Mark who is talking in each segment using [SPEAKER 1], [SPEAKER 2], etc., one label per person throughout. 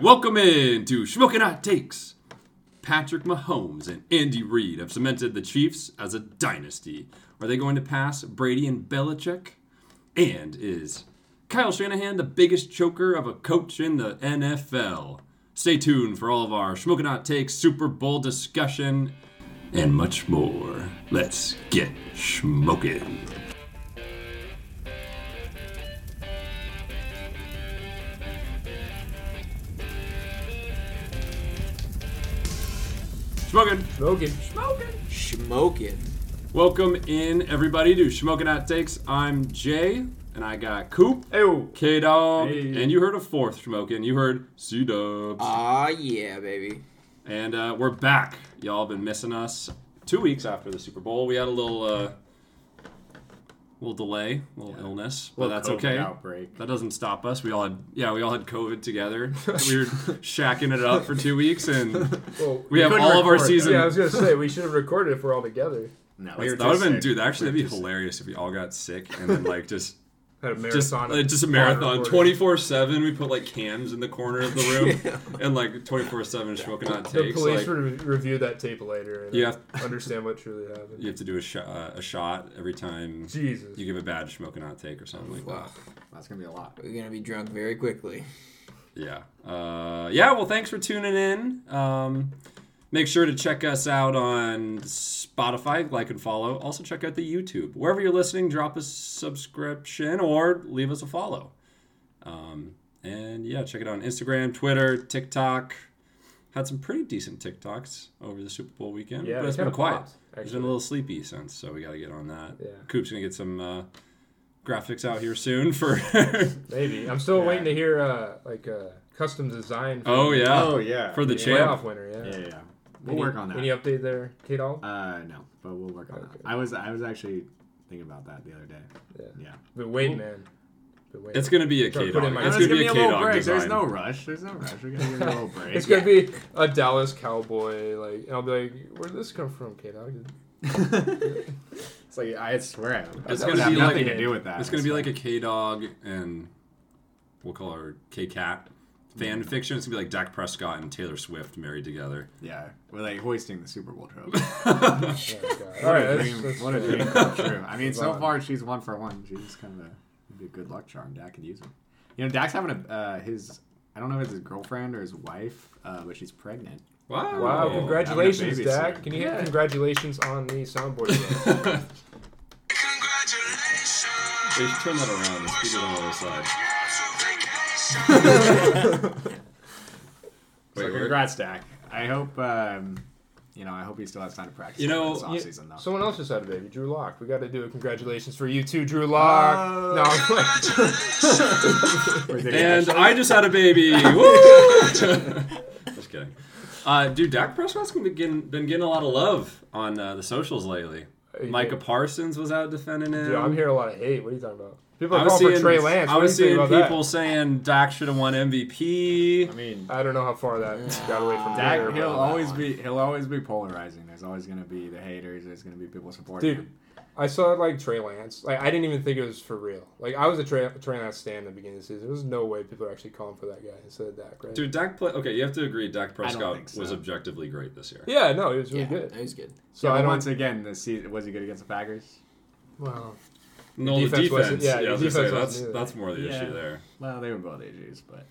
[SPEAKER 1] Welcome in to Smoking Hot Takes. Patrick Mahomes and Andy Reid have cemented the Chiefs as a dynasty. Are they going to pass Brady and Belichick? And is Kyle Shanahan the biggest choker of a coach in the NFL? Stay tuned for all of our Smoking Hot Takes, Super Bowl discussion, and much more. Let's get smoking. Smoking.
[SPEAKER 2] Smoking. Smoking. Smoking.
[SPEAKER 1] Welcome in everybody to Smoking Hot Takes. I'm Jay, and I got Coop,
[SPEAKER 3] Ew.
[SPEAKER 1] K Dog,
[SPEAKER 3] Hey.
[SPEAKER 1] and you heard a fourth smoking. You heard C Dubs,
[SPEAKER 2] Aw, yeah, baby.
[SPEAKER 1] and uh, we're back. Y'all been missing us. Two weeks after the Super Bowl, we had a little, uh, little delay, a little illness, but
[SPEAKER 3] Little
[SPEAKER 1] that's
[SPEAKER 3] COVID
[SPEAKER 1] okay.
[SPEAKER 3] Outbreak.
[SPEAKER 1] That doesn't stop us. We all had, yeah, we all had COVID together. we were shacking it up for two weeks, and
[SPEAKER 4] Well,
[SPEAKER 1] we have
[SPEAKER 3] couldn't
[SPEAKER 1] all of our
[SPEAKER 3] record that.
[SPEAKER 1] season.
[SPEAKER 4] yeah, I was gonna say we should have recorded if we're all together.
[SPEAKER 3] No,
[SPEAKER 1] That would have been, dude. Actually, that'd be hilarious if we all got sick and then like just
[SPEAKER 4] Had a marathon.
[SPEAKER 1] just
[SPEAKER 4] of-
[SPEAKER 1] like, just a
[SPEAKER 4] of
[SPEAKER 1] marathon,
[SPEAKER 4] recording.
[SPEAKER 1] twenty four seven. We put like cams in the corner of the room and like twenty four seven smoking hot
[SPEAKER 4] The
[SPEAKER 1] takes.
[SPEAKER 4] police
[SPEAKER 1] Like,
[SPEAKER 4] would re- review that tape later and
[SPEAKER 1] you have
[SPEAKER 4] understand what truly happened.
[SPEAKER 1] you have to do a shot uh, a shot every time
[SPEAKER 4] Jesus.
[SPEAKER 1] you give a bad smoking hot take or something like that.
[SPEAKER 2] Wow.
[SPEAKER 3] That's gonna be a lot.
[SPEAKER 2] We're gonna be drunk very quickly.
[SPEAKER 1] Yeah. Uh, yeah. Well, thanks for tuning in. Um, make sure to check us out on Spotify, like and follow. Also, check out the YouTube. Wherever you're listening, drop a subscription or leave us a follow. Um, and yeah, check it out on Instagram, Twitter, TikTok. Had some pretty decent TikToks over the Super Bowl weekend,
[SPEAKER 4] Yeah,
[SPEAKER 1] but
[SPEAKER 4] they
[SPEAKER 1] it's been
[SPEAKER 4] kinda
[SPEAKER 1] quiet.
[SPEAKER 4] popped,
[SPEAKER 1] It's
[SPEAKER 4] actually.
[SPEAKER 1] been a little sleepy since, so we got to get on that.
[SPEAKER 4] Yeah.
[SPEAKER 1] Coop's gonna get some uh, graphics out here soon for.
[SPEAKER 4] Maybe I'm still
[SPEAKER 3] Yeah.
[SPEAKER 4] waiting to hear uh, like uh, custom design. For
[SPEAKER 1] oh
[SPEAKER 4] the
[SPEAKER 1] yeah,
[SPEAKER 3] Oh yeah.
[SPEAKER 1] for the
[SPEAKER 3] yeah.
[SPEAKER 1] champ.
[SPEAKER 4] playoff winner. Yeah.
[SPEAKER 3] Yeah, yeah. yeah. We'll
[SPEAKER 4] Any-
[SPEAKER 3] work on
[SPEAKER 4] Any
[SPEAKER 3] that.
[SPEAKER 4] update there, Kate? All
[SPEAKER 3] Uh, no, but we'll work on
[SPEAKER 4] Okay.
[SPEAKER 3] that. I was I was actually thinking about that the other day.
[SPEAKER 4] Yeah.
[SPEAKER 3] yeah.
[SPEAKER 4] been waiting, man. Been waiting.
[SPEAKER 1] It's gonna be a
[SPEAKER 4] Try to
[SPEAKER 1] K
[SPEAKER 4] put
[SPEAKER 1] dog. It's
[SPEAKER 4] in my-
[SPEAKER 3] And
[SPEAKER 1] gonna,
[SPEAKER 4] It's
[SPEAKER 3] there's
[SPEAKER 1] be a K dog
[SPEAKER 3] break.
[SPEAKER 1] design.
[SPEAKER 3] There's no rush. There's no rush. We're gonna give it a little break.
[SPEAKER 4] It's gonna be a Dallas Cowboy, like, and I'll be like, "Where'd this come from, Kate?
[SPEAKER 3] it's like I swear. I don't-
[SPEAKER 1] It's
[SPEAKER 3] I
[SPEAKER 1] gonna
[SPEAKER 3] have
[SPEAKER 1] be
[SPEAKER 3] nothing
[SPEAKER 1] like-
[SPEAKER 3] to do with that.
[SPEAKER 1] It's gonna be
[SPEAKER 3] I
[SPEAKER 1] like a K dog and we'll call her K cat fan fiction. It's gonna be like Dak Prescott and Taylor Swift married together.
[SPEAKER 3] swear. yeah. We're like hoisting the Super Bowl trophy.
[SPEAKER 4] Oh, God. All right,
[SPEAKER 3] what a
[SPEAKER 4] that's,
[SPEAKER 3] dream,
[SPEAKER 4] that's
[SPEAKER 3] what a
[SPEAKER 4] fair.
[SPEAKER 3] dream come true. I mean,
[SPEAKER 4] Move
[SPEAKER 3] so
[SPEAKER 4] on.
[SPEAKER 3] far she's one for one. She's kind of a, would be a good luck charm. Dak could use it. You know, Dak's having a uh, his. I don't know if it's his girlfriend or his wife, uh, but she's pregnant.
[SPEAKER 1] Wow!
[SPEAKER 4] Wow,
[SPEAKER 3] Oh,
[SPEAKER 4] congratulations,
[SPEAKER 3] having a babysitter.
[SPEAKER 4] Dak. Can you hit congratulations on the soundboard? again?
[SPEAKER 5] Congratulations.
[SPEAKER 1] They should turn that around. Let's keep it on the other side.
[SPEAKER 5] You're on vacation.
[SPEAKER 3] So
[SPEAKER 1] Wait, where-
[SPEAKER 3] congrats, Dak. I hope um, you know. I hope he still has time to practice.
[SPEAKER 1] You know,
[SPEAKER 3] this
[SPEAKER 1] you-
[SPEAKER 3] offseason, though.
[SPEAKER 4] Someone else just had a baby, Drew Lock. We got to do a congratulations for you too, Drew Lock.
[SPEAKER 3] Oh.
[SPEAKER 4] no, I'm playing.
[SPEAKER 3] Or did he
[SPEAKER 1] And
[SPEAKER 3] actually-
[SPEAKER 1] I just had a baby. Woo! just kidding. Uh, dude, Dak Prescott's been getting, been getting a lot of love on uh, the socials lately.
[SPEAKER 4] Hey,
[SPEAKER 1] Micah
[SPEAKER 4] dude.
[SPEAKER 1] Parsons was out defending him.
[SPEAKER 4] Dude, I'm hearing a lot of hate. What are you talking about? People
[SPEAKER 1] I
[SPEAKER 4] are
[SPEAKER 1] was
[SPEAKER 4] calling
[SPEAKER 1] seeing,
[SPEAKER 4] for Trey Lance.
[SPEAKER 1] I
[SPEAKER 4] What do
[SPEAKER 1] was
[SPEAKER 4] you think
[SPEAKER 1] seeing
[SPEAKER 4] about
[SPEAKER 1] people saying Dak should have won MVP.
[SPEAKER 3] I mean,
[SPEAKER 4] That? I don't know how far that got away from
[SPEAKER 3] Dak.
[SPEAKER 4] there,
[SPEAKER 3] He'll
[SPEAKER 4] Uh, but-
[SPEAKER 3] always be. He'll always be polarizing. There's always gonna be the haters. There's gonna be people supporting
[SPEAKER 4] Dude,
[SPEAKER 3] him.
[SPEAKER 4] I saw like Trey Lance. Like I didn't even think it was for real. Like I was a Trey, Trey Lance stand in the beginning of the season. There was no way people are actually calling for that guy instead of Dak, right?
[SPEAKER 1] Dude, Dak play. Okay, you have to agree. Dak Prescott
[SPEAKER 3] think so.
[SPEAKER 1] was objectively great this year.
[SPEAKER 4] Yeah, no, it was really
[SPEAKER 2] yeah,
[SPEAKER 4] good.
[SPEAKER 2] That was good.
[SPEAKER 4] So
[SPEAKER 3] yeah,
[SPEAKER 4] I
[SPEAKER 3] but
[SPEAKER 4] don't.
[SPEAKER 3] once again, the season, was he good against the Packers?
[SPEAKER 4] well,
[SPEAKER 1] No, the
[SPEAKER 4] Defense
[SPEAKER 1] defense.
[SPEAKER 4] wasn't- yeah,
[SPEAKER 1] yeah,
[SPEAKER 4] the
[SPEAKER 1] I was gonna
[SPEAKER 4] defense
[SPEAKER 1] say,
[SPEAKER 4] wasn't
[SPEAKER 1] that's
[SPEAKER 4] either.
[SPEAKER 1] that's more the
[SPEAKER 3] Yeah.
[SPEAKER 1] issue there.
[SPEAKER 3] Well, they were both issues, but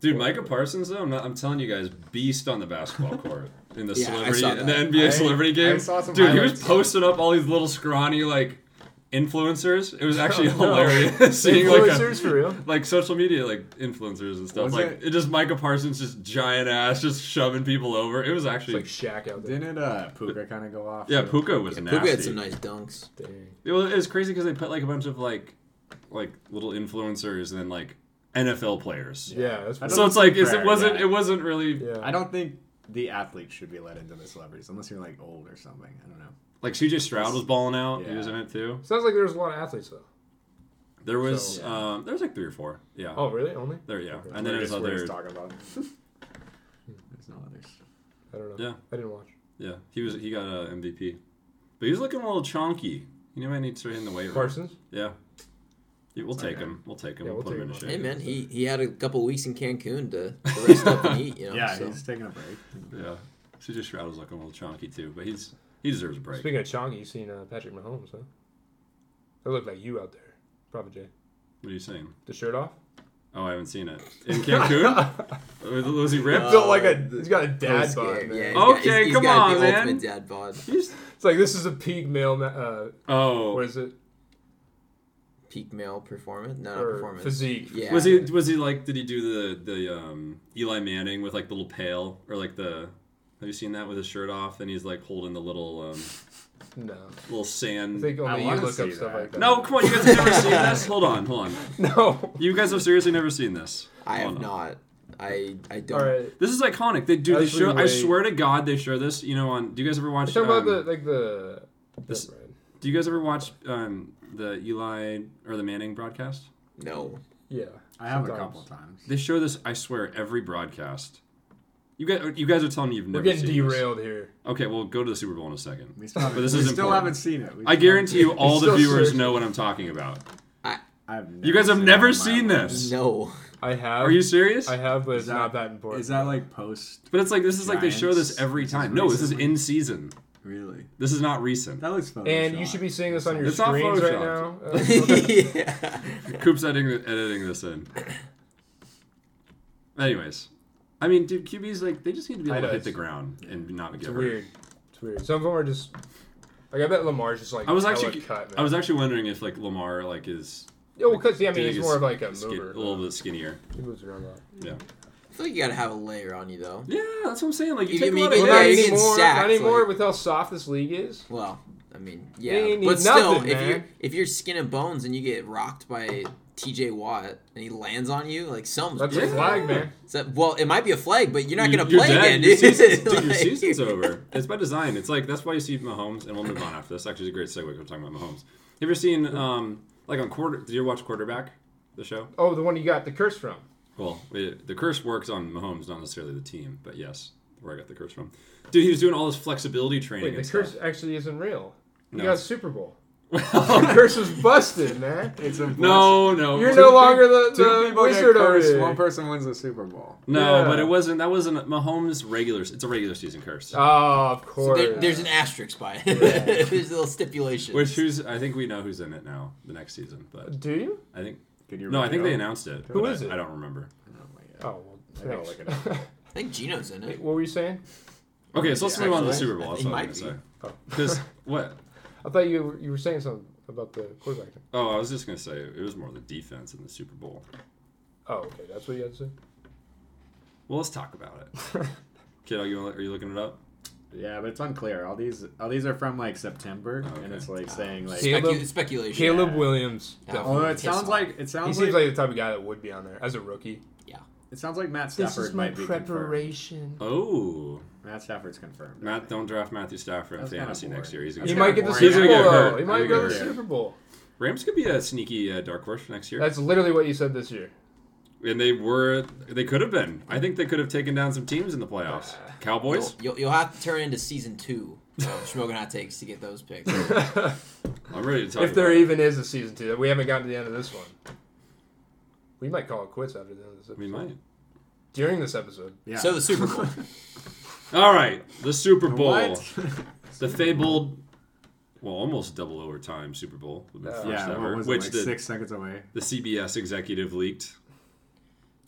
[SPEAKER 1] Dude, Micah Parsons though, I'm, not, I'm telling you guys, beast on the basketball court in the
[SPEAKER 2] Yeah, I
[SPEAKER 1] celebrity
[SPEAKER 2] saw
[SPEAKER 1] in the
[SPEAKER 2] that.
[SPEAKER 1] NBA
[SPEAKER 3] I-
[SPEAKER 1] celebrity
[SPEAKER 3] I
[SPEAKER 1] game.
[SPEAKER 3] saw some
[SPEAKER 1] Dude, he was
[SPEAKER 3] highlights.
[SPEAKER 1] posting up all these little scrawny like influencers. It was actually
[SPEAKER 4] no.
[SPEAKER 1] hilarious seeing like a-
[SPEAKER 4] influencers for real.
[SPEAKER 1] like social media like influencers and stuff.
[SPEAKER 3] Was
[SPEAKER 1] like
[SPEAKER 3] it-
[SPEAKER 1] it? just Micah Parsons just giant ass just shoving people over. It was
[SPEAKER 4] It's
[SPEAKER 1] actually
[SPEAKER 4] like Shaq out there.
[SPEAKER 3] didn't uh, Puka kind of go off?
[SPEAKER 1] yeah,
[SPEAKER 3] too?
[SPEAKER 1] Puka was nasty.
[SPEAKER 2] Puka had some nice dunks.
[SPEAKER 4] Dang.
[SPEAKER 1] It was, it was crazy because they put like a bunch of like like little influencers and then like NFL players.
[SPEAKER 4] Yeah, that's
[SPEAKER 3] That's
[SPEAKER 1] So it's like it's, it
[SPEAKER 3] Fair,
[SPEAKER 1] wasn't
[SPEAKER 3] yeah.
[SPEAKER 1] it wasn't really
[SPEAKER 4] Yeah.
[SPEAKER 3] I don't think the athletes should be let into the celebrities unless you're like old or something. I don't know.
[SPEAKER 1] like CJ Stroud was balling out. He
[SPEAKER 3] Yeah.
[SPEAKER 1] was in it too.
[SPEAKER 4] Sounds like there's a lot of athletes though.
[SPEAKER 1] There was
[SPEAKER 4] So-
[SPEAKER 1] um there was like three or four. Yeah.
[SPEAKER 4] Oh, really? Only?
[SPEAKER 1] There yeah.
[SPEAKER 4] Okay.
[SPEAKER 1] And then
[SPEAKER 3] We're
[SPEAKER 1] there's
[SPEAKER 3] just- we're
[SPEAKER 1] other
[SPEAKER 3] just talking about them. There's no others.
[SPEAKER 4] I don't know.
[SPEAKER 1] Yeah.
[SPEAKER 4] I didn't watch.
[SPEAKER 1] yeah. He was he got a MVP. But he was looking a little chonky. You know, might need to in the weight room.
[SPEAKER 4] Parsons?
[SPEAKER 1] Yeah. Yeah, we'll take him. We'll take him.
[SPEAKER 4] Yeah,
[SPEAKER 1] we'll,
[SPEAKER 4] we'll
[SPEAKER 1] put him in a
[SPEAKER 4] take
[SPEAKER 1] shape.
[SPEAKER 2] Hey man, he, he had a couple weeks in Cancun to to rest up and eat. You know,
[SPEAKER 3] yeah,
[SPEAKER 2] so.
[SPEAKER 3] he's taking a break.
[SPEAKER 1] Yeah. CJ Stroud was looking a little chunky too, but he's he deserves a break.
[SPEAKER 4] Speaking of Chonky, you seen uh, Patrick Mahomes, huh? That looked like you out there, Papa J.
[SPEAKER 1] What are you saying?
[SPEAKER 4] The shirt off.
[SPEAKER 1] Oh, I haven't seen it. In Cancun? was, was he ripped?
[SPEAKER 2] Uh,
[SPEAKER 4] Built like a. He's got a dad
[SPEAKER 2] He's
[SPEAKER 4] bod,
[SPEAKER 2] scared,
[SPEAKER 4] man.
[SPEAKER 2] yeah, he's
[SPEAKER 1] Oh.
[SPEAKER 2] got- he's-
[SPEAKER 1] Okay,
[SPEAKER 2] he's
[SPEAKER 1] come
[SPEAKER 2] got
[SPEAKER 1] on,
[SPEAKER 2] the
[SPEAKER 1] man.
[SPEAKER 2] Ultimate dad bod.
[SPEAKER 1] He's-
[SPEAKER 4] It's like this is a peak male. ma- Uh,
[SPEAKER 1] oh,
[SPEAKER 4] what is it?
[SPEAKER 2] Peak male performance, no, not
[SPEAKER 4] Or
[SPEAKER 2] Uh, performance.
[SPEAKER 4] physique.
[SPEAKER 2] Yeah.
[SPEAKER 1] was he was he like? Did he do the the um, Eli Manning with like the little pail or like the? Have you seen that with his shirt off? And he's like holding the little um,
[SPEAKER 4] No.
[SPEAKER 1] little
[SPEAKER 4] I
[SPEAKER 1] sand.
[SPEAKER 4] think
[SPEAKER 3] I
[SPEAKER 4] only you
[SPEAKER 3] wanna
[SPEAKER 4] look up
[SPEAKER 3] see
[SPEAKER 4] stuff
[SPEAKER 3] that.
[SPEAKER 4] like that.
[SPEAKER 1] No, come on, you guys have never seen this. Hold on, hold on.
[SPEAKER 4] No.
[SPEAKER 1] You guys have seriously never seen this.
[SPEAKER 2] I
[SPEAKER 1] Hold
[SPEAKER 2] have
[SPEAKER 1] on.
[SPEAKER 2] not. I I don't.
[SPEAKER 4] All right.
[SPEAKER 1] This is iconic. They do. They
[SPEAKER 4] Actually,
[SPEAKER 1] show. I
[SPEAKER 4] wait.
[SPEAKER 1] swear to God, they show this. You know, on. Do you guys ever watch?
[SPEAKER 4] Talking about
[SPEAKER 1] um,
[SPEAKER 4] the like the.
[SPEAKER 1] This-
[SPEAKER 4] Never mind.
[SPEAKER 1] Do you guys ever watch um, the Eli or the Manning broadcast?
[SPEAKER 2] No.
[SPEAKER 4] Yeah.
[SPEAKER 3] I have a
[SPEAKER 4] sometimes.
[SPEAKER 3] couple times.
[SPEAKER 1] They show this. I swear every broadcast. You guys, you guys are telling me you've
[SPEAKER 4] We're
[SPEAKER 1] never
[SPEAKER 4] getting
[SPEAKER 1] seen This.
[SPEAKER 4] derailed here.
[SPEAKER 1] Okay, we'll go to the Super Bowl in a second.
[SPEAKER 3] We still, haven't,
[SPEAKER 1] But this
[SPEAKER 3] we
[SPEAKER 1] is
[SPEAKER 3] still
[SPEAKER 1] important.
[SPEAKER 3] haven't seen it. We
[SPEAKER 1] I
[SPEAKER 3] still-
[SPEAKER 1] guarantee you, all the
[SPEAKER 4] still
[SPEAKER 1] viewers
[SPEAKER 4] searching.
[SPEAKER 1] know what I'm talking about.
[SPEAKER 3] I've never
[SPEAKER 1] You guys have
[SPEAKER 3] seen
[SPEAKER 1] never
[SPEAKER 3] it in my
[SPEAKER 1] seen
[SPEAKER 3] life.
[SPEAKER 1] this.
[SPEAKER 2] No.
[SPEAKER 4] I have.
[SPEAKER 1] Are you serious?
[SPEAKER 4] I have, but it's
[SPEAKER 3] that-
[SPEAKER 4] not that important.
[SPEAKER 3] Is that like post?
[SPEAKER 1] But it's like this is like they show this
[SPEAKER 3] Giants.
[SPEAKER 1] every
[SPEAKER 3] This is
[SPEAKER 1] time. No, this is
[SPEAKER 3] recently.
[SPEAKER 1] in season.
[SPEAKER 3] Really?
[SPEAKER 1] This is not recent.
[SPEAKER 3] That looks fun.
[SPEAKER 4] and you should be seeing this on your
[SPEAKER 1] It's not
[SPEAKER 4] screens right now.
[SPEAKER 1] Photoshopped.
[SPEAKER 4] Uh,
[SPEAKER 2] yeah.
[SPEAKER 1] Coop's editing, editing this in. Anyways, I mean, dude, QBs like they just need to be
[SPEAKER 4] I
[SPEAKER 1] able
[SPEAKER 4] know,
[SPEAKER 1] to hit
[SPEAKER 4] it's-
[SPEAKER 1] the ground and not
[SPEAKER 4] it's
[SPEAKER 1] get hurt.
[SPEAKER 4] weird. It's weird. Some of them are just like I bet Lamar's just like
[SPEAKER 1] I was
[SPEAKER 4] hella
[SPEAKER 1] actually,
[SPEAKER 4] cut. Man.
[SPEAKER 1] I was actually wondering if like Lamar like is
[SPEAKER 4] yeah, well, because I mean
[SPEAKER 1] doing
[SPEAKER 4] he's
[SPEAKER 1] his
[SPEAKER 4] more of like a
[SPEAKER 1] skin-
[SPEAKER 4] mover.
[SPEAKER 1] a little bit skinnier.
[SPEAKER 4] He moves around a lot.
[SPEAKER 1] Yeah,
[SPEAKER 2] I feel like you gotta have a layer on you though.
[SPEAKER 1] yeah, that's what I'm saying. Like you
[SPEAKER 2] You
[SPEAKER 1] take a
[SPEAKER 2] mean-
[SPEAKER 1] lot of
[SPEAKER 2] you
[SPEAKER 4] Well,
[SPEAKER 2] Yeah,
[SPEAKER 4] not
[SPEAKER 2] he's
[SPEAKER 1] hits.
[SPEAKER 2] mean- getting
[SPEAKER 4] anymore.
[SPEAKER 2] sacked,
[SPEAKER 4] not anymore
[SPEAKER 2] like-
[SPEAKER 4] with how soft this league is.
[SPEAKER 2] Well, I mean, yeah,
[SPEAKER 4] ain't
[SPEAKER 2] but
[SPEAKER 4] need
[SPEAKER 2] still,
[SPEAKER 4] nothing,
[SPEAKER 2] if you
[SPEAKER 4] man.
[SPEAKER 2] if you're skin and bones and you get rocked by T.J. Watt and he lands on you, like something's
[SPEAKER 4] That's
[SPEAKER 1] Yeah.
[SPEAKER 4] a flag, man.
[SPEAKER 2] So- well, it might be a flag, but you're not gonna
[SPEAKER 1] You're
[SPEAKER 2] play
[SPEAKER 1] dead.
[SPEAKER 2] again,
[SPEAKER 1] Your
[SPEAKER 2] dude.
[SPEAKER 1] season's, dude, your
[SPEAKER 2] Like-
[SPEAKER 1] season's over. It's by design. It's like that's why you see Mahomes, and we'll move on after this. Actually, it's a great segue. 'cause We're talking about Mahomes. Have you ever seen um like on quarter? Did you ever watch quarterback? The show.
[SPEAKER 4] Oh, the one you got the curse from.
[SPEAKER 1] Well, it, the curse works on Mahomes, not necessarily the team, but yes, where I got the curse from. Dude, he was doing all this flexibility training.
[SPEAKER 4] Wait, the
[SPEAKER 1] and
[SPEAKER 4] curse
[SPEAKER 1] Stuff.
[SPEAKER 4] actually isn't real. You
[SPEAKER 1] No.
[SPEAKER 4] got Super Bowl. The curse was busted, man.
[SPEAKER 3] It's a
[SPEAKER 1] No, no,
[SPEAKER 4] You're
[SPEAKER 1] Two-
[SPEAKER 4] no longer the,
[SPEAKER 3] Two
[SPEAKER 4] the
[SPEAKER 3] people get
[SPEAKER 4] wizard over
[SPEAKER 3] cursed. One
[SPEAKER 4] here.
[SPEAKER 3] person wins the Super Bowl.
[SPEAKER 1] No,
[SPEAKER 4] Yeah.
[SPEAKER 1] but it wasn't. That wasn't Mahomes' regular. It's a regular season curse.
[SPEAKER 4] Oh, of course.
[SPEAKER 2] There- there's an asterisk by it. there's a little stipulation.
[SPEAKER 1] Which who's? I think we know who's in it now. The next season, but
[SPEAKER 4] Do you?
[SPEAKER 1] I think
[SPEAKER 3] Can you
[SPEAKER 1] no, I
[SPEAKER 3] read
[SPEAKER 1] think
[SPEAKER 3] it
[SPEAKER 1] they
[SPEAKER 3] off?
[SPEAKER 1] announced it.
[SPEAKER 4] Who
[SPEAKER 1] but I-
[SPEAKER 4] is it?
[SPEAKER 1] I don't remember.
[SPEAKER 3] Oh my God.
[SPEAKER 4] Oh, well,
[SPEAKER 3] I gotta
[SPEAKER 4] thanks.
[SPEAKER 3] look it up.
[SPEAKER 2] I think Gino's in
[SPEAKER 4] Hey,
[SPEAKER 2] it.
[SPEAKER 4] what were you saying?
[SPEAKER 1] Okay, so let's move on to the
[SPEAKER 2] actually.
[SPEAKER 1] Super Bowl. That's
[SPEAKER 2] He
[SPEAKER 1] what I
[SPEAKER 2] might
[SPEAKER 1] was gonna
[SPEAKER 2] be.
[SPEAKER 1] say. Because what?
[SPEAKER 4] I thought you were, you were saying something about the quarterback. thing.
[SPEAKER 1] Oh, I was just gonna say it was more the defense in the Super Bowl.
[SPEAKER 4] Oh, okay, that's what you had to say.
[SPEAKER 1] Well, let's talk about it. Kid, are you are you looking it up?
[SPEAKER 3] Yeah, but it's unclear. All these, all these are from like September, and
[SPEAKER 1] Okay.
[SPEAKER 3] it's like saying like.
[SPEAKER 4] See- Caleb-
[SPEAKER 2] Specu- speculation.
[SPEAKER 4] Caleb Williams.
[SPEAKER 2] Yeah.
[SPEAKER 4] definitely.
[SPEAKER 3] Although it
[SPEAKER 2] Piss
[SPEAKER 3] sounds
[SPEAKER 2] off.
[SPEAKER 3] like it
[SPEAKER 4] He
[SPEAKER 3] sounds
[SPEAKER 4] seems
[SPEAKER 3] like,
[SPEAKER 4] like the type of guy that would be on there as a rookie.
[SPEAKER 3] it sounds like Matt Stafford might be confirmed.
[SPEAKER 1] Oh,
[SPEAKER 3] Matt Stafford's confirmed.
[SPEAKER 1] Matt, don't draft Matthew Stafford in
[SPEAKER 3] That's kinda
[SPEAKER 1] fantasy next year.
[SPEAKER 3] boring.
[SPEAKER 1] He's gonna
[SPEAKER 4] He
[SPEAKER 1] get
[SPEAKER 4] might get the
[SPEAKER 3] boring.
[SPEAKER 1] He's
[SPEAKER 4] Super
[SPEAKER 1] gonna
[SPEAKER 4] Bowl.
[SPEAKER 1] get
[SPEAKER 4] though.
[SPEAKER 1] hurt.
[SPEAKER 4] He
[SPEAKER 1] He's
[SPEAKER 4] might
[SPEAKER 1] gonna
[SPEAKER 4] go to the
[SPEAKER 1] get hurt.
[SPEAKER 4] Super Bowl.
[SPEAKER 1] Rams could be a sneaky uh, dark horse for next year,
[SPEAKER 4] That's literally what you said this year.
[SPEAKER 1] and they were. They could have been. I think they could have taken down some teams in the playoffs. Cowboys.
[SPEAKER 2] You'll, you'll, you'll have to turn into season two of Smoking Hot Takes to get those picks.
[SPEAKER 1] I'm ready to talk.
[SPEAKER 4] If
[SPEAKER 1] about
[SPEAKER 4] there
[SPEAKER 1] it.
[SPEAKER 4] even is a season two, we haven't gotten to the end of this one. We might call it quits after the end of this episode.
[SPEAKER 1] we might.
[SPEAKER 4] During this episode.
[SPEAKER 3] Yeah.
[SPEAKER 2] So the Super Bowl.
[SPEAKER 1] All right, the Super Bowl,
[SPEAKER 3] What?
[SPEAKER 1] the fabled, well, almost double overtime Super Bowl, the first
[SPEAKER 3] yeah,
[SPEAKER 1] ever,
[SPEAKER 3] what was it,
[SPEAKER 1] which
[SPEAKER 3] like
[SPEAKER 1] the,
[SPEAKER 3] six seconds away?
[SPEAKER 1] the CBS executive leaked.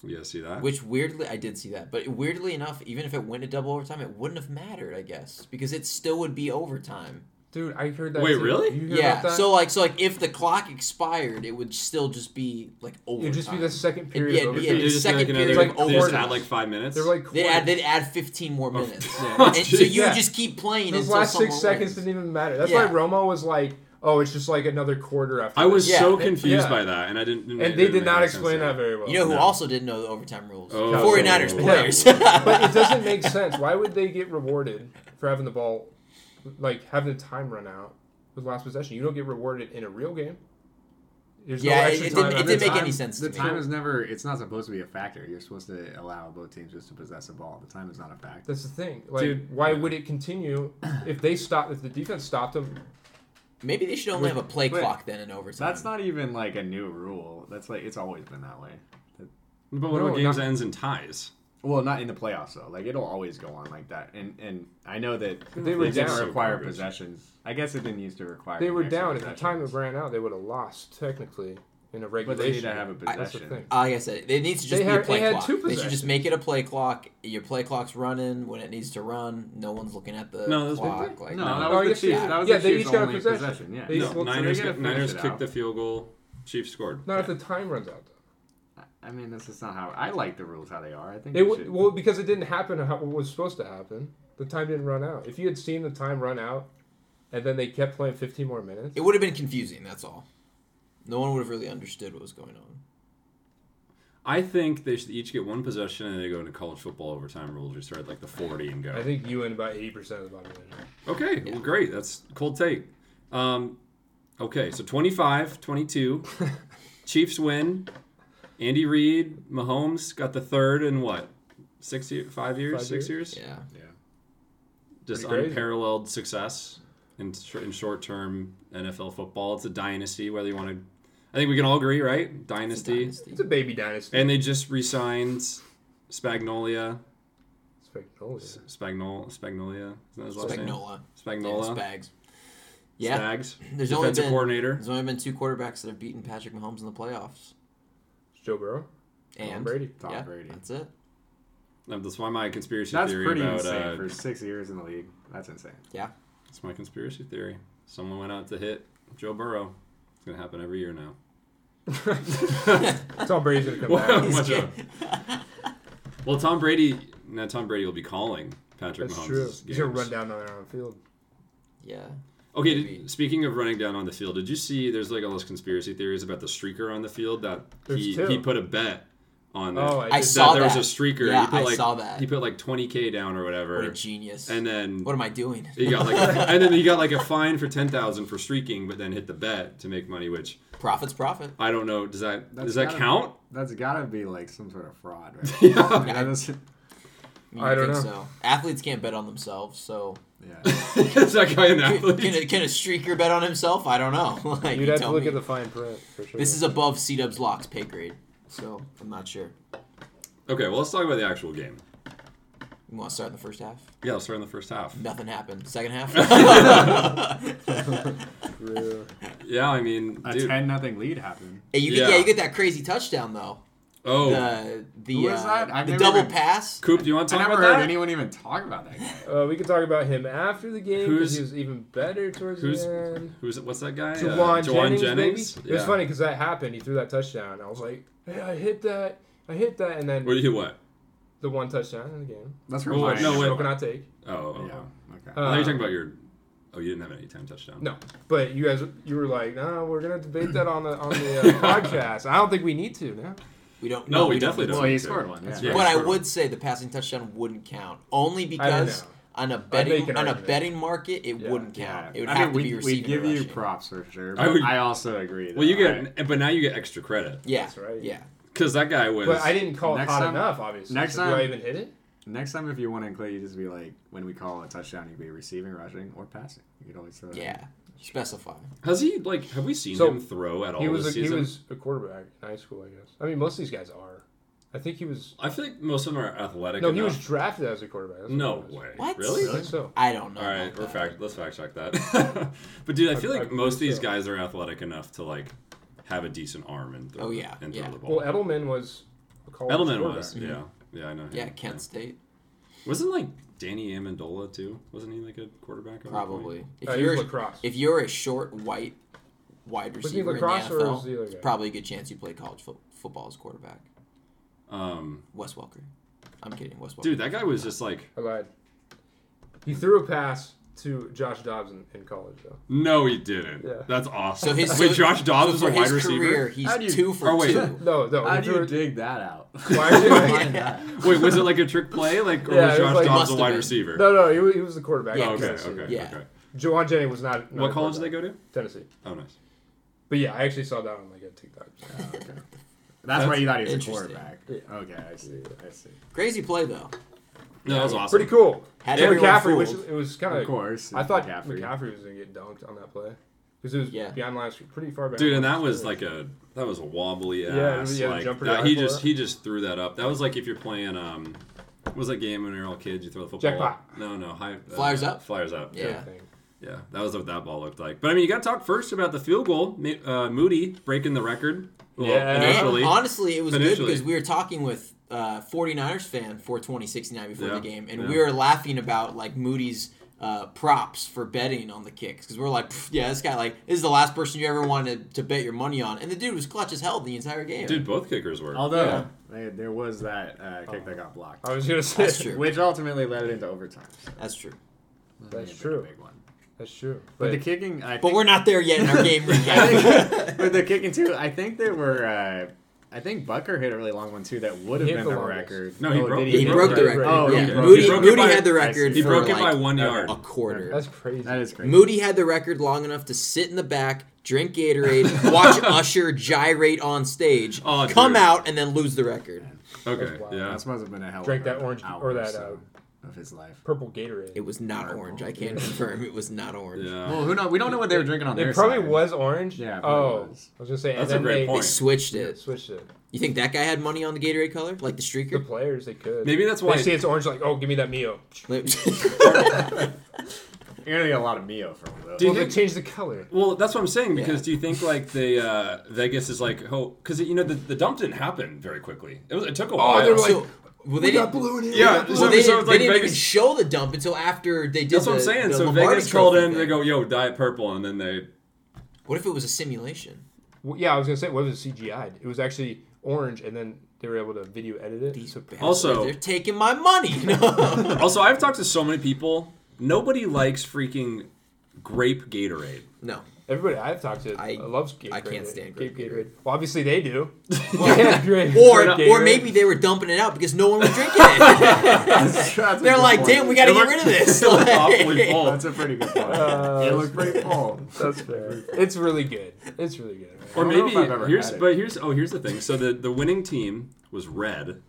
[SPEAKER 1] You guys see that?
[SPEAKER 2] Which weirdly, I did see that, but weirdly enough, even if it went to double overtime, it wouldn't have mattered, I guess, because it still would be overtime.
[SPEAKER 4] Dude, I heard that.
[SPEAKER 1] Wait,
[SPEAKER 4] too.
[SPEAKER 1] really?
[SPEAKER 4] You hear about
[SPEAKER 2] Yeah.
[SPEAKER 4] that?
[SPEAKER 2] So like, so like, if the clock expired, it would still just be like overtime.
[SPEAKER 4] It'd just be the second period.
[SPEAKER 2] yeah, it'd
[SPEAKER 4] of
[SPEAKER 1] They
[SPEAKER 2] be
[SPEAKER 4] overtime.
[SPEAKER 2] the
[SPEAKER 1] just,
[SPEAKER 2] second
[SPEAKER 1] like, another-
[SPEAKER 2] period
[SPEAKER 1] they
[SPEAKER 2] of
[SPEAKER 1] just
[SPEAKER 2] overtime.
[SPEAKER 1] add like five minutes.
[SPEAKER 4] They're like
[SPEAKER 2] They'd
[SPEAKER 4] quarters.
[SPEAKER 2] add, they'd add 15 more minutes.
[SPEAKER 1] Yeah.
[SPEAKER 2] and so you
[SPEAKER 4] Yeah.
[SPEAKER 2] would just keep playing
[SPEAKER 4] Those
[SPEAKER 2] until
[SPEAKER 4] last
[SPEAKER 2] someone
[SPEAKER 4] six
[SPEAKER 2] wins.
[SPEAKER 4] seconds didn't even matter. That's
[SPEAKER 2] Yeah.
[SPEAKER 4] why Romo was like, "Oh, it's just like another quarter after."
[SPEAKER 1] I was
[SPEAKER 4] this.
[SPEAKER 2] Yeah,
[SPEAKER 1] so
[SPEAKER 4] they-
[SPEAKER 1] confused
[SPEAKER 4] yeah.
[SPEAKER 1] by that, and I didn't. didn't-
[SPEAKER 4] and
[SPEAKER 1] it
[SPEAKER 4] they
[SPEAKER 1] didn't
[SPEAKER 4] did
[SPEAKER 1] make
[SPEAKER 4] not
[SPEAKER 1] any sense to
[SPEAKER 4] explain
[SPEAKER 1] me.
[SPEAKER 4] that very well.
[SPEAKER 2] You know who
[SPEAKER 1] No.
[SPEAKER 2] also didn't know the overtime rules?
[SPEAKER 1] Oh.
[SPEAKER 2] The 49ers
[SPEAKER 1] Yeah.
[SPEAKER 2] players.
[SPEAKER 4] but it doesn't make sense. Why would they get rewarded for having the ball, like having the time run out with last possession? You don't get rewarded in a real game. There's
[SPEAKER 2] Yeah,
[SPEAKER 4] no extra
[SPEAKER 2] it
[SPEAKER 4] time.
[SPEAKER 2] didn't- it didn't
[SPEAKER 4] after the
[SPEAKER 2] make
[SPEAKER 4] time.
[SPEAKER 2] any sense
[SPEAKER 3] The
[SPEAKER 2] to me.
[SPEAKER 3] time is never. It's not supposed to be a factor. You're supposed to allow both teams just to possess the ball. The time is not a factor.
[SPEAKER 4] That's the thing. Like,
[SPEAKER 1] Dude.
[SPEAKER 4] why would it continue if they stopped? If the defense stopped them
[SPEAKER 2] Maybe they should only have a play
[SPEAKER 3] wait.
[SPEAKER 2] clock then in overtime.
[SPEAKER 3] That's not even like a new rule. That's like it's always been that way. That-
[SPEAKER 1] But what
[SPEAKER 4] No,
[SPEAKER 1] about games
[SPEAKER 4] not-
[SPEAKER 1] that ends in ties?
[SPEAKER 3] well, not in the playoffs though. Like it'll always go on like that. And and I know that
[SPEAKER 4] They were
[SPEAKER 3] it didn't
[SPEAKER 4] down.
[SPEAKER 3] require
[SPEAKER 1] Garbage.
[SPEAKER 3] possession. I guess it didn't used to require.
[SPEAKER 4] They were
[SPEAKER 3] extra
[SPEAKER 4] down at the time
[SPEAKER 3] possessions.
[SPEAKER 4] it ran out. They would have lost technically in a
[SPEAKER 3] But they
[SPEAKER 4] regulation.
[SPEAKER 3] need to have a
[SPEAKER 4] That's the
[SPEAKER 3] possession.
[SPEAKER 4] thing.
[SPEAKER 2] Uh, like I said, it needs to just be
[SPEAKER 4] They had-
[SPEAKER 2] a
[SPEAKER 4] they
[SPEAKER 2] play
[SPEAKER 4] had
[SPEAKER 2] clock.
[SPEAKER 4] two
[SPEAKER 2] They should just
[SPEAKER 4] possessions.
[SPEAKER 2] make it a play clock. Your play clock's running when it needs to run. No one's looking at the
[SPEAKER 1] No, that's been-
[SPEAKER 2] clock. Like,
[SPEAKER 3] no, that
[SPEAKER 4] Oh,
[SPEAKER 3] was
[SPEAKER 4] I
[SPEAKER 3] the
[SPEAKER 4] guess they-
[SPEAKER 3] Chiefs. That was
[SPEAKER 4] yeah,
[SPEAKER 3] the
[SPEAKER 4] they
[SPEAKER 3] Chiefs'
[SPEAKER 4] each got a
[SPEAKER 3] only
[SPEAKER 4] possession.
[SPEAKER 3] possession. Yeah.
[SPEAKER 4] They-
[SPEAKER 1] No,
[SPEAKER 4] well, so they
[SPEAKER 1] Niners,
[SPEAKER 3] gotta finish
[SPEAKER 1] Niners
[SPEAKER 3] it
[SPEAKER 1] kicked
[SPEAKER 3] out.
[SPEAKER 1] the field goal. Chiefs scored.
[SPEAKER 4] Not if the time runs out. Though.
[SPEAKER 3] I mean, this is not how I like the rules how they are. I think
[SPEAKER 4] It
[SPEAKER 3] we
[SPEAKER 4] w-
[SPEAKER 3] should-
[SPEAKER 4] well because it didn't happen how what was supposed to happen. The time didn't run out. If you had seen the time run out, and then they kept playing 15 more minutes,
[SPEAKER 2] It would have been confusing. That's all. No one would have really understood what was going on.
[SPEAKER 1] I think they should each get one possession and they go into college football overtime rules. You start at like the 40 and go.
[SPEAKER 4] I think you and about 80% of the population.
[SPEAKER 1] Okay, well, great. That's cold take. Um, okay, so 25, 22. Chiefs win. Andy Reid, Mahomes got the third in what? Six year, five years,
[SPEAKER 4] Five
[SPEAKER 1] six years?
[SPEAKER 2] Yeah.
[SPEAKER 1] Just
[SPEAKER 4] Pretty crazy.
[SPEAKER 1] unparalleled success in, sh- in short term NFL football. It's a dynasty, whether you want to. I think we can all agree, right?
[SPEAKER 2] It's a
[SPEAKER 1] Dynasty.
[SPEAKER 2] dynasty.
[SPEAKER 4] It's a baby dynasty.
[SPEAKER 1] And they just re signed Spagnolia.
[SPEAKER 4] Spectacular.
[SPEAKER 1] Spagnol, Spagnolia. Isn't that his last name?
[SPEAKER 2] Spagnola.
[SPEAKER 1] Spagnola.
[SPEAKER 2] Spags. Yeah.
[SPEAKER 1] Spags.
[SPEAKER 2] There's only
[SPEAKER 1] Defensive
[SPEAKER 2] been-
[SPEAKER 1] coordinator.
[SPEAKER 2] There's only been two quarterbacks that have beaten Patrick Mahomes in the playoffs.
[SPEAKER 4] It's Joe Burrow.
[SPEAKER 2] And
[SPEAKER 4] Brady.
[SPEAKER 3] Tom
[SPEAKER 2] yeah,
[SPEAKER 3] Brady.
[SPEAKER 2] That's it.
[SPEAKER 1] No, That's why my conspiracy
[SPEAKER 3] That's
[SPEAKER 1] theory
[SPEAKER 3] pretty
[SPEAKER 1] about
[SPEAKER 3] insane
[SPEAKER 1] uh,
[SPEAKER 3] for six years in the league. That's insane.
[SPEAKER 2] Yeah.
[SPEAKER 1] that's my conspiracy theory. Someone went out to hit Joe Burrow. It's gonna happen every year now.
[SPEAKER 4] Tom Brady's going to come
[SPEAKER 1] Well,
[SPEAKER 4] back.
[SPEAKER 1] much of- well, Tom Brady. Now Tom Brady will be calling Patrick
[SPEAKER 4] That's
[SPEAKER 1] Mahomes.
[SPEAKER 4] true. He's going to run
[SPEAKER 1] down.
[SPEAKER 4] down on the field.
[SPEAKER 2] Yeah.
[SPEAKER 1] Okay.
[SPEAKER 2] Maybe.
[SPEAKER 1] Did, speaking of running down on the field, did you see? There's like all those conspiracy theories about the streaker on the field that he,
[SPEAKER 4] There's two.
[SPEAKER 1] he put a bet on.
[SPEAKER 4] Oh,
[SPEAKER 1] that,
[SPEAKER 4] I,
[SPEAKER 2] I
[SPEAKER 4] did-
[SPEAKER 2] saw
[SPEAKER 1] there was a
[SPEAKER 2] that.
[SPEAKER 1] streaker.
[SPEAKER 2] Yeah,
[SPEAKER 1] he put
[SPEAKER 2] I
[SPEAKER 1] like,
[SPEAKER 2] saw that.
[SPEAKER 1] He put like 20k down or
[SPEAKER 2] What a
[SPEAKER 1] whatever,
[SPEAKER 2] genius.
[SPEAKER 1] and then
[SPEAKER 2] what am I doing?
[SPEAKER 1] He got like, a, and then he got like a fine for ten thousand for streaking, but then hit the bet to make money. Which
[SPEAKER 2] Profits, profit.
[SPEAKER 1] I don't know. Does that
[SPEAKER 3] That's
[SPEAKER 1] does that
[SPEAKER 3] gotta-
[SPEAKER 1] count?
[SPEAKER 3] That's gotta be like some sort of fraud, right?
[SPEAKER 1] Yeah.
[SPEAKER 3] Yeah, that's-
[SPEAKER 2] I, mean,
[SPEAKER 4] I
[SPEAKER 2] you'd
[SPEAKER 4] don't
[SPEAKER 2] think
[SPEAKER 4] know.
[SPEAKER 2] So athletes can't bet on themselves. So
[SPEAKER 3] yeah.
[SPEAKER 1] Is that guy an
[SPEAKER 2] can, can
[SPEAKER 1] athlete?
[SPEAKER 2] a, can a streaker bet on himself? I don't know. Like,
[SPEAKER 4] you'd
[SPEAKER 2] you
[SPEAKER 4] have to
[SPEAKER 2] tell
[SPEAKER 4] look
[SPEAKER 2] me.
[SPEAKER 4] at the fine print for sure.
[SPEAKER 2] This is above C Dub's locks pay grade. So I'm not sure.
[SPEAKER 1] Okay, well let's talk about the actual game.
[SPEAKER 2] You want to start in the first half?
[SPEAKER 1] Yeah, let's start in the first half.
[SPEAKER 2] Nothing happened. Second half.
[SPEAKER 4] True.
[SPEAKER 1] Yeah, I mean,
[SPEAKER 3] A
[SPEAKER 1] dude.
[SPEAKER 3] ten nothing lead happened.
[SPEAKER 2] Hey, you get, yeah.
[SPEAKER 1] Yeah.
[SPEAKER 2] you get that crazy touchdown though.
[SPEAKER 1] Oh,
[SPEAKER 2] The the,
[SPEAKER 3] Who was
[SPEAKER 2] uh,
[SPEAKER 3] that? I've
[SPEAKER 2] the
[SPEAKER 3] never
[SPEAKER 2] double
[SPEAKER 3] even-
[SPEAKER 2] pass.
[SPEAKER 1] Coop, do you want to
[SPEAKER 3] I
[SPEAKER 1] talk
[SPEAKER 3] never
[SPEAKER 1] about
[SPEAKER 3] heard
[SPEAKER 1] that?
[SPEAKER 3] anyone even talk about that guy.
[SPEAKER 4] Uh, we can talk about him after the game
[SPEAKER 1] Who's-
[SPEAKER 4] because he was even better towards
[SPEAKER 1] who's-
[SPEAKER 4] the end.
[SPEAKER 1] Who's what's that guy? Uh,
[SPEAKER 4] Jawan Jennings, baby. It was
[SPEAKER 1] Yeah.
[SPEAKER 4] funny because that happened. He threw that touchdown. I was like, hey, I hit that. I hit that. And then
[SPEAKER 1] What did he what?
[SPEAKER 4] the one touchdown in the game.
[SPEAKER 3] That's
[SPEAKER 1] Well,
[SPEAKER 3] remind
[SPEAKER 1] no,
[SPEAKER 3] me.
[SPEAKER 1] wait.
[SPEAKER 4] Smoking hot take.
[SPEAKER 1] Oh, oh,
[SPEAKER 3] Yeah.
[SPEAKER 1] oh.
[SPEAKER 3] Okay.
[SPEAKER 1] I thought you were
[SPEAKER 4] Uh,
[SPEAKER 1] talking about your. Oh, you didn't have an anytime touchdown.
[SPEAKER 4] No, but you guys, you were like, no, we're gonna debate that on the on the uh, podcast. I don't think we need to now.
[SPEAKER 2] We don't.
[SPEAKER 1] No, we definitely
[SPEAKER 2] don't.
[SPEAKER 1] don't.
[SPEAKER 3] well, he scored one.
[SPEAKER 1] That's
[SPEAKER 3] yeah.
[SPEAKER 1] right.
[SPEAKER 2] But I
[SPEAKER 1] sure.
[SPEAKER 2] would say the passing touchdown wouldn't count only because
[SPEAKER 4] know.
[SPEAKER 2] on a
[SPEAKER 4] make
[SPEAKER 2] betting
[SPEAKER 4] an
[SPEAKER 2] on a
[SPEAKER 4] argument.
[SPEAKER 2] betting market it
[SPEAKER 4] Yeah.
[SPEAKER 2] wouldn't
[SPEAKER 3] Yeah.
[SPEAKER 2] count. It would
[SPEAKER 3] I
[SPEAKER 2] have to
[SPEAKER 3] mean, we,
[SPEAKER 2] be
[SPEAKER 3] we
[SPEAKER 2] receiving.
[SPEAKER 3] give
[SPEAKER 2] or
[SPEAKER 3] you
[SPEAKER 2] rushing.
[SPEAKER 3] props for sure.
[SPEAKER 1] I
[SPEAKER 3] but I,
[SPEAKER 1] would-
[SPEAKER 3] also agree.
[SPEAKER 1] Well, you
[SPEAKER 3] though. I-
[SPEAKER 1] get, but now you get extra credit
[SPEAKER 2] Yeah,
[SPEAKER 4] That's right.
[SPEAKER 2] Yeah,
[SPEAKER 1] because that guy was.
[SPEAKER 4] But I didn't call it
[SPEAKER 3] Next
[SPEAKER 4] hot
[SPEAKER 3] time-
[SPEAKER 4] enough, obviously.
[SPEAKER 3] next
[SPEAKER 4] so
[SPEAKER 3] time-
[SPEAKER 4] do I even hit it?
[SPEAKER 3] next time if you want to include, you just be like, when we call a touchdown, you could be receiving, rushing, or passing. You could always throw. that in.
[SPEAKER 2] yeah. Specify.
[SPEAKER 1] Has he like? Have we seen
[SPEAKER 4] So,
[SPEAKER 1] him throw at all
[SPEAKER 4] He was a,
[SPEAKER 1] this
[SPEAKER 4] he
[SPEAKER 1] season?
[SPEAKER 4] was a quarterback in high school, I guess. I mean, most of these guys are. I think he was.
[SPEAKER 1] I feel like most of them are athletic.
[SPEAKER 4] No, he
[SPEAKER 1] enough.
[SPEAKER 4] was drafted as a quarterback. That's what
[SPEAKER 1] No
[SPEAKER 4] it was.
[SPEAKER 1] way.
[SPEAKER 2] What?
[SPEAKER 1] Really?
[SPEAKER 4] I think so.
[SPEAKER 2] I don't know.
[SPEAKER 1] All right,
[SPEAKER 2] about
[SPEAKER 1] we're
[SPEAKER 2] that.
[SPEAKER 1] fact. Let's fact check that. but dude, I feel
[SPEAKER 4] I-
[SPEAKER 1] like
[SPEAKER 4] I
[SPEAKER 1] most of
[SPEAKER 4] believe
[SPEAKER 1] these
[SPEAKER 4] so.
[SPEAKER 1] guys are athletic enough to like have a decent arm and throw.
[SPEAKER 2] Oh,
[SPEAKER 1] the-
[SPEAKER 2] yeah,
[SPEAKER 1] and throw
[SPEAKER 2] yeah. Mm-hmm.
[SPEAKER 1] the ball.
[SPEAKER 4] Well, Edelman was. A college
[SPEAKER 1] Edelman
[SPEAKER 4] quarterback.
[SPEAKER 1] was. Yeah, yeah, I know. Him.
[SPEAKER 2] Yeah, Kent State
[SPEAKER 1] Wasn't like Danny Amendola too? Wasn't he like a quarterback? at one point?
[SPEAKER 2] probably. If
[SPEAKER 4] Uh, he
[SPEAKER 2] you're
[SPEAKER 4] was lacrosse.
[SPEAKER 2] if you're a short white wide
[SPEAKER 4] he
[SPEAKER 2] receiver in the
[SPEAKER 4] lacrosse or
[SPEAKER 2] NFL,
[SPEAKER 4] was he the other
[SPEAKER 2] it's
[SPEAKER 4] guy?
[SPEAKER 2] probably a good chance you play college fo- football as quarterback.
[SPEAKER 1] Um,
[SPEAKER 2] Wes Welker. I'm kidding. Wes Welker.
[SPEAKER 1] dude, that guy was just like,
[SPEAKER 4] I lied. He threw a pass to Josh Dobbs in, in college, though.
[SPEAKER 1] no, he didn't.
[SPEAKER 4] Yeah.
[SPEAKER 1] That's awesome.
[SPEAKER 2] So his
[SPEAKER 1] Wait,
[SPEAKER 2] so-
[SPEAKER 1] Josh Dobbs
[SPEAKER 2] so
[SPEAKER 1] is
[SPEAKER 2] for
[SPEAKER 1] a wide
[SPEAKER 2] his
[SPEAKER 1] receiver.
[SPEAKER 2] Career, he's
[SPEAKER 3] How do you-
[SPEAKER 2] two for
[SPEAKER 1] Oh, wait.
[SPEAKER 2] two.
[SPEAKER 4] No, no.
[SPEAKER 3] How
[SPEAKER 4] he
[SPEAKER 3] do you
[SPEAKER 4] threw it-
[SPEAKER 3] dig that out?
[SPEAKER 4] Why are you-
[SPEAKER 3] Find that.
[SPEAKER 1] Wait, was it like a trick play? Like, or
[SPEAKER 4] Yeah,
[SPEAKER 1] was
[SPEAKER 4] it was
[SPEAKER 1] Josh
[SPEAKER 4] like-
[SPEAKER 1] Dobbs a
[SPEAKER 2] Must've
[SPEAKER 1] wide
[SPEAKER 2] been.
[SPEAKER 1] receiver?
[SPEAKER 4] No, no, he was, he was the quarterback.
[SPEAKER 2] Yeah,
[SPEAKER 1] Oh, okay,
[SPEAKER 2] Tennessee.
[SPEAKER 1] okay,
[SPEAKER 2] Yeah.
[SPEAKER 1] okay.
[SPEAKER 4] Jawan Jennings was not. not
[SPEAKER 1] What
[SPEAKER 4] a
[SPEAKER 1] college did they
[SPEAKER 4] quarterback.
[SPEAKER 1] go to?
[SPEAKER 4] Tennessee.
[SPEAKER 1] Oh, nice.
[SPEAKER 4] But yeah, I actually saw that on like a TikTok.
[SPEAKER 3] That's why you thought he was a
[SPEAKER 2] Interesting.
[SPEAKER 3] quarterback. Okay, I see. I see.
[SPEAKER 2] Crazy play though.
[SPEAKER 1] No, that was awesome.
[SPEAKER 4] Pretty cool.
[SPEAKER 2] Had
[SPEAKER 4] Jim
[SPEAKER 2] everyone
[SPEAKER 4] McCaffrey, which
[SPEAKER 2] fooled.
[SPEAKER 4] it was kind
[SPEAKER 3] Of course,
[SPEAKER 4] I thought
[SPEAKER 3] McCaffrey.
[SPEAKER 4] McCaffrey, was going to get dunked on that play. because it was
[SPEAKER 2] Yeah.
[SPEAKER 4] beyond last year, pretty far back.
[SPEAKER 1] Dude, and that was like a that was a wobbly
[SPEAKER 4] Yeah, it
[SPEAKER 1] ass.
[SPEAKER 4] was- yeah, the
[SPEAKER 1] like,
[SPEAKER 4] jumper
[SPEAKER 1] that-
[SPEAKER 4] dive
[SPEAKER 1] he
[SPEAKER 4] for
[SPEAKER 1] just
[SPEAKER 4] it.
[SPEAKER 1] he just threw that up. That was like if you're playing um, what was that game when you were all kids? You throw the football.
[SPEAKER 4] Jackpot.
[SPEAKER 1] up? No, no. High, uh,
[SPEAKER 2] Flyers up?
[SPEAKER 1] Flyers up.
[SPEAKER 2] Yeah.
[SPEAKER 4] thing.
[SPEAKER 1] Yeah, that was what that ball looked like. But I mean, you got to talk first about the field goal. Ma- Uh, Moody breaking the record. Well,
[SPEAKER 4] Yeah.
[SPEAKER 1] initially.
[SPEAKER 2] Yeah, honestly, it was good
[SPEAKER 1] Initially.
[SPEAKER 2] because we were talking with uh, 49ers fan for 2069 before
[SPEAKER 1] Yeah,
[SPEAKER 2] the game, and
[SPEAKER 1] yeah.
[SPEAKER 2] we were laughing about like Moody's uh, props for betting on the kicks because we're like, "Pff, yeah, this guy like this is the last person you ever wanted to bet your money on, and the dude was clutch as hell the entire game.
[SPEAKER 1] Dude, both kickers were.
[SPEAKER 3] Although
[SPEAKER 2] Yeah.
[SPEAKER 3] they, there was that uh, kick that got blocked,
[SPEAKER 4] I was gonna say
[SPEAKER 2] that's true.
[SPEAKER 3] which ultimately led it into overtime. So
[SPEAKER 2] That's true.
[SPEAKER 3] that
[SPEAKER 4] That's
[SPEAKER 3] may have been a
[SPEAKER 4] true.
[SPEAKER 3] Big one.
[SPEAKER 4] That's true.
[SPEAKER 3] But
[SPEAKER 4] But
[SPEAKER 3] the kicking, I
[SPEAKER 2] But we're not there yet in our game
[SPEAKER 3] I
[SPEAKER 2] recap.
[SPEAKER 3] think, with the kicking too, I think there were. Uh, I think Bucker hit a really long one too. That would have
[SPEAKER 4] He hit
[SPEAKER 3] been
[SPEAKER 4] the
[SPEAKER 3] the
[SPEAKER 4] longest.
[SPEAKER 3] record.
[SPEAKER 1] No, he
[SPEAKER 3] Oh,
[SPEAKER 1] broke-
[SPEAKER 3] did
[SPEAKER 2] he
[SPEAKER 3] hit
[SPEAKER 2] broke the record.
[SPEAKER 3] Oh, he
[SPEAKER 2] yeah.
[SPEAKER 3] broke it.
[SPEAKER 2] Moody,
[SPEAKER 1] He broke it
[SPEAKER 2] Moody
[SPEAKER 1] by-
[SPEAKER 2] had the
[SPEAKER 3] I
[SPEAKER 2] record.
[SPEAKER 3] see.
[SPEAKER 1] he
[SPEAKER 2] for,
[SPEAKER 1] broke it
[SPEAKER 2] like, uh,
[SPEAKER 1] by
[SPEAKER 2] oh,
[SPEAKER 1] one yard.
[SPEAKER 2] a quarter.
[SPEAKER 4] that's crazy.
[SPEAKER 3] That is crazy.
[SPEAKER 2] Moody had the record long enough to sit in the back, drink Gatorade, watch Usher gyrate on stage,
[SPEAKER 1] Oh,
[SPEAKER 2] come
[SPEAKER 1] dude.
[SPEAKER 2] out, and then lose the record.
[SPEAKER 1] Okay.
[SPEAKER 4] That's wild.
[SPEAKER 1] Yeah.
[SPEAKER 3] That must have been a hell.
[SPEAKER 4] Drank
[SPEAKER 3] of a
[SPEAKER 4] that orange-
[SPEAKER 3] hour
[SPEAKER 4] or that,
[SPEAKER 3] so of his life.
[SPEAKER 4] Purple Gatorade.
[SPEAKER 2] It was not orange. I can confirm it was not orange.
[SPEAKER 1] Yeah.
[SPEAKER 3] Well, who knows? We don't know what they were drinking on
[SPEAKER 4] It
[SPEAKER 3] their
[SPEAKER 4] probably
[SPEAKER 3] side.
[SPEAKER 4] was orange.
[SPEAKER 3] Yeah, it probably
[SPEAKER 4] Oh,
[SPEAKER 3] was.
[SPEAKER 4] I was gonna say. and
[SPEAKER 1] That's a
[SPEAKER 4] then
[SPEAKER 1] great
[SPEAKER 4] they,
[SPEAKER 2] They
[SPEAKER 1] point.
[SPEAKER 2] switched
[SPEAKER 4] They
[SPEAKER 2] it.
[SPEAKER 4] switched it.
[SPEAKER 2] You think that guy had money on the Gatorade color, like the
[SPEAKER 4] The
[SPEAKER 2] streaker?
[SPEAKER 4] players they could.
[SPEAKER 1] Maybe that's why-
[SPEAKER 4] they see it's orange. Like, oh, give me that Mio.
[SPEAKER 3] You're gonna get a lot of Mio from those.
[SPEAKER 1] Do you
[SPEAKER 4] Well, they
[SPEAKER 1] think-
[SPEAKER 4] changed the color.
[SPEAKER 1] Well, that's what I'm saying because
[SPEAKER 2] Yeah.
[SPEAKER 1] do you think like the uh, Vegas is like oh because you know the, the dump didn't happen very quickly. It was it took a while.
[SPEAKER 4] they Oh, were like-
[SPEAKER 2] so, well, they didn't,
[SPEAKER 3] in here.
[SPEAKER 1] yeah,
[SPEAKER 2] well,
[SPEAKER 1] so,
[SPEAKER 2] they,
[SPEAKER 1] so it's
[SPEAKER 2] didn't, they
[SPEAKER 1] like
[SPEAKER 2] didn't even
[SPEAKER 1] Vegas.
[SPEAKER 2] show the dump until after they did.
[SPEAKER 1] That's what I'm
[SPEAKER 2] the-
[SPEAKER 1] saying.
[SPEAKER 2] the
[SPEAKER 1] So
[SPEAKER 2] Lombardi
[SPEAKER 1] Vegas called
[SPEAKER 2] Trophy
[SPEAKER 1] in. They
[SPEAKER 2] thing.
[SPEAKER 1] go, "Yo, Diet Purple," and then they.
[SPEAKER 2] What if it was a simulation?
[SPEAKER 4] Well, yeah, I was gonna say what was it CGI'd? It was actually orange, and then they were able to video edit it.
[SPEAKER 2] These
[SPEAKER 4] So-
[SPEAKER 2] bastards,
[SPEAKER 1] Also-
[SPEAKER 2] they're taking my money. No.
[SPEAKER 1] Also, I've talked to so many people. Nobody likes freaking grape Gatorade.
[SPEAKER 2] no.
[SPEAKER 4] everybody I've talked to
[SPEAKER 2] I-
[SPEAKER 4] loves Gatorade.
[SPEAKER 2] I can't stand
[SPEAKER 4] Gatorade.
[SPEAKER 2] Gatorade.
[SPEAKER 4] Gatorade. Well, obviously they do.
[SPEAKER 2] Or
[SPEAKER 4] or
[SPEAKER 2] or maybe they were dumping it out because no one was drinking it. They're like, damn, we got to
[SPEAKER 1] It
[SPEAKER 2] get
[SPEAKER 1] looked-
[SPEAKER 2] rid of this.
[SPEAKER 1] it looked
[SPEAKER 2] Like-
[SPEAKER 1] awfully full.
[SPEAKER 3] That's a pretty good point.
[SPEAKER 4] Uh,
[SPEAKER 3] it looked pretty full.
[SPEAKER 4] That's fair. It's really good. It's really good.
[SPEAKER 1] Or
[SPEAKER 3] don't know
[SPEAKER 1] maybe
[SPEAKER 3] if I've ever
[SPEAKER 1] here's
[SPEAKER 3] had it.
[SPEAKER 1] but here's oh here's the thing. So the the winning team was red,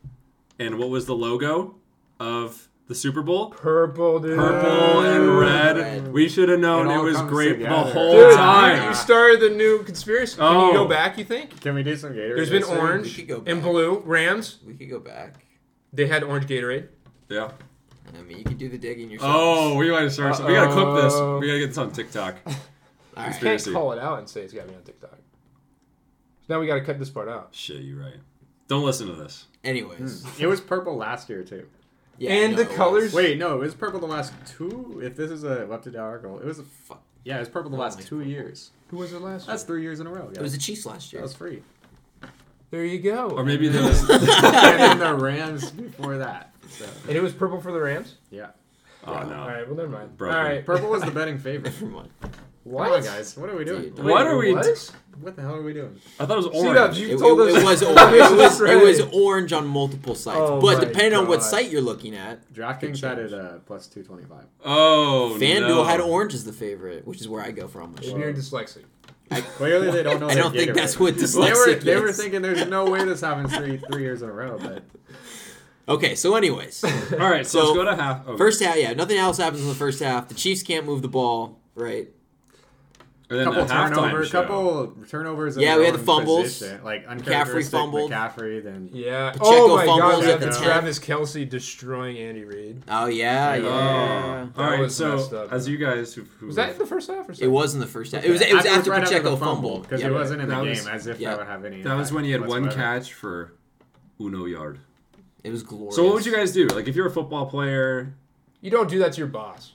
[SPEAKER 1] and what was the logo of the Super Bowl?
[SPEAKER 4] Purple, dude.
[SPEAKER 1] Purple and red.
[SPEAKER 2] Red.
[SPEAKER 1] We should have known
[SPEAKER 3] It
[SPEAKER 1] it,
[SPEAKER 3] all
[SPEAKER 1] was
[SPEAKER 3] comes
[SPEAKER 1] grape the
[SPEAKER 3] together.
[SPEAKER 1] whole
[SPEAKER 4] Dude,
[SPEAKER 1] time.
[SPEAKER 4] you- you started the new conspiracy. Can
[SPEAKER 1] Oh.
[SPEAKER 4] you go back? You think?
[SPEAKER 3] Can we do some Gatorade?
[SPEAKER 4] There's been
[SPEAKER 3] history?
[SPEAKER 4] orange
[SPEAKER 2] could go
[SPEAKER 4] and
[SPEAKER 2] back.
[SPEAKER 4] blue. Rams.
[SPEAKER 2] We could go back.
[SPEAKER 4] They had orange Gatorade.
[SPEAKER 1] Yeah.
[SPEAKER 2] I mean, you can do the digging yourself.
[SPEAKER 1] Oh, we gotta start. some- We gotta clip this.
[SPEAKER 4] Uh-oh.
[SPEAKER 1] We gotta get this on TikTok.
[SPEAKER 2] All right.
[SPEAKER 4] Can't
[SPEAKER 1] Conspiracy.
[SPEAKER 4] call it out and say it's got me on TikTok. Now we got to cut this part out.
[SPEAKER 1] Shit, you're right. Don't listen to this.
[SPEAKER 2] Anyways,
[SPEAKER 3] It was purple last year too.
[SPEAKER 2] yeah,
[SPEAKER 4] Hmm. And
[SPEAKER 2] no,
[SPEAKER 4] the
[SPEAKER 2] it was.
[SPEAKER 4] colors-
[SPEAKER 3] Wait, no, it was purple the last two. If this is a up to date article, it was. A,
[SPEAKER 2] Fuck.
[SPEAKER 3] yeah, it was purple the last
[SPEAKER 2] like
[SPEAKER 3] two years.
[SPEAKER 4] Who was it last?
[SPEAKER 3] That's three years in a row. Yeah.
[SPEAKER 2] It was the Chiefs last
[SPEAKER 3] that
[SPEAKER 2] year.
[SPEAKER 3] was free.
[SPEAKER 4] There you go.
[SPEAKER 1] Or maybe there was.
[SPEAKER 3] and then the Rams before that. So
[SPEAKER 4] and it was purple for the Rams.
[SPEAKER 3] yeah,
[SPEAKER 1] Oh
[SPEAKER 4] All
[SPEAKER 1] no.
[SPEAKER 4] right. Well, never mind.
[SPEAKER 1] Broken.
[SPEAKER 4] All right.
[SPEAKER 3] purple was the betting favorite.
[SPEAKER 2] Never mind.
[SPEAKER 4] What?
[SPEAKER 3] Come on, guys, what are we doing?
[SPEAKER 2] Dude,
[SPEAKER 1] What are we?
[SPEAKER 4] What?
[SPEAKER 3] What the hell are we doing?
[SPEAKER 1] I thought it was
[SPEAKER 4] Sit up,
[SPEAKER 1] orange.
[SPEAKER 4] you
[SPEAKER 2] It,
[SPEAKER 4] told
[SPEAKER 2] it-
[SPEAKER 4] us.
[SPEAKER 2] it was orange. It was, it was
[SPEAKER 4] Right.
[SPEAKER 2] orange on multiple sites,
[SPEAKER 4] Oh
[SPEAKER 2] but
[SPEAKER 4] my
[SPEAKER 2] depending on what
[SPEAKER 4] God.
[SPEAKER 2] site you're looking at,
[SPEAKER 3] DraftKings had
[SPEAKER 2] change.
[SPEAKER 3] it uh, plus two twenty five.
[SPEAKER 1] oh
[SPEAKER 2] FanDuel
[SPEAKER 1] no.
[SPEAKER 2] had orange as the favorite, which is where I go from.
[SPEAKER 4] Maybe you're dyslexic.
[SPEAKER 3] Clearly, they don't know.
[SPEAKER 2] I
[SPEAKER 3] their
[SPEAKER 2] don't think
[SPEAKER 3] Gatorade.
[SPEAKER 2] that's what
[SPEAKER 3] They were,
[SPEAKER 2] dyslexic
[SPEAKER 3] they were
[SPEAKER 2] is.
[SPEAKER 3] thinking there's no way this happens three three years in a row, but
[SPEAKER 2] Okay, so anyways,
[SPEAKER 1] All right, so,
[SPEAKER 2] So,
[SPEAKER 1] let's go to half. Oh,
[SPEAKER 2] first half, yeah, nothing else happens in the first half. The Chiefs can't move the ball, right?
[SPEAKER 1] and then
[SPEAKER 3] couple
[SPEAKER 1] the halftime
[SPEAKER 3] turnover,
[SPEAKER 1] show.
[SPEAKER 3] couple turnovers. in
[SPEAKER 2] Yeah,
[SPEAKER 3] their
[SPEAKER 2] we had
[SPEAKER 3] own
[SPEAKER 2] the fumbles.
[SPEAKER 3] position, Like uncharacteristic
[SPEAKER 2] fumbled.
[SPEAKER 3] McCaffrey, then
[SPEAKER 4] Yeah.
[SPEAKER 2] Pacheco
[SPEAKER 4] oh my
[SPEAKER 2] fumbles
[SPEAKER 4] God.
[SPEAKER 3] at the
[SPEAKER 4] That's
[SPEAKER 3] 10.
[SPEAKER 4] Travis Kelsey destroying Andy Reid.
[SPEAKER 2] Oh yeah,
[SPEAKER 1] Oh.
[SPEAKER 2] yeah.
[SPEAKER 1] All right,
[SPEAKER 4] was
[SPEAKER 1] so
[SPEAKER 4] messed up.
[SPEAKER 1] as you guys who, who
[SPEAKER 4] Was that in the first half or something?
[SPEAKER 2] It was in the first half. It was it was after
[SPEAKER 3] right
[SPEAKER 2] Pacheco
[SPEAKER 3] the fumble
[SPEAKER 2] fumbled.
[SPEAKER 3] because
[SPEAKER 2] Yeah.
[SPEAKER 3] it wasn't in the
[SPEAKER 1] That
[SPEAKER 3] game
[SPEAKER 1] was-
[SPEAKER 3] as if
[SPEAKER 2] yeah.
[SPEAKER 3] that would have any.
[SPEAKER 1] that was
[SPEAKER 3] impact
[SPEAKER 1] when he had one
[SPEAKER 3] whatsoever.
[SPEAKER 1] catch for uno yard.
[SPEAKER 2] It was glorious.
[SPEAKER 1] So what would you guys do? Like if you're a football player,
[SPEAKER 4] You don't do that to your boss.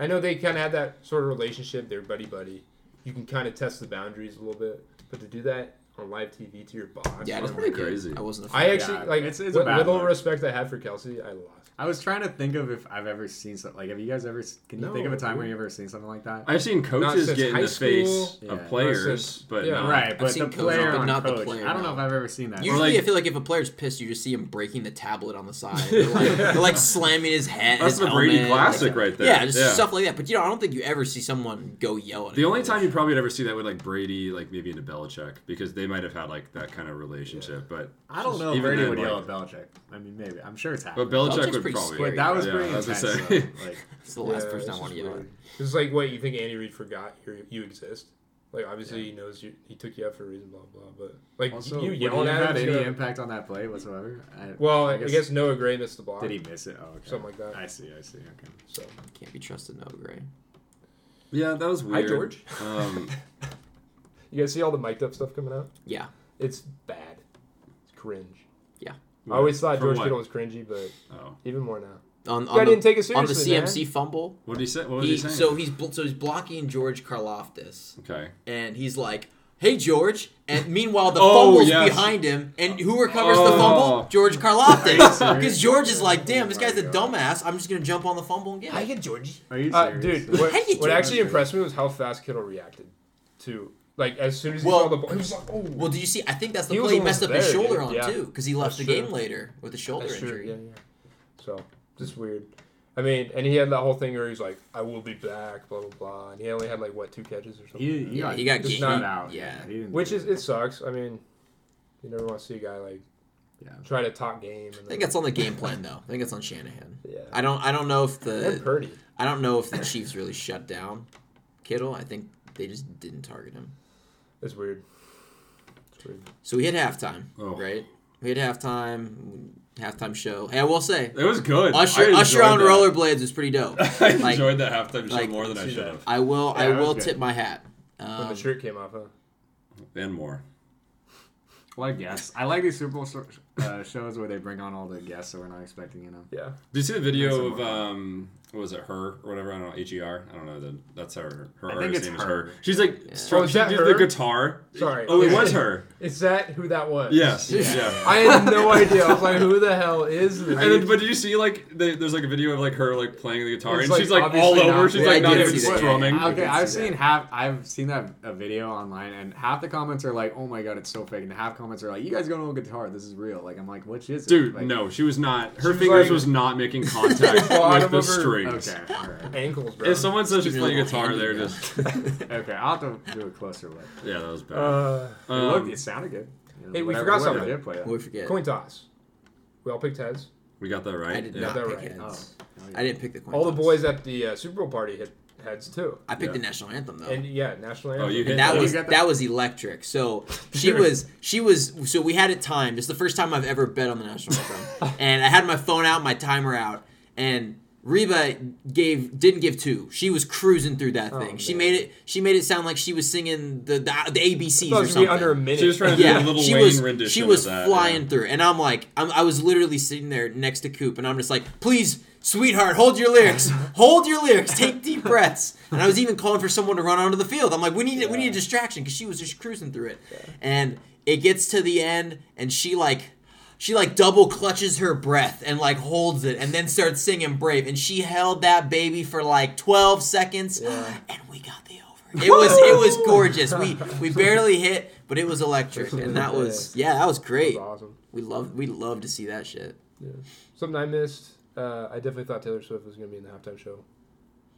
[SPEAKER 4] I know they kind of had that sort of relationship. They're buddy buddy. You can kind of test the boundaries a little bit, but to do that on live TV to your boss.
[SPEAKER 2] Yeah,
[SPEAKER 1] That's
[SPEAKER 2] I didn't
[SPEAKER 1] pretty
[SPEAKER 2] like it.
[SPEAKER 1] crazy.
[SPEAKER 2] I wasn't. A fan.
[SPEAKER 4] I actually
[SPEAKER 3] Yeah,
[SPEAKER 4] like
[SPEAKER 3] it's-
[SPEAKER 4] it's,
[SPEAKER 3] it's a
[SPEAKER 4] with,
[SPEAKER 3] bad
[SPEAKER 4] with all
[SPEAKER 3] look.
[SPEAKER 4] respect I have for Kelsey, I lost.
[SPEAKER 3] I was trying to think of if I've ever seen something. Like, have you guys ever? Can you
[SPEAKER 4] No,
[SPEAKER 3] think of a time where
[SPEAKER 4] dude.
[SPEAKER 3] you ever seen something like that?
[SPEAKER 1] I've seen coaches
[SPEAKER 4] since
[SPEAKER 1] get in
[SPEAKER 4] high
[SPEAKER 1] the face
[SPEAKER 4] school.
[SPEAKER 3] Yeah. Not
[SPEAKER 1] of players,
[SPEAKER 4] since-
[SPEAKER 1] but
[SPEAKER 4] yeah.
[SPEAKER 1] no.
[SPEAKER 3] right, but
[SPEAKER 2] seen
[SPEAKER 3] the
[SPEAKER 2] coach,
[SPEAKER 3] player
[SPEAKER 2] but
[SPEAKER 3] on
[SPEAKER 2] not the
[SPEAKER 3] coach.
[SPEAKER 2] player,
[SPEAKER 3] I don't know
[SPEAKER 2] no.
[SPEAKER 3] if I've ever seen that.
[SPEAKER 2] Usually,
[SPEAKER 1] like-
[SPEAKER 2] I feel like if a player's pissed, you just see him breaking the tablet on the side. They're like, they're like slamming his head.
[SPEAKER 1] That's
[SPEAKER 2] his
[SPEAKER 1] the Brady
[SPEAKER 2] helmet.
[SPEAKER 1] classic
[SPEAKER 2] Like,
[SPEAKER 1] right there.
[SPEAKER 2] Yeah, just
[SPEAKER 1] Yeah.
[SPEAKER 2] stuff like that. But you know, I don't think you ever see someone go yell at.
[SPEAKER 1] The
[SPEAKER 2] a
[SPEAKER 1] only
[SPEAKER 2] coach.
[SPEAKER 1] time you probably would ever see that would like Brady, like maybe into Belichick, because they they might have had like that kind of relationship, but
[SPEAKER 3] I don't know if
[SPEAKER 1] even
[SPEAKER 3] Brady
[SPEAKER 1] then,
[SPEAKER 3] would yell
[SPEAKER 1] like-
[SPEAKER 3] at Belichick. I mean, maybe. I'm sure it's happening.
[SPEAKER 1] but Belichick
[SPEAKER 2] Belichick's
[SPEAKER 1] would
[SPEAKER 2] pretty
[SPEAKER 1] probably.
[SPEAKER 2] scary.
[SPEAKER 3] But that was
[SPEAKER 1] yeah,
[SPEAKER 3] pretty
[SPEAKER 1] I was gonna
[SPEAKER 3] intense.
[SPEAKER 1] say.
[SPEAKER 3] though. Like,
[SPEAKER 2] It's the last
[SPEAKER 4] Yeah,
[SPEAKER 2] person I
[SPEAKER 4] it's
[SPEAKER 2] want to
[SPEAKER 4] just
[SPEAKER 2] yell at.
[SPEAKER 4] weird. It's like, what you think Andy Reid forgot you you exist? Like, obviously he knows you, he took you out for a reason, blah blah. But like
[SPEAKER 3] also,
[SPEAKER 4] you
[SPEAKER 3] would he have
[SPEAKER 4] yelling at
[SPEAKER 3] had
[SPEAKER 4] him.
[SPEAKER 3] any
[SPEAKER 4] is gonna-
[SPEAKER 3] impact on that play whatsoever? I,
[SPEAKER 4] Well, I guess, Noah Gray missed the block.
[SPEAKER 3] Did he miss it? Oh, okay.
[SPEAKER 4] Something like that.
[SPEAKER 3] I see. I see. Okay.
[SPEAKER 4] So
[SPEAKER 2] Can't be trusted, no gray.
[SPEAKER 1] Yeah, that was
[SPEAKER 4] Hi,
[SPEAKER 1] weird.
[SPEAKER 4] George.
[SPEAKER 1] Um,
[SPEAKER 4] you guys see all the mic'd up stuff coming out?
[SPEAKER 2] Yeah,
[SPEAKER 4] It's bad. It's cringe.
[SPEAKER 2] yeah.
[SPEAKER 4] I always thought
[SPEAKER 1] For
[SPEAKER 4] George
[SPEAKER 1] what?
[SPEAKER 4] Kittle was cringy, but
[SPEAKER 1] oh,
[SPEAKER 4] even more now.
[SPEAKER 2] On,
[SPEAKER 4] I
[SPEAKER 2] on,
[SPEAKER 4] didn't
[SPEAKER 2] the,
[SPEAKER 4] take it
[SPEAKER 2] on the
[SPEAKER 4] seriously, man.
[SPEAKER 2] CMC fumble,
[SPEAKER 1] what did he say? What was he,
[SPEAKER 2] he,
[SPEAKER 1] saying?
[SPEAKER 2] so he's bl- so he's blocking George Karloftis,
[SPEAKER 1] okay.
[SPEAKER 2] and he's like, "Hey, George!" And meanwhile, the
[SPEAKER 1] Oh,
[SPEAKER 2] fumble's
[SPEAKER 1] yes.
[SPEAKER 2] behind him, and who recovers the
[SPEAKER 1] Oh.
[SPEAKER 2] fumble? George Karloftis,
[SPEAKER 3] serious?
[SPEAKER 2] because George is like, "Damn,
[SPEAKER 3] Oh
[SPEAKER 2] this
[SPEAKER 3] my
[SPEAKER 2] guy's a
[SPEAKER 3] God.
[SPEAKER 2] dumbass. I'm just gonna jump on the fumble and get it." I get George.
[SPEAKER 3] Are you
[SPEAKER 4] Uh,
[SPEAKER 3] serious?
[SPEAKER 4] dude, what,
[SPEAKER 2] How do you
[SPEAKER 4] what
[SPEAKER 2] do
[SPEAKER 4] actually
[SPEAKER 3] that?
[SPEAKER 4] impressed me was how fast Kittle reacted to like as soon as he
[SPEAKER 2] Well-
[SPEAKER 4] saw the ball, he was like, "Oh,
[SPEAKER 2] Well, do you see? I think that's the
[SPEAKER 4] He was
[SPEAKER 2] play he
[SPEAKER 4] almost
[SPEAKER 2] messed up his
[SPEAKER 4] there,
[SPEAKER 2] shoulder
[SPEAKER 4] dude.
[SPEAKER 2] on
[SPEAKER 4] Yeah.
[SPEAKER 2] too, because he left
[SPEAKER 4] That's
[SPEAKER 2] the
[SPEAKER 4] true.
[SPEAKER 2] game later with a shoulder
[SPEAKER 4] that's true."
[SPEAKER 2] injury.
[SPEAKER 4] Yeah, yeah. So just weird. I mean, and he had that whole thing where he's like, "I will be back," blah blah blah, and he only had like what two catches or something.
[SPEAKER 3] He,
[SPEAKER 4] like that.
[SPEAKER 3] he got,
[SPEAKER 2] he got
[SPEAKER 3] just
[SPEAKER 4] ga-
[SPEAKER 3] not
[SPEAKER 4] he-
[SPEAKER 3] out.
[SPEAKER 2] yeah.
[SPEAKER 3] he didn't
[SPEAKER 4] Which
[SPEAKER 3] do
[SPEAKER 4] is it sucks. I mean, you never want to see a guy like
[SPEAKER 3] Yeah.
[SPEAKER 4] try to talk game. And
[SPEAKER 2] I think that's on the game plan though. I think it's on Shanahan.
[SPEAKER 4] Yeah.
[SPEAKER 2] I don't. I don't know if
[SPEAKER 4] and
[SPEAKER 2] the.
[SPEAKER 4] Purdy.
[SPEAKER 2] I don't know if the Chiefs really shut down Kittle. I think they just didn't target him.
[SPEAKER 4] It's weird. It's weird.
[SPEAKER 2] So we hit halftime,
[SPEAKER 1] Oh.
[SPEAKER 2] right? We hit halftime. Halftime show. Hey, I will say,
[SPEAKER 1] It was good.
[SPEAKER 2] Usher,
[SPEAKER 1] I
[SPEAKER 2] Usher on
[SPEAKER 1] enjoyed that.
[SPEAKER 2] rollerblades was pretty dope.
[SPEAKER 1] I
[SPEAKER 2] Like,
[SPEAKER 1] enjoyed that halftime show
[SPEAKER 2] like,
[SPEAKER 1] more than I
[SPEAKER 4] see
[SPEAKER 1] should
[SPEAKER 4] that.
[SPEAKER 1] have,
[SPEAKER 2] I will. I
[SPEAKER 3] Yeah, that
[SPEAKER 2] will
[SPEAKER 3] was
[SPEAKER 2] tip
[SPEAKER 3] good.
[SPEAKER 2] my hat.
[SPEAKER 4] When
[SPEAKER 2] Um,
[SPEAKER 4] the shirt came off, huh?
[SPEAKER 1] and more.
[SPEAKER 3] What a guess. I like these Super Bowl so- uh, shows where they bring on all the guests that we're not expecting, you know.
[SPEAKER 4] Yeah.
[SPEAKER 1] Did you see the video
[SPEAKER 3] Some
[SPEAKER 1] of
[SPEAKER 3] more.
[SPEAKER 1] um what was it her or whatever I don't know H E R I don't know the, that's her her
[SPEAKER 3] I think
[SPEAKER 1] artist
[SPEAKER 3] it's
[SPEAKER 1] name is
[SPEAKER 3] her.
[SPEAKER 1] her she's like strum-
[SPEAKER 4] Oh, is
[SPEAKER 1] she
[SPEAKER 4] that
[SPEAKER 1] did
[SPEAKER 4] her?
[SPEAKER 1] the guitar
[SPEAKER 4] Sorry.
[SPEAKER 1] oh it
[SPEAKER 4] Yeah.
[SPEAKER 1] was her
[SPEAKER 4] Is that who that was?
[SPEAKER 1] yes yeah
[SPEAKER 4] I had no idea. I was like, "Who the hell is this?"
[SPEAKER 1] and then, but did you see like the, there's like a video of like her like playing the guitar
[SPEAKER 4] It's,
[SPEAKER 1] and
[SPEAKER 4] like,
[SPEAKER 1] she's like all
[SPEAKER 4] obviously
[SPEAKER 1] over
[SPEAKER 4] not-
[SPEAKER 1] she's
[SPEAKER 2] Yeah, I
[SPEAKER 1] like not
[SPEAKER 2] did
[SPEAKER 1] even
[SPEAKER 2] see that.
[SPEAKER 1] strumming
[SPEAKER 2] Yeah,
[SPEAKER 3] Okay,
[SPEAKER 2] can
[SPEAKER 3] I've
[SPEAKER 2] see
[SPEAKER 3] seen half. I've seen that a video online, and half the comments are like, "Oh my god, it's so fake," and half comments are like, "You guys got no guitar. This is real." Like, I'm like, "Which is it?"
[SPEAKER 1] dude
[SPEAKER 3] Like,
[SPEAKER 1] no she was not her
[SPEAKER 4] was
[SPEAKER 1] fingers
[SPEAKER 4] like-
[SPEAKER 1] was not making contact
[SPEAKER 4] Bottom
[SPEAKER 1] with
[SPEAKER 4] of
[SPEAKER 1] the
[SPEAKER 4] her-
[SPEAKER 1] strings
[SPEAKER 3] Okay, all right.
[SPEAKER 4] ankles, bro.
[SPEAKER 1] if someone says she's playing
[SPEAKER 2] Little
[SPEAKER 1] guitar
[SPEAKER 2] handy
[SPEAKER 1] they're
[SPEAKER 2] guy.
[SPEAKER 1] just
[SPEAKER 3] okay. I'll have to do a closer look.
[SPEAKER 1] yeah that was bad
[SPEAKER 4] uh,
[SPEAKER 3] It,
[SPEAKER 1] Um,
[SPEAKER 3] looked, it sounded good. You know,
[SPEAKER 4] Hey, we
[SPEAKER 3] whatever-
[SPEAKER 4] forgot
[SPEAKER 3] whatever
[SPEAKER 4] something.
[SPEAKER 3] Did play that.
[SPEAKER 2] we forget.
[SPEAKER 4] coin toss. We all picked heads.
[SPEAKER 1] we got that right
[SPEAKER 2] I did
[SPEAKER 1] Yeah.
[SPEAKER 2] not
[SPEAKER 4] that
[SPEAKER 2] pick
[SPEAKER 4] right.
[SPEAKER 2] heads.
[SPEAKER 3] Oh, oh, yeah.
[SPEAKER 2] I didn't pick the coin
[SPEAKER 4] All the
[SPEAKER 2] toss.
[SPEAKER 4] boys at the uh, Super Bowl party hit heads too.
[SPEAKER 2] I picked
[SPEAKER 1] Yeah.
[SPEAKER 2] the national anthem though.
[SPEAKER 4] And yeah, national anthem.
[SPEAKER 1] oh you hit
[SPEAKER 2] And that
[SPEAKER 1] that.
[SPEAKER 2] was
[SPEAKER 3] got
[SPEAKER 2] that.
[SPEAKER 3] that?
[SPEAKER 2] was electric. So she was she was so we had it timed. It's the first time I've ever bet on the national anthem, and I had my phone out, my timer out, and Reba gave didn't give two. She was cruising through that thing. she
[SPEAKER 4] man.
[SPEAKER 2] made it she made it sound like she was singing the the, the ABCs or
[SPEAKER 4] Thought it was gonna
[SPEAKER 2] something.
[SPEAKER 4] be under a minute.
[SPEAKER 1] she was trying to do
[SPEAKER 2] yeah,
[SPEAKER 1] a little
[SPEAKER 2] she
[SPEAKER 1] Wayne
[SPEAKER 2] was
[SPEAKER 1] rendition
[SPEAKER 2] she was
[SPEAKER 1] of that, yeah.
[SPEAKER 2] flying through, and I'm like, I'm, I was literally sitting there next to Coop, and I'm just like, please, sweetheart, hold your lyrics, hold your lyrics, take deep breaths. And I was even calling for someone to run onto the field. I'm like, we need we need a distraction because she was just cruising through it, and it gets to the end, and she like. She like double clutches her breath and like holds it and then starts singing Brave and she held that baby for like 12 seconds
[SPEAKER 4] Yeah.
[SPEAKER 2] and we got the over. It was it was gorgeous. We we barely hit, but it was electric and that was yeah, that was
[SPEAKER 4] That was
[SPEAKER 2] great.
[SPEAKER 4] awesome.
[SPEAKER 2] We love we love to see that shit.
[SPEAKER 4] Something I missed. Uh, I definitely thought Taylor Swift was gonna be in the halftime show.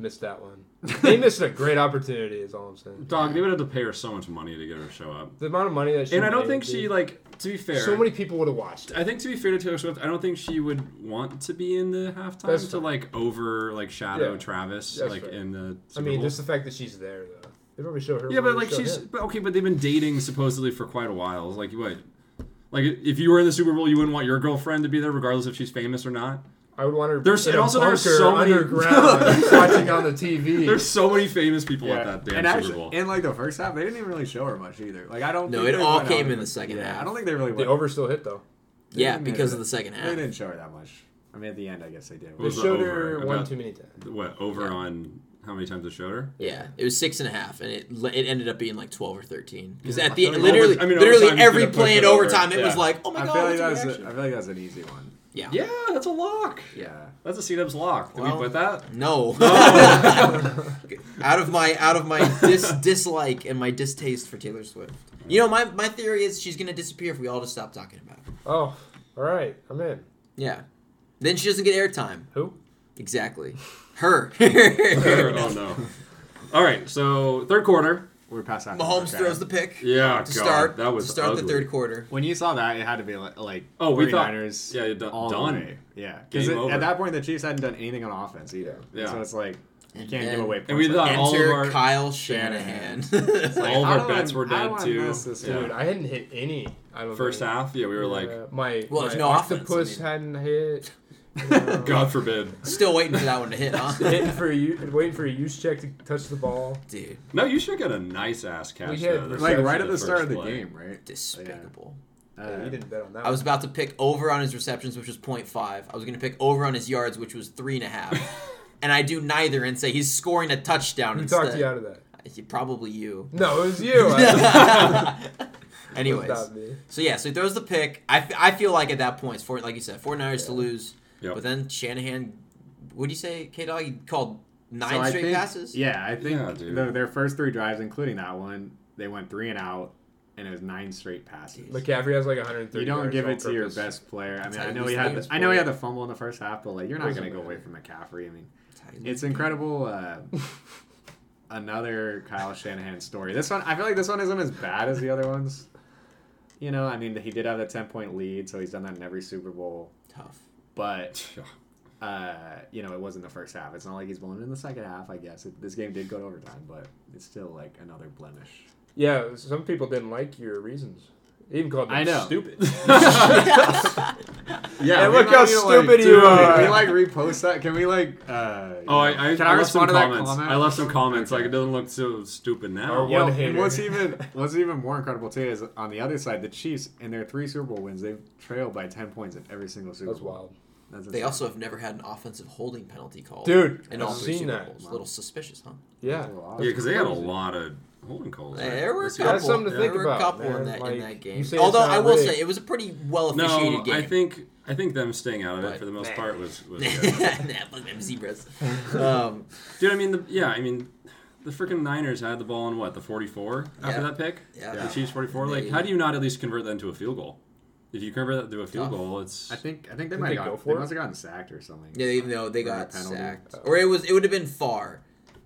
[SPEAKER 4] Missed that one. they missed a great opportunity. Is all I'm saying.
[SPEAKER 1] dog they would have to pay her so much money to get her to show up
[SPEAKER 4] The amount of money that she
[SPEAKER 1] and I don't
[SPEAKER 4] made,
[SPEAKER 1] think she
[SPEAKER 4] dude.
[SPEAKER 1] like to be fair.
[SPEAKER 4] So many people would have watched. it.
[SPEAKER 1] I think to be fair to Taylor Swift, I don't think she would want to be in the
[SPEAKER 4] That's
[SPEAKER 1] halftime to
[SPEAKER 4] fine.
[SPEAKER 1] like over like shadow
[SPEAKER 4] Yeah.
[SPEAKER 1] Travis
[SPEAKER 4] That's
[SPEAKER 1] like
[SPEAKER 4] fair.
[SPEAKER 1] in the.
[SPEAKER 4] I
[SPEAKER 1] Super
[SPEAKER 4] mean,
[SPEAKER 1] Bowl.
[SPEAKER 4] just the fact that she's there though. They probably show her.
[SPEAKER 1] yeah,
[SPEAKER 4] when
[SPEAKER 1] but
[SPEAKER 4] they
[SPEAKER 1] like
[SPEAKER 4] show
[SPEAKER 1] she's
[SPEAKER 4] him.
[SPEAKER 1] but, okay, but they've been dating supposedly for quite a while. Like what? Like if you were in the Super Bowl, you wouldn't want your girlfriend to be there, regardless if she's famous or not.
[SPEAKER 4] I would want her.
[SPEAKER 1] There's-
[SPEAKER 4] in
[SPEAKER 1] and
[SPEAKER 4] a
[SPEAKER 1] also there's
[SPEAKER 4] bunker
[SPEAKER 1] so many-
[SPEAKER 4] underground watching on the TV.
[SPEAKER 1] There's so many famous people
[SPEAKER 3] Yeah.
[SPEAKER 1] at that damn
[SPEAKER 3] and
[SPEAKER 1] Super
[SPEAKER 3] actually,
[SPEAKER 1] Bowl.
[SPEAKER 3] in like the first half, they didn't even really show her much either. Like I don't.
[SPEAKER 2] No,
[SPEAKER 3] think
[SPEAKER 2] it
[SPEAKER 3] they
[SPEAKER 2] all
[SPEAKER 3] went
[SPEAKER 2] came
[SPEAKER 3] out-
[SPEAKER 2] in the second
[SPEAKER 3] yeah,
[SPEAKER 2] half.
[SPEAKER 3] I don't think they really.
[SPEAKER 4] the
[SPEAKER 3] Went,
[SPEAKER 4] over still hit though.
[SPEAKER 2] Yeah,
[SPEAKER 3] Yeah.
[SPEAKER 2] because of the second
[SPEAKER 3] they
[SPEAKER 2] half.
[SPEAKER 3] didn't show her that much. I mean, at the end, I guess they did.
[SPEAKER 1] Well,
[SPEAKER 4] They
[SPEAKER 1] was the
[SPEAKER 4] showed
[SPEAKER 1] over?
[SPEAKER 4] her one
[SPEAKER 1] About-
[SPEAKER 4] too many times.
[SPEAKER 1] What over
[SPEAKER 2] Yeah.
[SPEAKER 1] on how many times they showed her?
[SPEAKER 2] Yeah, it was six and a half, and it it ended up being like twelve or thirteen. Because
[SPEAKER 3] Yeah,
[SPEAKER 2] at
[SPEAKER 3] I
[SPEAKER 2] the
[SPEAKER 3] feel like
[SPEAKER 2] literally,
[SPEAKER 1] over- I mean,
[SPEAKER 2] literally
[SPEAKER 1] overtime's
[SPEAKER 2] every
[SPEAKER 1] gonna push
[SPEAKER 2] play in
[SPEAKER 1] it over.
[SPEAKER 2] overtime, it was
[SPEAKER 1] Yeah.
[SPEAKER 2] like, oh my
[SPEAKER 3] I
[SPEAKER 2] god,
[SPEAKER 3] feel like
[SPEAKER 2] what's
[SPEAKER 3] that's.
[SPEAKER 2] the
[SPEAKER 3] A, I
[SPEAKER 2] reaction?
[SPEAKER 3] feel like that's an easy one.
[SPEAKER 2] yeah.
[SPEAKER 1] Yeah, that's a lock.
[SPEAKER 3] Yeah.
[SPEAKER 1] That's a C-Dubs lock. Did
[SPEAKER 2] Well-
[SPEAKER 1] we put that?
[SPEAKER 2] No. out of my out of my dis- dislike and my distaste for Taylor Swift. You know, my, my theory is she's gonna disappear if we all just stop talking about her.
[SPEAKER 4] Oh, all right. I'm in.
[SPEAKER 2] Yeah. Then she doesn't get airtime.
[SPEAKER 4] Who?
[SPEAKER 2] Exactly. Her.
[SPEAKER 1] oh no. All right, so third quarter,
[SPEAKER 3] We're past half.
[SPEAKER 2] Mahomes
[SPEAKER 3] Okay.
[SPEAKER 2] throws the pick.
[SPEAKER 1] Yeah,
[SPEAKER 2] to
[SPEAKER 1] God,
[SPEAKER 2] start.
[SPEAKER 1] that was
[SPEAKER 2] to start the
[SPEAKER 1] ugly.
[SPEAKER 2] third quarter.
[SPEAKER 3] When you saw that, it had to be li- like
[SPEAKER 1] Oh, we thought-
[SPEAKER 3] 49ers
[SPEAKER 1] yeah, d-
[SPEAKER 3] all the
[SPEAKER 1] done.
[SPEAKER 3] way. Yeah, because
[SPEAKER 1] Game over.
[SPEAKER 3] at that point the Chiefs hadn't done anything on offense either.
[SPEAKER 1] Yeah.
[SPEAKER 3] So it's like you
[SPEAKER 2] And
[SPEAKER 3] can't
[SPEAKER 2] then-
[SPEAKER 3] give away.
[SPEAKER 1] and we
[SPEAKER 3] points
[SPEAKER 1] thought
[SPEAKER 3] like
[SPEAKER 1] all of
[SPEAKER 2] Enter
[SPEAKER 1] our-
[SPEAKER 2] Kyle Shanahan.
[SPEAKER 1] all of
[SPEAKER 3] that. I
[SPEAKER 1] our
[SPEAKER 3] don't wanna-
[SPEAKER 1] bets were
[SPEAKER 3] I don't
[SPEAKER 1] dead,
[SPEAKER 3] wanna
[SPEAKER 1] too.
[SPEAKER 3] mess this
[SPEAKER 1] Yeah.
[SPEAKER 3] up.
[SPEAKER 4] Dude, I hadn't hit any. I don't
[SPEAKER 1] First
[SPEAKER 4] think.
[SPEAKER 1] half, yeah, we were like,
[SPEAKER 4] Uh, my
[SPEAKER 2] Well,
[SPEAKER 4] my
[SPEAKER 2] there's no offense,
[SPEAKER 4] octopus
[SPEAKER 2] I mean.
[SPEAKER 4] hadn't hit.
[SPEAKER 1] God forbid.
[SPEAKER 2] Still waiting for that one to hit, huh?
[SPEAKER 4] Hitting for a u- waiting for a use check to touch the ball.
[SPEAKER 2] Dude,
[SPEAKER 1] No, you should get a nice ass catch.
[SPEAKER 4] We had-
[SPEAKER 1] though, this-
[SPEAKER 3] like right
[SPEAKER 1] the
[SPEAKER 3] at the
[SPEAKER 1] first
[SPEAKER 3] start of the
[SPEAKER 1] play.
[SPEAKER 3] game, right?
[SPEAKER 2] despicable.
[SPEAKER 3] Uh,
[SPEAKER 4] you didn't bet on that.
[SPEAKER 2] I was about to pick over on his receptions, which was 0.5. I was going to pick over on his yards, which was three and a half. and I do neither and say he's scoring a touchdown
[SPEAKER 4] Who
[SPEAKER 2] instead.
[SPEAKER 4] talked you out of that?
[SPEAKER 2] Probably you.
[SPEAKER 4] No, it was you.
[SPEAKER 2] Anyways,
[SPEAKER 4] Stop me.
[SPEAKER 2] so yeah, so he throws the pick. I, f- I feel like at that point, it's four, like you said, 49ers to lose.
[SPEAKER 1] Yep.
[SPEAKER 2] But then Shanahan, what do you say, K Dog? He called nine
[SPEAKER 3] so I
[SPEAKER 2] straight
[SPEAKER 3] think-
[SPEAKER 2] passes?
[SPEAKER 3] Yeah, I think
[SPEAKER 1] Yeah, dude.
[SPEAKER 3] the, their first three drives, including that one, they went three and out, and it was nine straight passes.
[SPEAKER 4] McCaffrey has like 130.
[SPEAKER 3] you don't
[SPEAKER 4] yards
[SPEAKER 3] give it
[SPEAKER 4] on
[SPEAKER 3] to your
[SPEAKER 4] purpose.
[SPEAKER 3] best player. I mean,
[SPEAKER 2] how
[SPEAKER 3] I
[SPEAKER 2] you
[SPEAKER 3] know
[SPEAKER 2] lose
[SPEAKER 3] he had, the,
[SPEAKER 2] games,
[SPEAKER 3] I know he
[SPEAKER 2] boy.
[SPEAKER 3] had the fumble in the first half, but like you're not
[SPEAKER 4] Doesn't
[SPEAKER 3] gonna go
[SPEAKER 4] matter.
[SPEAKER 3] away from McCaffrey. I mean,
[SPEAKER 2] Tight.
[SPEAKER 3] it's incredible. Uh, another Kyle Shanahan story. This one, I feel like this one isn't as bad as the other ones. You know, I mean, he did have a ten point lead, so he's done that in every Super Bowl.
[SPEAKER 2] Tough.
[SPEAKER 3] But uh, you know, it wasn't the first half. It's not like he's blown it in the second half. I guess it, this game did go to overtime, but it's still like another blemish.
[SPEAKER 4] Yeah, some people didn't like your reasons. They even called them
[SPEAKER 3] I know.
[SPEAKER 4] stupid.
[SPEAKER 3] Yeah,
[SPEAKER 4] And
[SPEAKER 3] we
[SPEAKER 4] look
[SPEAKER 3] might
[SPEAKER 4] how
[SPEAKER 3] be,
[SPEAKER 4] stupid you
[SPEAKER 3] dude,
[SPEAKER 4] are.
[SPEAKER 3] Can we like repost that? Can we like? Uh, you
[SPEAKER 1] Oh, I,
[SPEAKER 3] know-
[SPEAKER 1] I,
[SPEAKER 3] can
[SPEAKER 1] I left some
[SPEAKER 3] respond to that
[SPEAKER 1] comments.
[SPEAKER 3] comment?
[SPEAKER 1] I left some comments. Like
[SPEAKER 3] Okay.
[SPEAKER 1] it doesn't look so stupid now.
[SPEAKER 4] Or
[SPEAKER 3] You know,
[SPEAKER 4] One hater.
[SPEAKER 3] what's even what's even more incredible too is on the other side, the Chiefs in their three Super Bowl wins, they've trailed by ten points in every single Super
[SPEAKER 4] That's
[SPEAKER 3] Bowl.
[SPEAKER 4] wild.
[SPEAKER 3] That's
[SPEAKER 2] They
[SPEAKER 3] insane.
[SPEAKER 2] also have never had an offensive holding penalty called.
[SPEAKER 4] Dude,
[SPEAKER 2] in
[SPEAKER 4] I've
[SPEAKER 2] all three
[SPEAKER 4] seen
[SPEAKER 2] Super
[SPEAKER 4] that.
[SPEAKER 2] Bowls. A little suspicious, huh?
[SPEAKER 4] Yeah.
[SPEAKER 3] Yeah,
[SPEAKER 1] Yeah, because they had a
[SPEAKER 4] Crazy.
[SPEAKER 1] lot of holding calls. right?
[SPEAKER 2] There were a
[SPEAKER 1] This
[SPEAKER 2] couple.
[SPEAKER 1] year.
[SPEAKER 4] That's something to
[SPEAKER 2] there
[SPEAKER 4] think
[SPEAKER 2] were
[SPEAKER 4] about,
[SPEAKER 2] a couple
[SPEAKER 4] man.
[SPEAKER 2] in that, in
[SPEAKER 4] Like,
[SPEAKER 2] that
[SPEAKER 4] you
[SPEAKER 2] game.
[SPEAKER 4] say it's
[SPEAKER 2] Although
[SPEAKER 4] not
[SPEAKER 2] I will
[SPEAKER 4] rigged.
[SPEAKER 2] say it was a pretty well officiated
[SPEAKER 1] No,
[SPEAKER 2] game.
[SPEAKER 1] I think I think them staying out of it
[SPEAKER 2] But-
[SPEAKER 1] for the most
[SPEAKER 4] Nah.
[SPEAKER 1] part was was good.
[SPEAKER 2] nah, fuck them zebras. Um,
[SPEAKER 1] Dude, I mean, the, yeah, I mean, the freaking Niners had the ball in what the 44 after
[SPEAKER 2] Yeah.
[SPEAKER 1] that pick.
[SPEAKER 2] Yeah.
[SPEAKER 1] the Chiefs 44.
[SPEAKER 2] Yeah,
[SPEAKER 1] Like,
[SPEAKER 2] yeah.
[SPEAKER 1] how do you not at least convert that into a field goal? If you convert that to a field
[SPEAKER 2] Tough.
[SPEAKER 1] goal, it's
[SPEAKER 3] I think I think they
[SPEAKER 4] Did
[SPEAKER 3] might
[SPEAKER 4] they
[SPEAKER 3] have
[SPEAKER 4] go
[SPEAKER 3] got,
[SPEAKER 4] for
[SPEAKER 3] they
[SPEAKER 4] it?
[SPEAKER 3] must have gotten sacked or something.
[SPEAKER 2] yeah, even though they
[SPEAKER 3] Or a
[SPEAKER 2] got
[SPEAKER 3] penalty.
[SPEAKER 2] sacked, or it was it would have been far.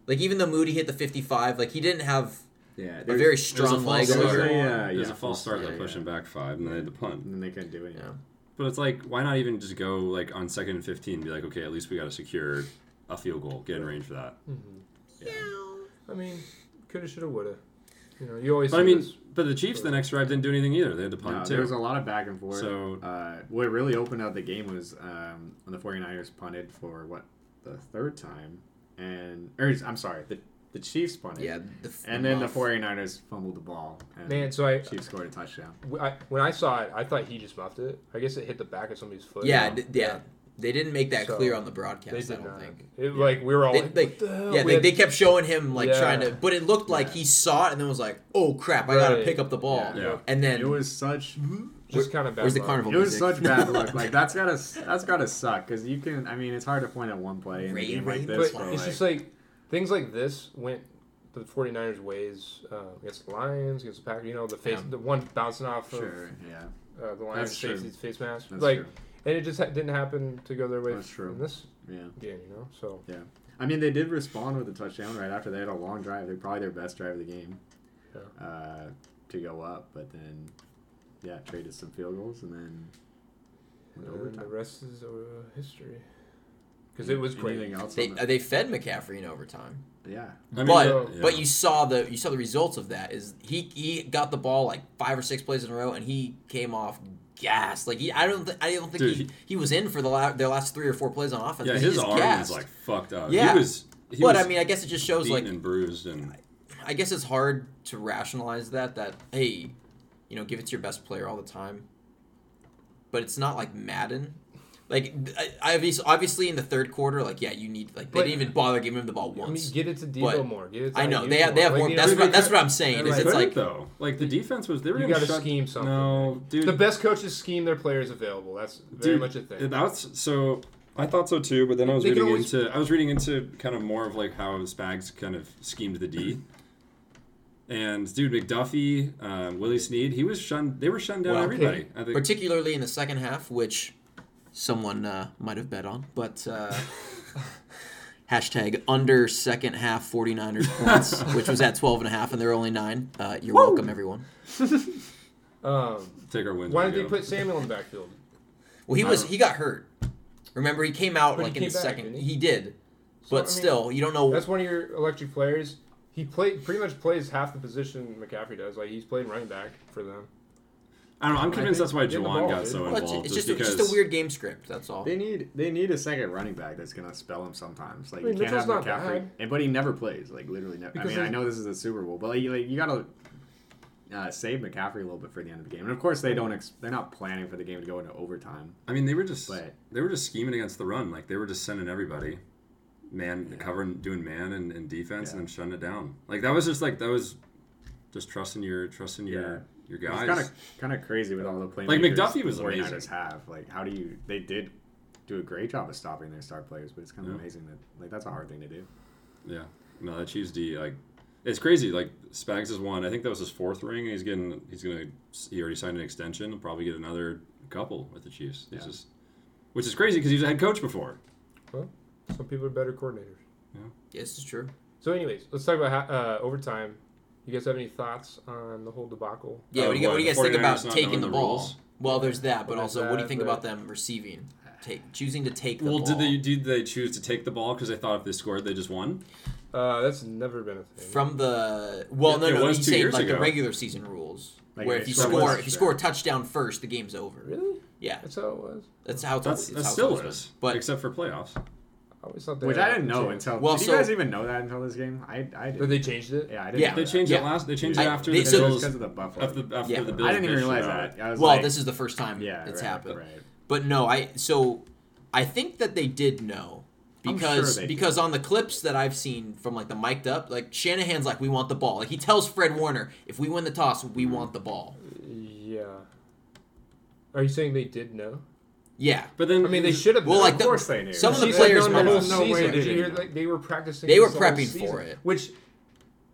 [SPEAKER 2] Like even though Moody hit the fifty-five, like he didn't have
[SPEAKER 3] yeah.
[SPEAKER 2] a
[SPEAKER 3] there's-
[SPEAKER 2] very
[SPEAKER 1] it was a
[SPEAKER 2] strong
[SPEAKER 1] false
[SPEAKER 2] leg.
[SPEAKER 3] There was
[SPEAKER 1] start.
[SPEAKER 3] a,
[SPEAKER 2] over.
[SPEAKER 3] uh,
[SPEAKER 1] it was
[SPEAKER 3] yeah,
[SPEAKER 1] a false start. They
[SPEAKER 3] yeah,
[SPEAKER 1] pushed
[SPEAKER 3] yeah.
[SPEAKER 1] him back five, and then they had to punt.
[SPEAKER 3] and then they couldn't do anything.
[SPEAKER 2] Yeah.
[SPEAKER 1] But it's like, why not even just go like on second and 15 and be like, okay, at least we got to secure a field goal, get in range for that.
[SPEAKER 4] I mean, coulda, shoulda, woulda. You know, you always.
[SPEAKER 1] But I
[SPEAKER 4] say
[SPEAKER 1] mean,
[SPEAKER 4] this.
[SPEAKER 1] but the Chiefs the next drive didn't do anything either. They had to punt
[SPEAKER 3] No,
[SPEAKER 1] too.
[SPEAKER 3] there was a lot of back and forth.
[SPEAKER 1] So-
[SPEAKER 3] uh, what really opened up the game was um, when the 49ers punted for what the third time, and or I'm sorry, the the Chiefs punted.
[SPEAKER 2] Yeah, the f-
[SPEAKER 3] And then the
[SPEAKER 2] muff.
[SPEAKER 3] 49ers fumbled the ball, and
[SPEAKER 4] man. So I,
[SPEAKER 3] Chiefs scored a touchdown.
[SPEAKER 4] w- I- when I saw it, I thought he just muffed it. I guess it hit the back of somebody's foot.
[SPEAKER 2] Yeah, d- yeah, they didn't make that
[SPEAKER 4] So,
[SPEAKER 2] clear on the
[SPEAKER 4] They
[SPEAKER 2] broadcast.
[SPEAKER 4] did
[SPEAKER 2] I don't
[SPEAKER 4] not.
[SPEAKER 2] think.
[SPEAKER 4] It, Like we were all.
[SPEAKER 2] They,
[SPEAKER 4] like,
[SPEAKER 2] they,
[SPEAKER 4] what the hell?
[SPEAKER 2] yeah,
[SPEAKER 4] We
[SPEAKER 2] they,
[SPEAKER 4] had-
[SPEAKER 2] they kept showing him like
[SPEAKER 4] Yeah.
[SPEAKER 2] trying to, but it looked like
[SPEAKER 3] Yeah.
[SPEAKER 2] he saw it and then was like, "Oh crap, I gotta
[SPEAKER 4] Right.
[SPEAKER 2] pick up the ball."
[SPEAKER 3] Yeah.
[SPEAKER 1] Yeah.
[SPEAKER 2] And then
[SPEAKER 3] It was such
[SPEAKER 4] just kind of bad.
[SPEAKER 2] where's the
[SPEAKER 4] luck.
[SPEAKER 2] carnival?
[SPEAKER 3] it was
[SPEAKER 2] music?
[SPEAKER 3] such bad luck. Like that's gotta that's gotta suck because you can. I mean, it's hard to point at one play in
[SPEAKER 2] Ray-
[SPEAKER 3] a game
[SPEAKER 2] Ray
[SPEAKER 3] like
[SPEAKER 4] But
[SPEAKER 2] Lewis.
[SPEAKER 3] this. But
[SPEAKER 4] it's
[SPEAKER 3] like,
[SPEAKER 4] just like things like this went the 49ers ways uh, against the Lions, against the Packers. You know, the face,
[SPEAKER 3] Yeah.
[SPEAKER 4] the one bouncing off
[SPEAKER 3] sure, yeah,
[SPEAKER 4] of uh, the Lions'
[SPEAKER 3] true.
[SPEAKER 4] face, face mask.
[SPEAKER 3] That's
[SPEAKER 4] like,
[SPEAKER 3] true.
[SPEAKER 4] and it just ha- didn't happen to go their way
[SPEAKER 3] That's true.
[SPEAKER 4] in this
[SPEAKER 3] yeah.
[SPEAKER 4] game. You know, so
[SPEAKER 3] I mean, they did respond with a touchdown right after they had a long drive. They probably their best drive of the game
[SPEAKER 4] Yeah.
[SPEAKER 3] uh, to go up, but then yeah, traded some field goals and then went
[SPEAKER 4] and the
[SPEAKER 3] overtime.
[SPEAKER 4] rest is uh, history. Because it was crazy.
[SPEAKER 3] Anything else?
[SPEAKER 2] They,
[SPEAKER 3] on
[SPEAKER 2] uh, they fed McCaffrey in overtime,
[SPEAKER 3] the- yeah,
[SPEAKER 1] I mean,
[SPEAKER 2] but
[SPEAKER 1] yeah.
[SPEAKER 2] but you saw the you saw the results of that. Is he he got the ball like five or six plays in a row, and he came off gassed. Like he, I don't th- I don't think
[SPEAKER 1] Dude,
[SPEAKER 2] he,
[SPEAKER 1] he-
[SPEAKER 2] he was in for the la- their last three or four plays on offense.
[SPEAKER 1] yeah,
[SPEAKER 2] but he
[SPEAKER 1] his
[SPEAKER 2] just
[SPEAKER 1] arm
[SPEAKER 2] gassed.
[SPEAKER 1] was like fucked up.
[SPEAKER 2] Yeah.
[SPEAKER 1] he was. He
[SPEAKER 2] but
[SPEAKER 1] was
[SPEAKER 2] I mean, I guess it just shows
[SPEAKER 1] beaten
[SPEAKER 2] like
[SPEAKER 1] and bruised and
[SPEAKER 2] I guess it's hard to rationalize that. That hey, you know, give it to your best player all the time. But it's not like Madden. Like I, obviously, obviously in the third quarter, like yeah, you need like they
[SPEAKER 4] But-
[SPEAKER 2] didn't even bother giving him the ball
[SPEAKER 4] I mean,
[SPEAKER 2] once.
[SPEAKER 4] get it to
[SPEAKER 2] But-
[SPEAKER 4] Debo more. Get it to
[SPEAKER 2] I know
[SPEAKER 4] IU
[SPEAKER 2] they have they have
[SPEAKER 4] Like,
[SPEAKER 2] more.
[SPEAKER 4] you
[SPEAKER 2] That's
[SPEAKER 4] know,
[SPEAKER 1] they-
[SPEAKER 2] what that's what I'm saying.
[SPEAKER 1] And
[SPEAKER 2] Is
[SPEAKER 1] they
[SPEAKER 2] it's
[SPEAKER 1] couldn't,
[SPEAKER 2] like
[SPEAKER 1] though, like the defense was they were
[SPEAKER 4] You
[SPEAKER 1] gonna
[SPEAKER 4] gotta
[SPEAKER 1] shut-
[SPEAKER 4] scheme something.
[SPEAKER 1] No, dude,
[SPEAKER 4] the best coaches scheme their players available. That's very
[SPEAKER 1] dude,
[SPEAKER 4] much a thing.
[SPEAKER 1] That's so. I thought so too, but then I was
[SPEAKER 4] They can
[SPEAKER 1] reading
[SPEAKER 4] always-
[SPEAKER 1] into I was reading into kind of more of like how Spags kind of schemed the D. And dude, McDuffie, um, Willie Sneed, he was shunned. They were shunned down
[SPEAKER 2] Well,
[SPEAKER 1] everybody. I think.
[SPEAKER 2] particularly in the second half, which someone uh, might have bet on, but uh, hashtag under second half 49ers points, which was at 12 and a half, and they're only nine. Uh, you're welcome, everyone.
[SPEAKER 4] Um,
[SPEAKER 1] Take our wins.
[SPEAKER 4] why
[SPEAKER 1] when
[SPEAKER 4] did
[SPEAKER 1] we get
[SPEAKER 4] they put Samuel in the backfield?
[SPEAKER 2] Well, he was he got hurt. Remember, he came out
[SPEAKER 4] But he
[SPEAKER 2] like in
[SPEAKER 4] came
[SPEAKER 2] the
[SPEAKER 4] back,
[SPEAKER 2] second.
[SPEAKER 4] didn't he?
[SPEAKER 2] He did,
[SPEAKER 4] So, I
[SPEAKER 2] but
[SPEAKER 4] mean,
[SPEAKER 2] still, you don't know.
[SPEAKER 4] That's one of your electric players. He played pretty much plays half the position McCaffrey does. Like he's played running back for them.
[SPEAKER 1] them. I don't know. I'm convinced
[SPEAKER 4] think
[SPEAKER 1] that's why
[SPEAKER 4] get the
[SPEAKER 1] Jawan
[SPEAKER 4] ball,
[SPEAKER 1] got
[SPEAKER 4] dude.
[SPEAKER 1] so
[SPEAKER 2] Well,
[SPEAKER 1] involved.
[SPEAKER 2] it's, it's
[SPEAKER 1] just
[SPEAKER 2] just, a,
[SPEAKER 1] because
[SPEAKER 2] just a weird game script. That's all.
[SPEAKER 3] They need they need a second running back that's gonna spell him sometimes. Like
[SPEAKER 4] I mean,
[SPEAKER 3] you can't
[SPEAKER 4] Mitchell's
[SPEAKER 3] have
[SPEAKER 4] not
[SPEAKER 3] McCaffrey,
[SPEAKER 4] bad.
[SPEAKER 3] and, but he never plays. Like literally never. I
[SPEAKER 4] Because
[SPEAKER 3] mean, I
[SPEAKER 4] they-
[SPEAKER 3] know this is a Super Bowl, but like, like you gotta uh, save McCaffrey a little bit for the end of the game. And of course, they don't. Ex- they're not planning for the game to go into overtime.
[SPEAKER 1] I mean, they were just
[SPEAKER 3] But-
[SPEAKER 1] they were just scheming against the run. Like they were just sending everybody, man, covering, doing man and, and defense,
[SPEAKER 3] Yeah.
[SPEAKER 1] and then shutting it down. Like that was just like that was just trusting your trusting
[SPEAKER 3] Yeah.
[SPEAKER 1] your your
[SPEAKER 3] It's
[SPEAKER 1] guys.
[SPEAKER 3] kind of kind of crazy with all the playmakers.
[SPEAKER 1] Like, McDuffie
[SPEAKER 3] the
[SPEAKER 1] was
[SPEAKER 3] 49ers
[SPEAKER 1] amazing.
[SPEAKER 3] Have like how do you? They did do a great job of stopping their star players, but it's kind of
[SPEAKER 1] Yeah.
[SPEAKER 3] amazing that like that's a hard thing to do.
[SPEAKER 1] Yeah. No, that Chiefs D like it's crazy. Like Spags has won. I think that was his fourth ring. He's getting. He's gonna. He already signed an extension. He'll probably get another couple with the Chiefs. It's
[SPEAKER 3] Yeah.
[SPEAKER 1] just, which is crazy because he was a head coach before.
[SPEAKER 4] Well, some people are better coordinators.
[SPEAKER 2] Yes, it's true.
[SPEAKER 4] So, anyways, let's talk about ha- uh, overtime. You guys have any thoughts on the whole debacle?
[SPEAKER 2] Yeah.
[SPEAKER 1] Uh,
[SPEAKER 2] what, do you, what do you guys
[SPEAKER 1] what,
[SPEAKER 2] think
[SPEAKER 1] 49ers
[SPEAKER 2] about
[SPEAKER 1] not
[SPEAKER 2] taking
[SPEAKER 1] knowing
[SPEAKER 2] the
[SPEAKER 1] the
[SPEAKER 2] ball?
[SPEAKER 1] rules?
[SPEAKER 2] Well, there's that, but
[SPEAKER 4] Well,
[SPEAKER 2] also,
[SPEAKER 4] there's
[SPEAKER 2] what do you
[SPEAKER 4] that,
[SPEAKER 2] think
[SPEAKER 4] but-
[SPEAKER 2] about them receiving, take choosing to take the
[SPEAKER 1] Well,
[SPEAKER 2] ball?
[SPEAKER 1] did they did they choose to take the ball because they thought if they scored they just won?
[SPEAKER 4] Uh, that's never been a thing.
[SPEAKER 2] from the well?
[SPEAKER 1] It-
[SPEAKER 2] No,
[SPEAKER 1] it
[SPEAKER 2] no.
[SPEAKER 1] was
[SPEAKER 2] You
[SPEAKER 1] two
[SPEAKER 2] say
[SPEAKER 1] years
[SPEAKER 2] like the
[SPEAKER 1] ago.
[SPEAKER 2] regular season rules,
[SPEAKER 3] Like,
[SPEAKER 2] where
[SPEAKER 3] if
[SPEAKER 2] if you
[SPEAKER 3] it's
[SPEAKER 1] from
[SPEAKER 2] score
[SPEAKER 1] last
[SPEAKER 2] if you
[SPEAKER 3] year.
[SPEAKER 2] score a touchdown first, the game's over.
[SPEAKER 4] really?
[SPEAKER 2] Yeah,
[SPEAKER 4] That's how it was.
[SPEAKER 2] that's how it's
[SPEAKER 1] That's
[SPEAKER 2] it's
[SPEAKER 1] that
[SPEAKER 2] how it's
[SPEAKER 1] still
[SPEAKER 2] always been.
[SPEAKER 1] is,
[SPEAKER 2] But
[SPEAKER 1] except for playoffs.
[SPEAKER 4] I always thought that.
[SPEAKER 3] Which I didn't know until.
[SPEAKER 2] Well,
[SPEAKER 3] did
[SPEAKER 2] so-
[SPEAKER 3] you guys even know that until this game? I I
[SPEAKER 4] But
[SPEAKER 3] did.
[SPEAKER 4] they changed it.
[SPEAKER 3] yeah, I didn't.
[SPEAKER 2] Yeah.
[SPEAKER 3] know
[SPEAKER 1] They
[SPEAKER 3] that.
[SPEAKER 1] changed
[SPEAKER 2] Yeah.
[SPEAKER 1] it last. They changed
[SPEAKER 2] I-
[SPEAKER 1] it after
[SPEAKER 2] they-
[SPEAKER 1] the
[SPEAKER 2] so-
[SPEAKER 1] Bills.
[SPEAKER 3] because of the Buffalo.
[SPEAKER 1] After the, after
[SPEAKER 2] Yeah.
[SPEAKER 1] the
[SPEAKER 2] I
[SPEAKER 1] Bills,
[SPEAKER 3] I didn't even
[SPEAKER 1] bitched
[SPEAKER 3] realize
[SPEAKER 1] about it.
[SPEAKER 3] that. I was
[SPEAKER 2] well,
[SPEAKER 3] like,
[SPEAKER 2] this is the first time
[SPEAKER 3] yeah,
[SPEAKER 2] it's
[SPEAKER 3] right,
[SPEAKER 2] happened.
[SPEAKER 3] Right.
[SPEAKER 2] But no, I so I think that they did know
[SPEAKER 3] I'm
[SPEAKER 2] because
[SPEAKER 3] sure they
[SPEAKER 2] because on the clips that I've seen from like the mic'd up, like Shanahan's like we want the ball. Like he tells Fred Warner, if we win the toss, we want the ball.
[SPEAKER 4] Yeah. Are you saying they did know?
[SPEAKER 2] Yeah.
[SPEAKER 1] But then
[SPEAKER 4] I mean, they should have.
[SPEAKER 2] Well,
[SPEAKER 4] known.
[SPEAKER 2] like
[SPEAKER 3] Of
[SPEAKER 2] the,
[SPEAKER 3] course they knew.
[SPEAKER 2] some of the
[SPEAKER 4] She
[SPEAKER 3] She's
[SPEAKER 4] said
[SPEAKER 2] players
[SPEAKER 4] known
[SPEAKER 3] no,
[SPEAKER 4] the
[SPEAKER 3] no,
[SPEAKER 4] whole
[SPEAKER 2] might-
[SPEAKER 3] no way
[SPEAKER 4] season.
[SPEAKER 3] they
[SPEAKER 4] Did you hear,
[SPEAKER 3] didn't.
[SPEAKER 4] like, they were practicing.
[SPEAKER 2] They were
[SPEAKER 4] this the whole
[SPEAKER 2] prepping
[SPEAKER 4] season.
[SPEAKER 2] for it.
[SPEAKER 4] which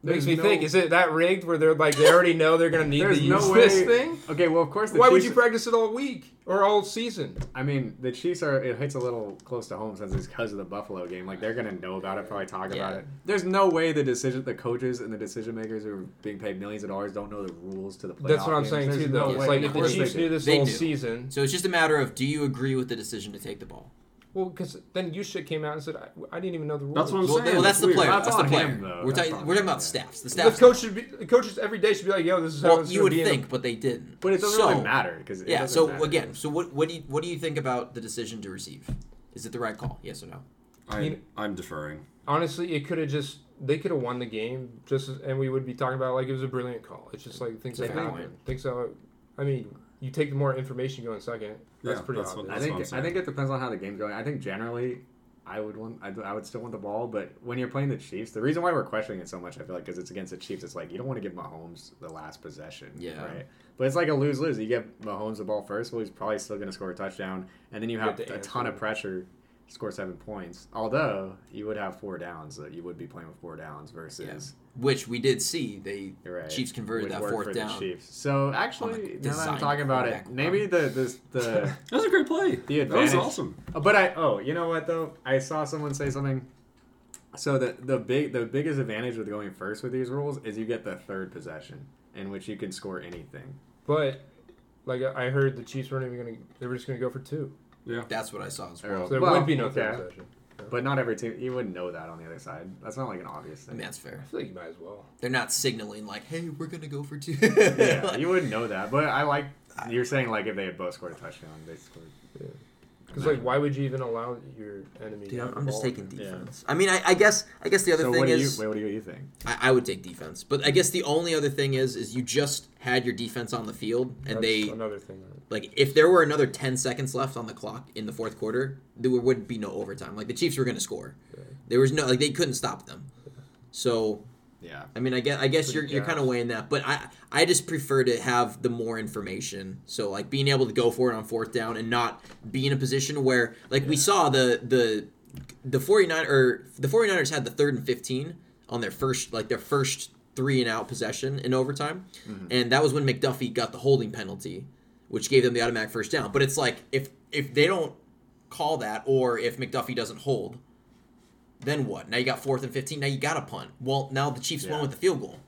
[SPEAKER 4] makes
[SPEAKER 3] There's
[SPEAKER 4] me
[SPEAKER 3] no-
[SPEAKER 4] think: is it that rigged where they're like they already know they're gonna need to
[SPEAKER 3] There's
[SPEAKER 4] use
[SPEAKER 3] no way.
[SPEAKER 4] this thing?
[SPEAKER 3] Okay, well, of course. The
[SPEAKER 4] Why would
[SPEAKER 3] Chiefs-
[SPEAKER 4] you practice it all week or all season?
[SPEAKER 3] I mean, the Chiefs are. It hits a little close to home since it's because of the Buffalo game. Like they're gonna know about it, probably talk
[SPEAKER 2] Yeah.
[SPEAKER 3] about it. There's no way the decision, the coaches and the decision makers who are being paid millions of dollars don't know the rules to the playoff.
[SPEAKER 4] That's what I'm
[SPEAKER 3] games.
[SPEAKER 4] saying
[SPEAKER 3] There's
[SPEAKER 4] too.
[SPEAKER 3] no
[SPEAKER 4] Though
[SPEAKER 3] way.
[SPEAKER 4] it's like
[SPEAKER 3] Of
[SPEAKER 4] if the
[SPEAKER 3] course they
[SPEAKER 4] Chiefs
[SPEAKER 3] do.
[SPEAKER 4] knew this
[SPEAKER 2] They
[SPEAKER 4] whole
[SPEAKER 2] knew.
[SPEAKER 4] season,
[SPEAKER 2] So it's just a matter of do you agree with the decision to take the ball?
[SPEAKER 4] well, because then you shit came out and said, I, I didn't even know the rules.
[SPEAKER 1] That's what I'm
[SPEAKER 2] Well,
[SPEAKER 1] saying.
[SPEAKER 2] well, that's the
[SPEAKER 1] weird.
[SPEAKER 2] player.
[SPEAKER 3] That's
[SPEAKER 2] That's, the
[SPEAKER 3] on
[SPEAKER 2] player.
[SPEAKER 3] him, though.
[SPEAKER 2] we're,
[SPEAKER 3] That's
[SPEAKER 2] talking,
[SPEAKER 3] on
[SPEAKER 2] we're
[SPEAKER 3] him,
[SPEAKER 2] talking about
[SPEAKER 3] yeah.
[SPEAKER 2] staffs. The
[SPEAKER 4] the
[SPEAKER 2] staffs.
[SPEAKER 4] coach should be. The coaches every day should be like, "Yo, this is how
[SPEAKER 2] well,
[SPEAKER 4] it's
[SPEAKER 2] you
[SPEAKER 4] gonna
[SPEAKER 2] would
[SPEAKER 4] be in the-
[SPEAKER 2] think, but they didn't.
[SPEAKER 3] But it doesn't
[SPEAKER 2] so,
[SPEAKER 3] really matter because
[SPEAKER 2] Yeah. So again, so what? What do you what do you think about the decision to receive? Is it the right call? Yes or no?
[SPEAKER 1] I, I'm deferring.
[SPEAKER 4] honestly, it could have just they could have won the game just as- and we would be talking about it like it was a brilliant call. It's just like
[SPEAKER 2] It's
[SPEAKER 4] things
[SPEAKER 2] a
[SPEAKER 4] like
[SPEAKER 2] fair
[SPEAKER 4] happen.
[SPEAKER 2] point.
[SPEAKER 4] Things how I mean, you take the more information going second. That's
[SPEAKER 1] Yeah,
[SPEAKER 4] pretty
[SPEAKER 1] that's what-
[SPEAKER 4] obvious.
[SPEAKER 3] I
[SPEAKER 1] that's what I'm
[SPEAKER 3] think I
[SPEAKER 1] saying.
[SPEAKER 3] think it depends on how the game's going. I think generally, I would want I, I would still want the ball, but when you're playing the Chiefs, the reason why we're questioning it so much, I feel like, because it's against the Chiefs, it's like you don't want to give Mahomes the last possession,
[SPEAKER 2] Yeah.
[SPEAKER 3] right? But it's like a lose lose. You give Mahomes the ball first, well, he's probably still going to score a touchdown, and then you have
[SPEAKER 4] have to
[SPEAKER 3] a
[SPEAKER 4] answer.
[SPEAKER 3] ton of pressure, score seven points. Although you would have four downs, that you would be playing with four downs versus.
[SPEAKER 2] Which we did see. They
[SPEAKER 3] You're right.
[SPEAKER 2] Chiefs converted
[SPEAKER 3] would
[SPEAKER 2] that
[SPEAKER 3] work
[SPEAKER 2] fourth
[SPEAKER 3] for the
[SPEAKER 2] down.
[SPEAKER 3] Chiefs. So actually, now that
[SPEAKER 2] design
[SPEAKER 3] I'm talking about
[SPEAKER 2] quarterback
[SPEAKER 3] it, maybe the this the
[SPEAKER 1] That was a great play. that
[SPEAKER 3] The
[SPEAKER 1] was
[SPEAKER 3] advantage-
[SPEAKER 1] awesome.
[SPEAKER 3] Oh, But I oh, you know what though? I saw someone say something. So the the big the biggest advantage with going first with these rules is you get the third possession in which you can score anything.
[SPEAKER 4] But like I I heard the Chiefs weren't even gonna they were just gonna go for two.
[SPEAKER 2] That's what I saw as well.
[SPEAKER 3] Or-
[SPEAKER 4] So there
[SPEAKER 3] well,
[SPEAKER 4] would be no
[SPEAKER 3] okay.
[SPEAKER 4] third possession.
[SPEAKER 3] But not every team you wouldn't know that on the other side. That's not like an obvious
[SPEAKER 2] I mean,
[SPEAKER 3] thing.
[SPEAKER 2] that's fair.
[SPEAKER 4] I feel like you might as well.
[SPEAKER 2] They're not signaling like, "Hey, we're gonna go for two.
[SPEAKER 3] yeah, you wouldn't know that. But I like you're saying like if they had both scored a touchdown, they scored.
[SPEAKER 4] Because like why would you even allow your enemy to
[SPEAKER 2] Dude,
[SPEAKER 4] have
[SPEAKER 2] I'm,
[SPEAKER 4] the
[SPEAKER 2] I'm just
[SPEAKER 4] ball?
[SPEAKER 2] taking
[SPEAKER 3] Yeah.
[SPEAKER 2] defense. I mean, I, I guess I guess the other
[SPEAKER 3] so
[SPEAKER 2] thing
[SPEAKER 3] what do
[SPEAKER 2] is
[SPEAKER 3] you what do you think?
[SPEAKER 2] I, I would take defense, but I guess the only other thing is is you just had your defense on the field, and
[SPEAKER 4] That's
[SPEAKER 2] they
[SPEAKER 4] another thing. that-
[SPEAKER 2] like if there were another ten seconds left on the clock in the fourth quarter, there would be no overtime. Like the Chiefs were gonna score. There was no like they couldn't stop them. So
[SPEAKER 3] Yeah.
[SPEAKER 2] I mean, I guess I guess you're you're
[SPEAKER 4] Yeah.
[SPEAKER 2] kind of weighing that, but I I just prefer to have the more information. So like being able to go for it on fourth down and not be in a position where like we saw the the the 49 or the 49ers had the third and 15 on their first like their first three and out possession in overtime. And that was when McDuffie got the holding penalty, which gave them the automatic first down. But it's like if if they don't call that or if McDuffie doesn't hold, Then what? Now you got fourth and fifteen. Now you got a punt. Well, now the Chiefs won
[SPEAKER 3] Yeah.
[SPEAKER 2] with the field goal.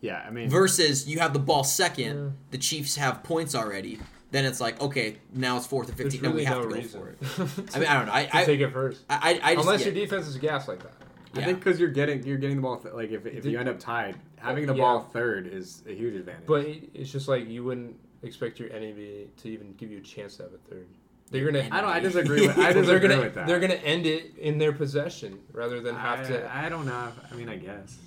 [SPEAKER 3] Yeah, I mean,
[SPEAKER 2] Versus you have the ball second. The Chiefs have points already. Then it's like okay, now it's fourth and
[SPEAKER 4] There's
[SPEAKER 2] fifteen.
[SPEAKER 4] really
[SPEAKER 2] no, we have to
[SPEAKER 4] no
[SPEAKER 2] go
[SPEAKER 4] reason
[SPEAKER 2] for it.
[SPEAKER 4] to
[SPEAKER 2] I mean, I don't know. I I,
[SPEAKER 4] take it first,
[SPEAKER 2] I, I, I just,
[SPEAKER 4] unless
[SPEAKER 2] yeah,
[SPEAKER 4] your defense is gas like that.
[SPEAKER 3] I
[SPEAKER 2] yeah.
[SPEAKER 3] think because you're getting you're getting the ball th- like if, if
[SPEAKER 4] Did-
[SPEAKER 3] you end up tied, having the
[SPEAKER 4] Yeah.
[SPEAKER 3] ball third is a huge advantage.
[SPEAKER 4] But it, it's just like you wouldn't expect your enemy to even give you a chance to have a third. They're gonna.
[SPEAKER 3] I don't. I disagree with. I
[SPEAKER 4] They're
[SPEAKER 3] disagree
[SPEAKER 4] gonna.
[SPEAKER 3] with that.
[SPEAKER 4] They're gonna end it in their possession rather than have
[SPEAKER 3] I,
[SPEAKER 4] to.
[SPEAKER 3] I don't know. if- I mean, I guess.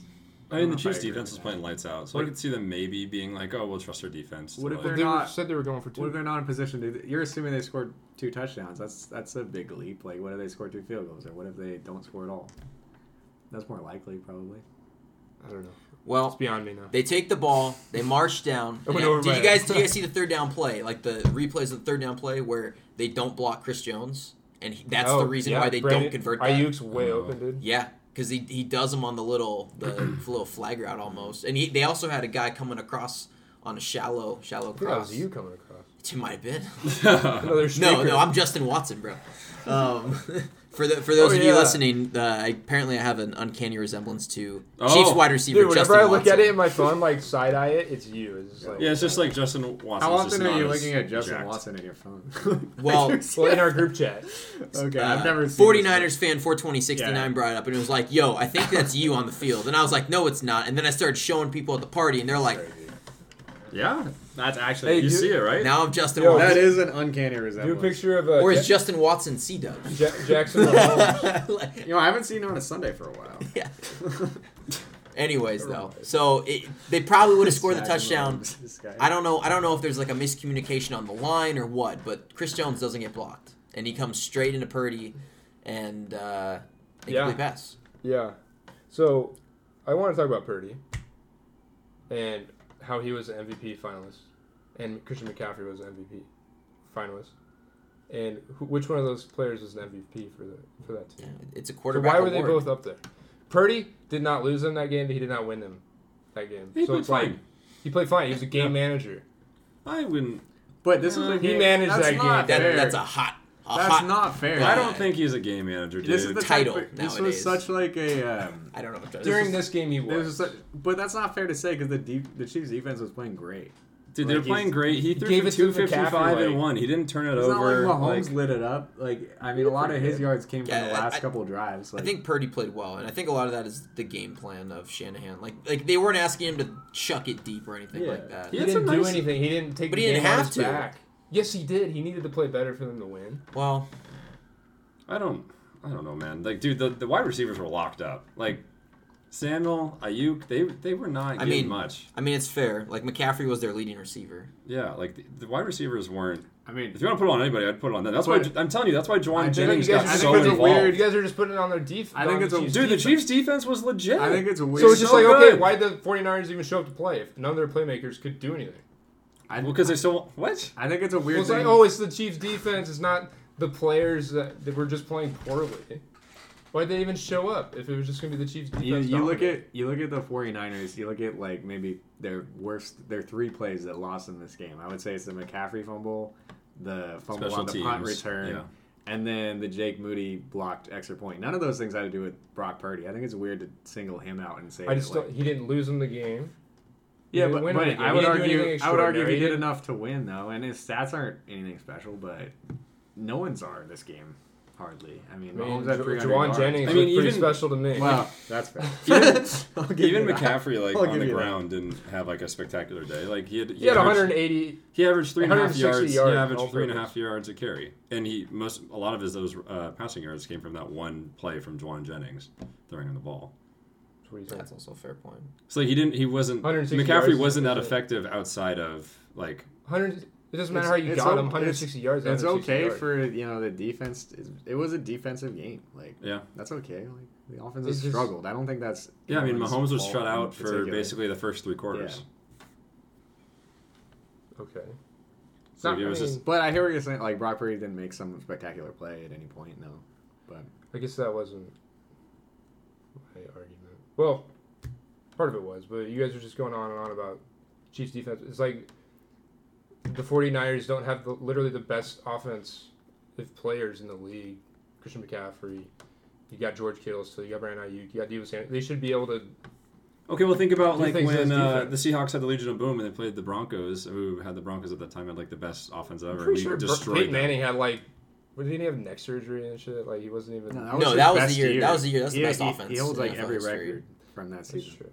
[SPEAKER 1] I mean, the
[SPEAKER 3] I
[SPEAKER 1] Chiefs'
[SPEAKER 3] agree
[SPEAKER 1] defense
[SPEAKER 3] with
[SPEAKER 1] is
[SPEAKER 3] that.
[SPEAKER 1] playing lights out, so I
[SPEAKER 4] What-
[SPEAKER 1] could see them maybe being like, "Oh, we'll trust our defense." to,
[SPEAKER 3] What if
[SPEAKER 1] like-
[SPEAKER 3] they're
[SPEAKER 4] they were-
[SPEAKER 3] not-
[SPEAKER 4] said they were going for two.
[SPEAKER 3] What if they're not in position to? You're assuming they scored two touchdowns. That's that's a big leap. Like, what if they score two field goals, or what if they don't score at all? That's more likely, probably.
[SPEAKER 4] I don't know. It's
[SPEAKER 2] well,
[SPEAKER 4] beyond me now.
[SPEAKER 2] they take the ball, they march down.
[SPEAKER 4] I went
[SPEAKER 2] And
[SPEAKER 4] over
[SPEAKER 2] did
[SPEAKER 4] my
[SPEAKER 2] you guys did you guys see the third down play? Like the replays of the third down play where they don't block Chris Jones, and he, that's
[SPEAKER 4] Oh,
[SPEAKER 2] the reason
[SPEAKER 4] yeah,
[SPEAKER 2] why they
[SPEAKER 4] Brandon-
[SPEAKER 2] don't convert. That.
[SPEAKER 4] Ayuk's way
[SPEAKER 1] Oh.
[SPEAKER 4] open, dude.
[SPEAKER 2] Yeah, because he, he does them on the little the little flag route almost, and he, they also had a guy coming across on a shallow shallow
[SPEAKER 4] I think that was
[SPEAKER 2] cross.
[SPEAKER 4] you coming across.
[SPEAKER 2] It might have been.
[SPEAKER 4] Another
[SPEAKER 2] No,
[SPEAKER 4] streaker.
[SPEAKER 2] no, I'm Justin Watson, bro. Um, for the, for those
[SPEAKER 4] Oh,
[SPEAKER 2] of you
[SPEAKER 4] yeah.
[SPEAKER 2] listening, uh, I, apparently I have an uncanny resemblance to
[SPEAKER 1] Oh.
[SPEAKER 2] Chiefs wide receiver
[SPEAKER 4] Dude, whenever
[SPEAKER 2] Justin
[SPEAKER 4] I look
[SPEAKER 2] Watson.
[SPEAKER 4] at it in my phone, like side eye it, it's you. It's just like,
[SPEAKER 1] yeah, it's just like Justin Watson.
[SPEAKER 3] How often are you looking at Justin Watson in your phone?
[SPEAKER 2] Well-
[SPEAKER 4] Well, in our group chat,
[SPEAKER 3] okay,
[SPEAKER 2] Uh,
[SPEAKER 3] I've never seen
[SPEAKER 2] 49ers fan 42069
[SPEAKER 3] Yeah.
[SPEAKER 2] brought it up and it was like, yo, I think that's you on the field. And I was like, no, it's not. And then I started showing people at the party and they're like,
[SPEAKER 1] Yeah, that's actually
[SPEAKER 4] Hey,
[SPEAKER 1] you
[SPEAKER 4] you-
[SPEAKER 1] see it right.
[SPEAKER 2] now I'm Justin
[SPEAKER 4] Yo,
[SPEAKER 3] That
[SPEAKER 2] Watson.
[SPEAKER 3] is an uncanny
[SPEAKER 4] do a
[SPEAKER 3] resemblance.
[SPEAKER 4] picture of uh,
[SPEAKER 2] or is
[SPEAKER 4] Ja-
[SPEAKER 2] Justin Watson C dub?
[SPEAKER 4] Ja- Jackson Mahomes.
[SPEAKER 3] You know, I haven't seen you on a Sunday for a while.
[SPEAKER 2] yeah. Anyways, though, so it, they probably would have scored the touchdown. I don't know. I don't know if there's like a miscommunication on the line or what, but Chris Jones doesn't get blocked, and he comes straight into Purdy, and uh, they
[SPEAKER 4] Yeah.
[SPEAKER 2] complete pass.
[SPEAKER 4] Yeah. So I want to talk about Purdy and how he was an MVP finalist and Christian McCaffrey was an MVP finalist. And who, which one of those players was an MVP for the for that team?
[SPEAKER 2] Yeah, it's a
[SPEAKER 4] So
[SPEAKER 2] quarterback.
[SPEAKER 4] why were they
[SPEAKER 2] award.
[SPEAKER 4] both up there? Purdy did not lose them that game, but he did not win them that game.
[SPEAKER 1] He played
[SPEAKER 4] it's like-
[SPEAKER 1] fine.
[SPEAKER 4] he played fine. He was a game manager.
[SPEAKER 1] I wouldn't.
[SPEAKER 3] But this is a
[SPEAKER 1] He
[SPEAKER 3] game.
[SPEAKER 4] managed
[SPEAKER 3] that's
[SPEAKER 4] that game.
[SPEAKER 3] not
[SPEAKER 2] That-
[SPEAKER 3] fair.
[SPEAKER 2] that's a hot. A
[SPEAKER 3] That's
[SPEAKER 2] hot,
[SPEAKER 3] not fair.
[SPEAKER 1] I don't think he's a game manager, dude.
[SPEAKER 3] this is the
[SPEAKER 2] title
[SPEAKER 3] Type of, this
[SPEAKER 2] nowadays.
[SPEAKER 3] was such like a. Um,
[SPEAKER 2] I don't know. What that is.
[SPEAKER 4] During this game, he
[SPEAKER 3] this was
[SPEAKER 4] was.
[SPEAKER 3] such, but that's not fair to say because the deep, the Chiefs defense was playing great.
[SPEAKER 1] dude, they're
[SPEAKER 3] like, he's-
[SPEAKER 1] playing great. He threw
[SPEAKER 4] gave
[SPEAKER 1] for
[SPEAKER 4] it to
[SPEAKER 1] two
[SPEAKER 4] McCaffrey,
[SPEAKER 1] fifty-five and
[SPEAKER 4] like-
[SPEAKER 1] one. He didn't turn it
[SPEAKER 3] It's
[SPEAKER 1] over.
[SPEAKER 3] not like Mahomes
[SPEAKER 1] like-
[SPEAKER 3] lit it up. Like I mean, a lot of his yards came from
[SPEAKER 2] Yeah,
[SPEAKER 3] the last
[SPEAKER 2] I-
[SPEAKER 3] couple drives. Like,
[SPEAKER 2] I think Purdy played well, and I think a lot of that is the game plan of Shanahan. Like, like they weren't asking him to chuck it deep or anything
[SPEAKER 3] Yeah.
[SPEAKER 2] like that.
[SPEAKER 1] He
[SPEAKER 4] he
[SPEAKER 1] had
[SPEAKER 4] didn't
[SPEAKER 1] some
[SPEAKER 4] do
[SPEAKER 1] nice-
[SPEAKER 4] anything. He didn't take
[SPEAKER 2] But
[SPEAKER 4] the
[SPEAKER 2] he didn't
[SPEAKER 4] game on
[SPEAKER 2] have
[SPEAKER 4] his
[SPEAKER 2] to.
[SPEAKER 4] back. Yes, he did. He needed to play better for them to win.
[SPEAKER 2] Well,
[SPEAKER 1] I don't. I don't know, man. Like, dude, the, the wide receivers were locked up. Like, Samuel, Ayuk, they they were not
[SPEAKER 2] I
[SPEAKER 1] getting
[SPEAKER 2] mean-
[SPEAKER 1] much.
[SPEAKER 2] I mean, it's fair. Like McCaffrey was their leading receiver.
[SPEAKER 1] Yeah, like the, the wide receivers weren't.
[SPEAKER 3] I mean,
[SPEAKER 1] If you want to put it on anybody, I'd put it on them. That's
[SPEAKER 3] But-
[SPEAKER 1] why I'm telling you. That's why Juwan
[SPEAKER 3] I think
[SPEAKER 1] Jennings
[SPEAKER 3] you guys
[SPEAKER 1] got
[SPEAKER 3] just- I
[SPEAKER 1] so
[SPEAKER 3] think it's a
[SPEAKER 1] involved.
[SPEAKER 3] weird-
[SPEAKER 4] You guys are just putting it on their defense.
[SPEAKER 3] I think it's a-
[SPEAKER 1] Dude, the Chiefs' defense was legit.
[SPEAKER 3] I think it's weird.
[SPEAKER 4] So it's just
[SPEAKER 1] so
[SPEAKER 4] like,
[SPEAKER 1] good.
[SPEAKER 4] okay, why the 49ers even show up to play if none of their playmakers could do anything?
[SPEAKER 3] I,
[SPEAKER 1] well because they still what?
[SPEAKER 3] I think it's a weird
[SPEAKER 4] Well, it's
[SPEAKER 3] thing.
[SPEAKER 4] like, oh, it's the Chiefs' defense. It's not the players that, that were just playing poorly. Why'd they even show up if it was just going to be the Chiefs' defense?
[SPEAKER 3] you, you look
[SPEAKER 4] dominating?
[SPEAKER 3] at you look at the 49ers you look at like maybe their worst their three plays that lost in this game i would say it's the mccaffrey fumble the fumble
[SPEAKER 1] Special
[SPEAKER 3] on the punt
[SPEAKER 1] teams,
[SPEAKER 3] return
[SPEAKER 1] yeah.
[SPEAKER 3] and then the jake moody blocked extra point none of those things had to do with brock purdy i think it's weird to single him out and say
[SPEAKER 4] I
[SPEAKER 3] that,
[SPEAKER 4] just
[SPEAKER 3] like-
[SPEAKER 4] don't, he didn't lose them the game. He
[SPEAKER 3] yeah
[SPEAKER 4] didn't
[SPEAKER 3] but,
[SPEAKER 4] win
[SPEAKER 3] but
[SPEAKER 4] them the game.
[SPEAKER 3] i
[SPEAKER 4] He
[SPEAKER 3] would
[SPEAKER 4] didn't do
[SPEAKER 3] argue
[SPEAKER 4] anything
[SPEAKER 3] i would argue he
[SPEAKER 4] extraordinary.
[SPEAKER 3] did enough to win though and his stats aren't anything special but no one's are this game hardly i mean,
[SPEAKER 4] I mean,
[SPEAKER 3] Mahomes had
[SPEAKER 4] Ju-
[SPEAKER 3] 300
[SPEAKER 4] Juwan
[SPEAKER 3] yards.
[SPEAKER 4] Jennings
[SPEAKER 1] I mean,
[SPEAKER 4] looked pretty
[SPEAKER 1] even-
[SPEAKER 4] special to me.
[SPEAKER 3] wow that's fair
[SPEAKER 1] Even-
[SPEAKER 3] I'll give
[SPEAKER 1] Even
[SPEAKER 3] you that.
[SPEAKER 1] McCaffrey, like
[SPEAKER 3] I'll
[SPEAKER 1] on
[SPEAKER 3] give
[SPEAKER 1] the
[SPEAKER 3] you that.
[SPEAKER 1] ground, didn't have like a spectacular day. Like he had,
[SPEAKER 4] He had
[SPEAKER 1] averaged-
[SPEAKER 4] 180.
[SPEAKER 1] He averaged three and a half
[SPEAKER 4] 160
[SPEAKER 1] yards.
[SPEAKER 4] yards
[SPEAKER 1] he
[SPEAKER 4] all
[SPEAKER 1] averaged three and a
[SPEAKER 4] purpose.
[SPEAKER 1] half yards a carry, and he most a lot of his those uh, passing yards came from that one play from Juwan Jennings throwing him the ball.
[SPEAKER 2] That's also a fair point.
[SPEAKER 1] So like, he didn't. He wasn't.
[SPEAKER 4] 160
[SPEAKER 1] McCaffrey
[SPEAKER 4] yards
[SPEAKER 1] wasn't that
[SPEAKER 4] is-
[SPEAKER 1] effective outside of like.
[SPEAKER 4] 100, it doesn't matter
[SPEAKER 3] It's-
[SPEAKER 4] how you
[SPEAKER 3] it's
[SPEAKER 4] got
[SPEAKER 3] o-
[SPEAKER 4] him. 160
[SPEAKER 3] it's-
[SPEAKER 4] yards.
[SPEAKER 3] It's
[SPEAKER 4] 160
[SPEAKER 3] okay
[SPEAKER 4] yards.
[SPEAKER 3] for you know the defense. is- It was a defensive game. Like
[SPEAKER 1] Yeah.
[SPEAKER 3] that's okay. Like the offense
[SPEAKER 4] It
[SPEAKER 3] has
[SPEAKER 4] just-
[SPEAKER 3] struggled. I don't think that's
[SPEAKER 1] Yeah, I mean
[SPEAKER 3] anyone's
[SPEAKER 1] Mahomes was
[SPEAKER 3] fault
[SPEAKER 1] shut
[SPEAKER 3] in
[SPEAKER 1] out for
[SPEAKER 3] particular.
[SPEAKER 1] basically the first three quarters.
[SPEAKER 4] Okay. It's
[SPEAKER 1] So
[SPEAKER 4] not,
[SPEAKER 1] it was
[SPEAKER 4] I mean,
[SPEAKER 1] just-
[SPEAKER 3] But I hear what you're saying. Like Brock Purdy didn't make some spectacular play at any point. No, but
[SPEAKER 4] I guess that wasn't my argument. Well, part of it was, but you guys are just going on and on about Chiefs defense. It's like the 49ers don't have the, literally the best offense of players in the league. Christian McCaffrey, You got George Kittle, so you got Brandon Ayuk, you got Debo Samuel. They should be able to.
[SPEAKER 1] Okay, well, think about
[SPEAKER 4] Do
[SPEAKER 1] like
[SPEAKER 4] things
[SPEAKER 1] when
[SPEAKER 4] as
[SPEAKER 1] uh, the
[SPEAKER 4] defense.
[SPEAKER 1] Seahawks had the Legion of Boom and they played the Broncos, who had the Broncos at that time had like the best offense ever.
[SPEAKER 4] I'm
[SPEAKER 1] and
[SPEAKER 4] pretty
[SPEAKER 1] we
[SPEAKER 4] sure Bur-
[SPEAKER 1] destroyed
[SPEAKER 4] Peyton
[SPEAKER 1] them.
[SPEAKER 4] Manning had like, what, didn't he have neck surgery and shit? Like he wasn't even.
[SPEAKER 3] No,
[SPEAKER 2] No,
[SPEAKER 3] his
[SPEAKER 2] that was
[SPEAKER 3] best
[SPEAKER 2] the year- that was the year- that's the best
[SPEAKER 3] he, He
[SPEAKER 2] offense
[SPEAKER 3] holds
[SPEAKER 2] in
[SPEAKER 3] like
[SPEAKER 2] NFL
[SPEAKER 3] every
[SPEAKER 2] history.
[SPEAKER 3] record from that
[SPEAKER 4] That's
[SPEAKER 3] season.
[SPEAKER 4] true.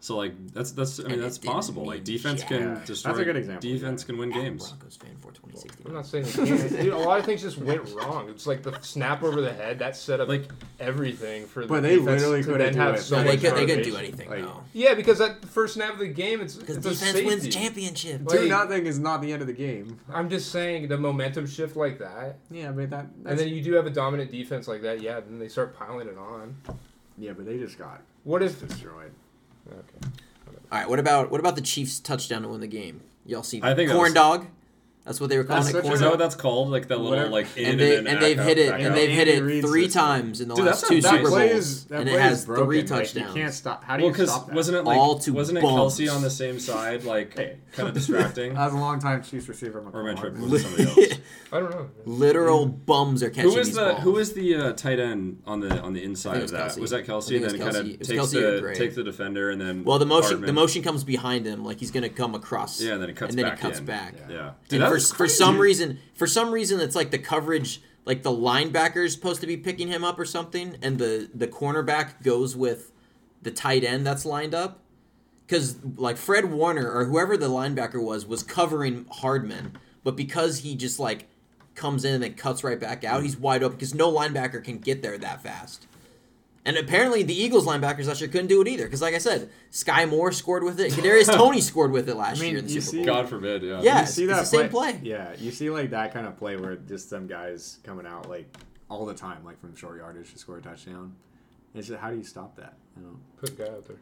[SPEAKER 1] So like that's that's I mean
[SPEAKER 2] And it
[SPEAKER 1] that's
[SPEAKER 2] didn't
[SPEAKER 1] possible. Like
[SPEAKER 2] mean
[SPEAKER 1] defense
[SPEAKER 2] jack.
[SPEAKER 3] Yeah,
[SPEAKER 1] can
[SPEAKER 3] that's a
[SPEAKER 1] destroy.
[SPEAKER 3] good example,
[SPEAKER 1] Defense
[SPEAKER 3] yeah.
[SPEAKER 1] can win games.
[SPEAKER 2] Broncos fan for 2016.
[SPEAKER 4] I'm not saying they can't. Dude, a lot of things just went wrong. It's like the snap over the head that set up
[SPEAKER 1] Like-
[SPEAKER 4] like everything for the
[SPEAKER 3] But they
[SPEAKER 4] defense
[SPEAKER 3] literally
[SPEAKER 4] to
[SPEAKER 3] couldn't
[SPEAKER 4] then
[SPEAKER 3] do
[SPEAKER 4] have
[SPEAKER 3] it.
[SPEAKER 4] so
[SPEAKER 2] No, they
[SPEAKER 4] much
[SPEAKER 2] could they could do
[SPEAKER 4] motivation.
[SPEAKER 2] anything
[SPEAKER 3] Like-
[SPEAKER 2] though.
[SPEAKER 4] Yeah, because that first snap of the game, it's
[SPEAKER 2] Because
[SPEAKER 4] it's a
[SPEAKER 2] defense wins
[SPEAKER 4] safety.
[SPEAKER 2] championships.
[SPEAKER 4] Like-
[SPEAKER 3] Two nothing is not the end of the game.
[SPEAKER 4] I'm just saying the momentum shift like that,
[SPEAKER 3] Yeah, but that.
[SPEAKER 4] and then you do have a dominant defense like that. Yeah, then they start piling it on.
[SPEAKER 3] yeah, but they just got
[SPEAKER 4] What if?
[SPEAKER 3] destroyed.
[SPEAKER 4] Okay.
[SPEAKER 2] All right, what about what about the Chiefs touchdown to win the game? Y'all see
[SPEAKER 1] I think that
[SPEAKER 2] corn
[SPEAKER 1] was-
[SPEAKER 2] dog? That's what they were calling
[SPEAKER 3] That's
[SPEAKER 2] it.
[SPEAKER 3] such
[SPEAKER 2] Corn
[SPEAKER 3] a-
[SPEAKER 1] Is that
[SPEAKER 2] dog.
[SPEAKER 1] what that's called? Like that little
[SPEAKER 3] Whatever.
[SPEAKER 1] like in
[SPEAKER 2] And they
[SPEAKER 1] and,
[SPEAKER 2] and,
[SPEAKER 1] then
[SPEAKER 2] they've
[SPEAKER 1] back
[SPEAKER 2] hit
[SPEAKER 1] out,
[SPEAKER 2] it
[SPEAKER 1] back
[SPEAKER 2] and
[SPEAKER 1] out.
[SPEAKER 2] they've hit
[SPEAKER 3] Andy
[SPEAKER 2] it
[SPEAKER 3] Reid's
[SPEAKER 2] three
[SPEAKER 3] system.
[SPEAKER 2] times in the
[SPEAKER 1] Dude,
[SPEAKER 2] last
[SPEAKER 1] that's
[SPEAKER 2] two
[SPEAKER 1] not- that
[SPEAKER 2] Super Bowls,
[SPEAKER 1] play
[SPEAKER 3] is- that
[SPEAKER 2] and it
[SPEAKER 3] play
[SPEAKER 2] has
[SPEAKER 3] is broken.
[SPEAKER 2] three
[SPEAKER 3] Like,
[SPEAKER 2] touchdowns.
[SPEAKER 3] you can't stop. How do
[SPEAKER 1] Well,
[SPEAKER 3] you stop
[SPEAKER 1] because
[SPEAKER 3] that?
[SPEAKER 1] wasn't it like
[SPEAKER 2] All to
[SPEAKER 1] wasn't it
[SPEAKER 2] bums.
[SPEAKER 1] Kelsey on the same side, like kind of distracting?
[SPEAKER 3] That was a long time Chiefs receiver.
[SPEAKER 1] or am I tripping?
[SPEAKER 3] McCollum.
[SPEAKER 1] Was it somebody else?
[SPEAKER 4] I don't know.
[SPEAKER 2] Literal bums are
[SPEAKER 1] Mm-hmm.
[SPEAKER 2] catching
[SPEAKER 1] Who is
[SPEAKER 2] these
[SPEAKER 1] the
[SPEAKER 2] balls.
[SPEAKER 1] who is the uh, tight end on the on the inside
[SPEAKER 2] it
[SPEAKER 1] of
[SPEAKER 2] was
[SPEAKER 1] that?
[SPEAKER 2] Kelsey.
[SPEAKER 1] Was that Kelsey?
[SPEAKER 2] I think
[SPEAKER 1] And
[SPEAKER 2] it
[SPEAKER 1] then
[SPEAKER 2] was
[SPEAKER 1] kind
[SPEAKER 2] Kelsey. It
[SPEAKER 1] of
[SPEAKER 2] was
[SPEAKER 1] takes
[SPEAKER 2] Kelsey or
[SPEAKER 1] the
[SPEAKER 2] Gray.
[SPEAKER 1] takes the defender and then
[SPEAKER 2] well, the motion the
[SPEAKER 1] Hardman.
[SPEAKER 2] motion comes behind him, like he's gonna come across.
[SPEAKER 1] yeah, and then it cuts
[SPEAKER 2] and then
[SPEAKER 1] back
[SPEAKER 2] it cuts
[SPEAKER 1] in.
[SPEAKER 2] back.
[SPEAKER 1] Yeah,
[SPEAKER 2] and
[SPEAKER 1] that
[SPEAKER 2] for,
[SPEAKER 1] was
[SPEAKER 2] for
[SPEAKER 1] crazy.
[SPEAKER 2] some reason, for some reason, it's like the coverage, like the linebacker is supposed to be picking him up or something, and the the cornerback goes with the tight end that's lined up, because like Fred Warner or whoever the linebacker was was covering Hardman, but because he just like comes in and then cuts right back out, he's wide open because no linebacker can get there that fast. And apparently the Eagles linebackers last year couldn't do it either, because like I said, Sky Moore scored with it. Kadarius Tony scored with it last
[SPEAKER 3] I mean,
[SPEAKER 2] year in the
[SPEAKER 3] you
[SPEAKER 2] Super
[SPEAKER 3] see-
[SPEAKER 2] Bowl.
[SPEAKER 1] God forbid. Yeah.
[SPEAKER 2] Yeah.
[SPEAKER 3] You see
[SPEAKER 2] It's
[SPEAKER 3] that
[SPEAKER 2] the same play.
[SPEAKER 3] Yeah, you see like that kind of play where just some guys coming out like all the time, like from short yardage to score a touchdown. It's just, how do you stop that? I don't.
[SPEAKER 4] Put the guy out there.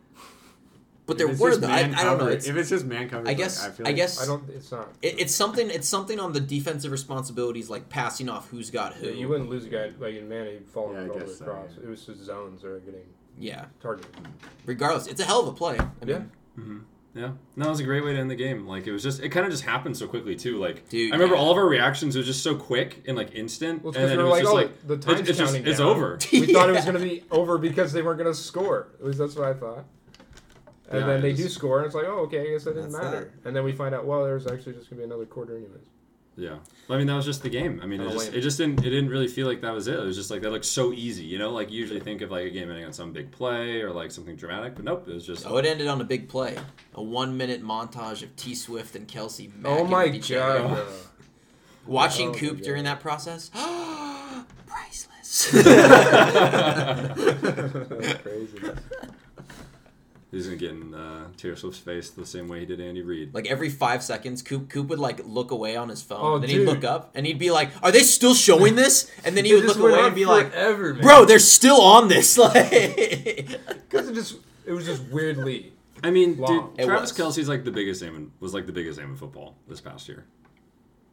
[SPEAKER 2] But
[SPEAKER 3] If
[SPEAKER 2] there
[SPEAKER 3] it's
[SPEAKER 2] were
[SPEAKER 3] just
[SPEAKER 2] though. I,
[SPEAKER 3] man
[SPEAKER 2] I don't know.
[SPEAKER 3] coverage-
[SPEAKER 2] It's,
[SPEAKER 3] If it's just man coverage,
[SPEAKER 2] I guess.
[SPEAKER 3] like, I,
[SPEAKER 2] I,
[SPEAKER 3] feel like
[SPEAKER 2] guess.
[SPEAKER 4] I don't. It's not.
[SPEAKER 2] it, it's something. It's something on the defensive responsibilities, like passing off who's got who.
[SPEAKER 4] Yeah, you wouldn't lose a guy like in man. He'd fall
[SPEAKER 3] Yeah, I
[SPEAKER 4] all the way
[SPEAKER 3] guess so,
[SPEAKER 4] across.
[SPEAKER 3] yeah.
[SPEAKER 4] It was just zones that are getting
[SPEAKER 2] Yeah.
[SPEAKER 4] targeted.
[SPEAKER 2] Regardless, it's a hell of a play. I mean,
[SPEAKER 4] Yeah.
[SPEAKER 1] Yeah, no, it was a great way to end the game. Like it was just, it kind of just happened so quickly too. Like
[SPEAKER 2] Dude,
[SPEAKER 1] I remember
[SPEAKER 2] yeah.
[SPEAKER 1] all of our reactions was just so quick and like instant,
[SPEAKER 4] Well, it's
[SPEAKER 1] and
[SPEAKER 4] 'cause
[SPEAKER 1] then
[SPEAKER 4] we
[SPEAKER 1] it
[SPEAKER 4] were
[SPEAKER 1] was
[SPEAKER 4] like,
[SPEAKER 1] just
[SPEAKER 4] "Oh,
[SPEAKER 1] like
[SPEAKER 4] the
[SPEAKER 1] it's, it's
[SPEAKER 4] time's
[SPEAKER 1] just
[SPEAKER 4] counting
[SPEAKER 1] it's
[SPEAKER 4] down."
[SPEAKER 1] over.
[SPEAKER 4] we thought it was going to be over because they weren't going to score. At least that's what I thought. And
[SPEAKER 1] Yeah,
[SPEAKER 4] then they
[SPEAKER 1] it
[SPEAKER 4] do
[SPEAKER 1] is.
[SPEAKER 4] score, and it's like, oh, okay, I guess that didn't
[SPEAKER 2] That's
[SPEAKER 4] matter. And then we find out, well, there's actually just going to be another quarter anyways.
[SPEAKER 1] Yeah, well, I mean that was just the game. I mean
[SPEAKER 2] Oh,
[SPEAKER 1] it
[SPEAKER 4] Kinda
[SPEAKER 1] just
[SPEAKER 4] lame.
[SPEAKER 1] it just didn't it didn't really feel like that was it. It was just like that looked so easy, you know. Like you usually think of like a game ending on some big play or like something dramatic, but nope, it was just
[SPEAKER 2] Oh, it ended on a big play. A one-minute montage of T Swift and Kelsey. macking
[SPEAKER 4] oh my
[SPEAKER 2] with each other.
[SPEAKER 4] god.
[SPEAKER 2] Watching
[SPEAKER 4] Oh my
[SPEAKER 2] Coop
[SPEAKER 4] God.
[SPEAKER 2] during that process. Priceless.
[SPEAKER 4] That's crazy.
[SPEAKER 1] he's gonna get in uh, Taylor Swift's face the same way he did Andy Reid.
[SPEAKER 2] like every five seconds, Coop Coop would like look away on his phone,
[SPEAKER 4] Oh,
[SPEAKER 2] and then he'd
[SPEAKER 4] dude.
[SPEAKER 2] look up and he'd be like, "Are they still showing this?" And then he would look away and be like,
[SPEAKER 4] forever, man.
[SPEAKER 2] "Bro, they're still on this." Like,
[SPEAKER 4] Because it just, it was just weirdly.
[SPEAKER 1] I mean,
[SPEAKER 4] Long.
[SPEAKER 1] dude,
[SPEAKER 2] It
[SPEAKER 1] Travis
[SPEAKER 2] was.
[SPEAKER 1] Kelsey's like the biggest name in, was like the biggest name in football this past year.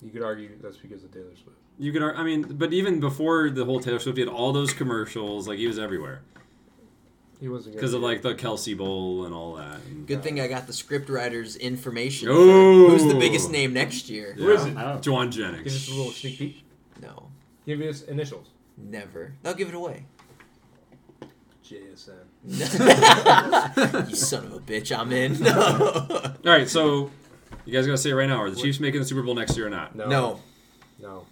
[SPEAKER 4] You could argue that's because of Taylor Swift.
[SPEAKER 1] You could, ar- I mean, but even before the whole Taylor Swift, he had all those commercials. Like he was everywhere.
[SPEAKER 4] He wasn't
[SPEAKER 1] because of like the Kelsey Bowl and all that. And
[SPEAKER 2] Good thing I got the script writer's information.
[SPEAKER 1] Oh.
[SPEAKER 2] for Who's the biggest name next year?
[SPEAKER 1] Who is
[SPEAKER 4] is it?
[SPEAKER 1] Juwan
[SPEAKER 4] Give us a
[SPEAKER 1] Jennings.
[SPEAKER 4] little sneak peek.
[SPEAKER 2] No,
[SPEAKER 4] Give us initials.
[SPEAKER 2] never. They'll give it away.
[SPEAKER 4] JSN.
[SPEAKER 2] you son of a bitch, I'm in. No.
[SPEAKER 1] All right, so you guys gotta say it right now: Are the Chiefs making the Super Bowl next year or not?
[SPEAKER 4] No.
[SPEAKER 2] no,
[SPEAKER 4] No.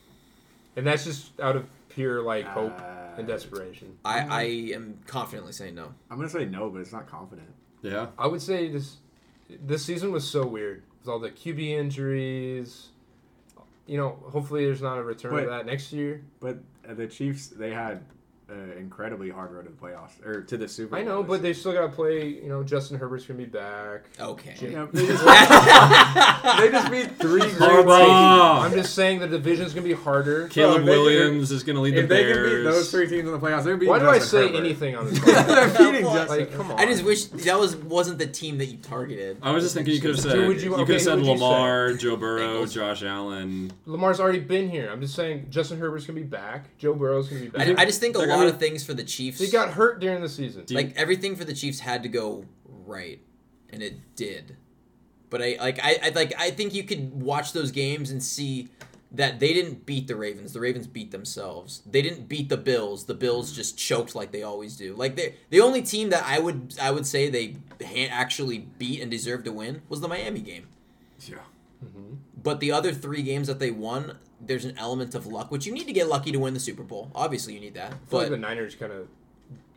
[SPEAKER 4] And that's just out of pure like hope
[SPEAKER 3] Uh,
[SPEAKER 4] and desperation.
[SPEAKER 2] I, I am confidently saying no.
[SPEAKER 3] I'm gonna say no, but it's not confident.
[SPEAKER 1] Yeah.
[SPEAKER 4] I would say this this season was so weird with all the QB injuries. You know, hopefully there's not a return
[SPEAKER 3] But-
[SPEAKER 4] of that next year.
[SPEAKER 3] But uh, the Chiefs, they had an incredibly hard road to the playoffs or to the Super.
[SPEAKER 4] I know,
[SPEAKER 3] Bowl
[SPEAKER 4] but
[SPEAKER 3] this
[SPEAKER 4] they still got to play. You know, Justin Herbert's gonna be back.
[SPEAKER 2] Okay.
[SPEAKER 3] year. You know, they, just, they just beat three great teams.
[SPEAKER 1] Harbaugh,
[SPEAKER 4] I'm just saying the division's gonna be harder.
[SPEAKER 1] Caleb
[SPEAKER 3] Well, if they-
[SPEAKER 1] Williams is gonna lead the
[SPEAKER 3] If they
[SPEAKER 1] Bears.
[SPEAKER 3] can beat those three teams in the playoffs, they're beating.
[SPEAKER 4] Why do I
[SPEAKER 3] Justin
[SPEAKER 4] say
[SPEAKER 3] Herbert.
[SPEAKER 4] anything on this? podcast?
[SPEAKER 3] they're beating Justin.
[SPEAKER 4] like, come on.
[SPEAKER 2] I just wish that was wasn't the team that you targeted.
[SPEAKER 1] I was just thinking you could have said
[SPEAKER 4] Who
[SPEAKER 1] you,
[SPEAKER 4] would you-
[SPEAKER 1] could
[SPEAKER 4] okay,
[SPEAKER 1] have said
[SPEAKER 4] who would you
[SPEAKER 1] Lamar, Joe Burrow,
[SPEAKER 2] Bengals.
[SPEAKER 1] Josh Allen.
[SPEAKER 4] Lamar's already been here. I'm just saying Justin Herbert's gonna be back. Joe Burrow's gonna be back.
[SPEAKER 2] I, I just think a
[SPEAKER 1] They're gonna-
[SPEAKER 2] lot of things for the Chiefs.
[SPEAKER 4] they got hurt during the season.
[SPEAKER 1] you-
[SPEAKER 2] like everything for the Chiefs had to go right, and it did. But I like I, I like I think you could watch those games and see that they didn't beat the Ravens. The Ravens beat themselves. They didn't beat the Bills. The Bills just choked like they always do. Like they the only team that I would I would say they ha- actually beat and deserved to win was the Miami game.
[SPEAKER 1] Yeah.
[SPEAKER 2] But the other three games that they won, there's an element of luck, which you need to get lucky to win the Super Bowl. Obviously, you need that.
[SPEAKER 4] I feel like
[SPEAKER 2] But
[SPEAKER 4] the Niners kind of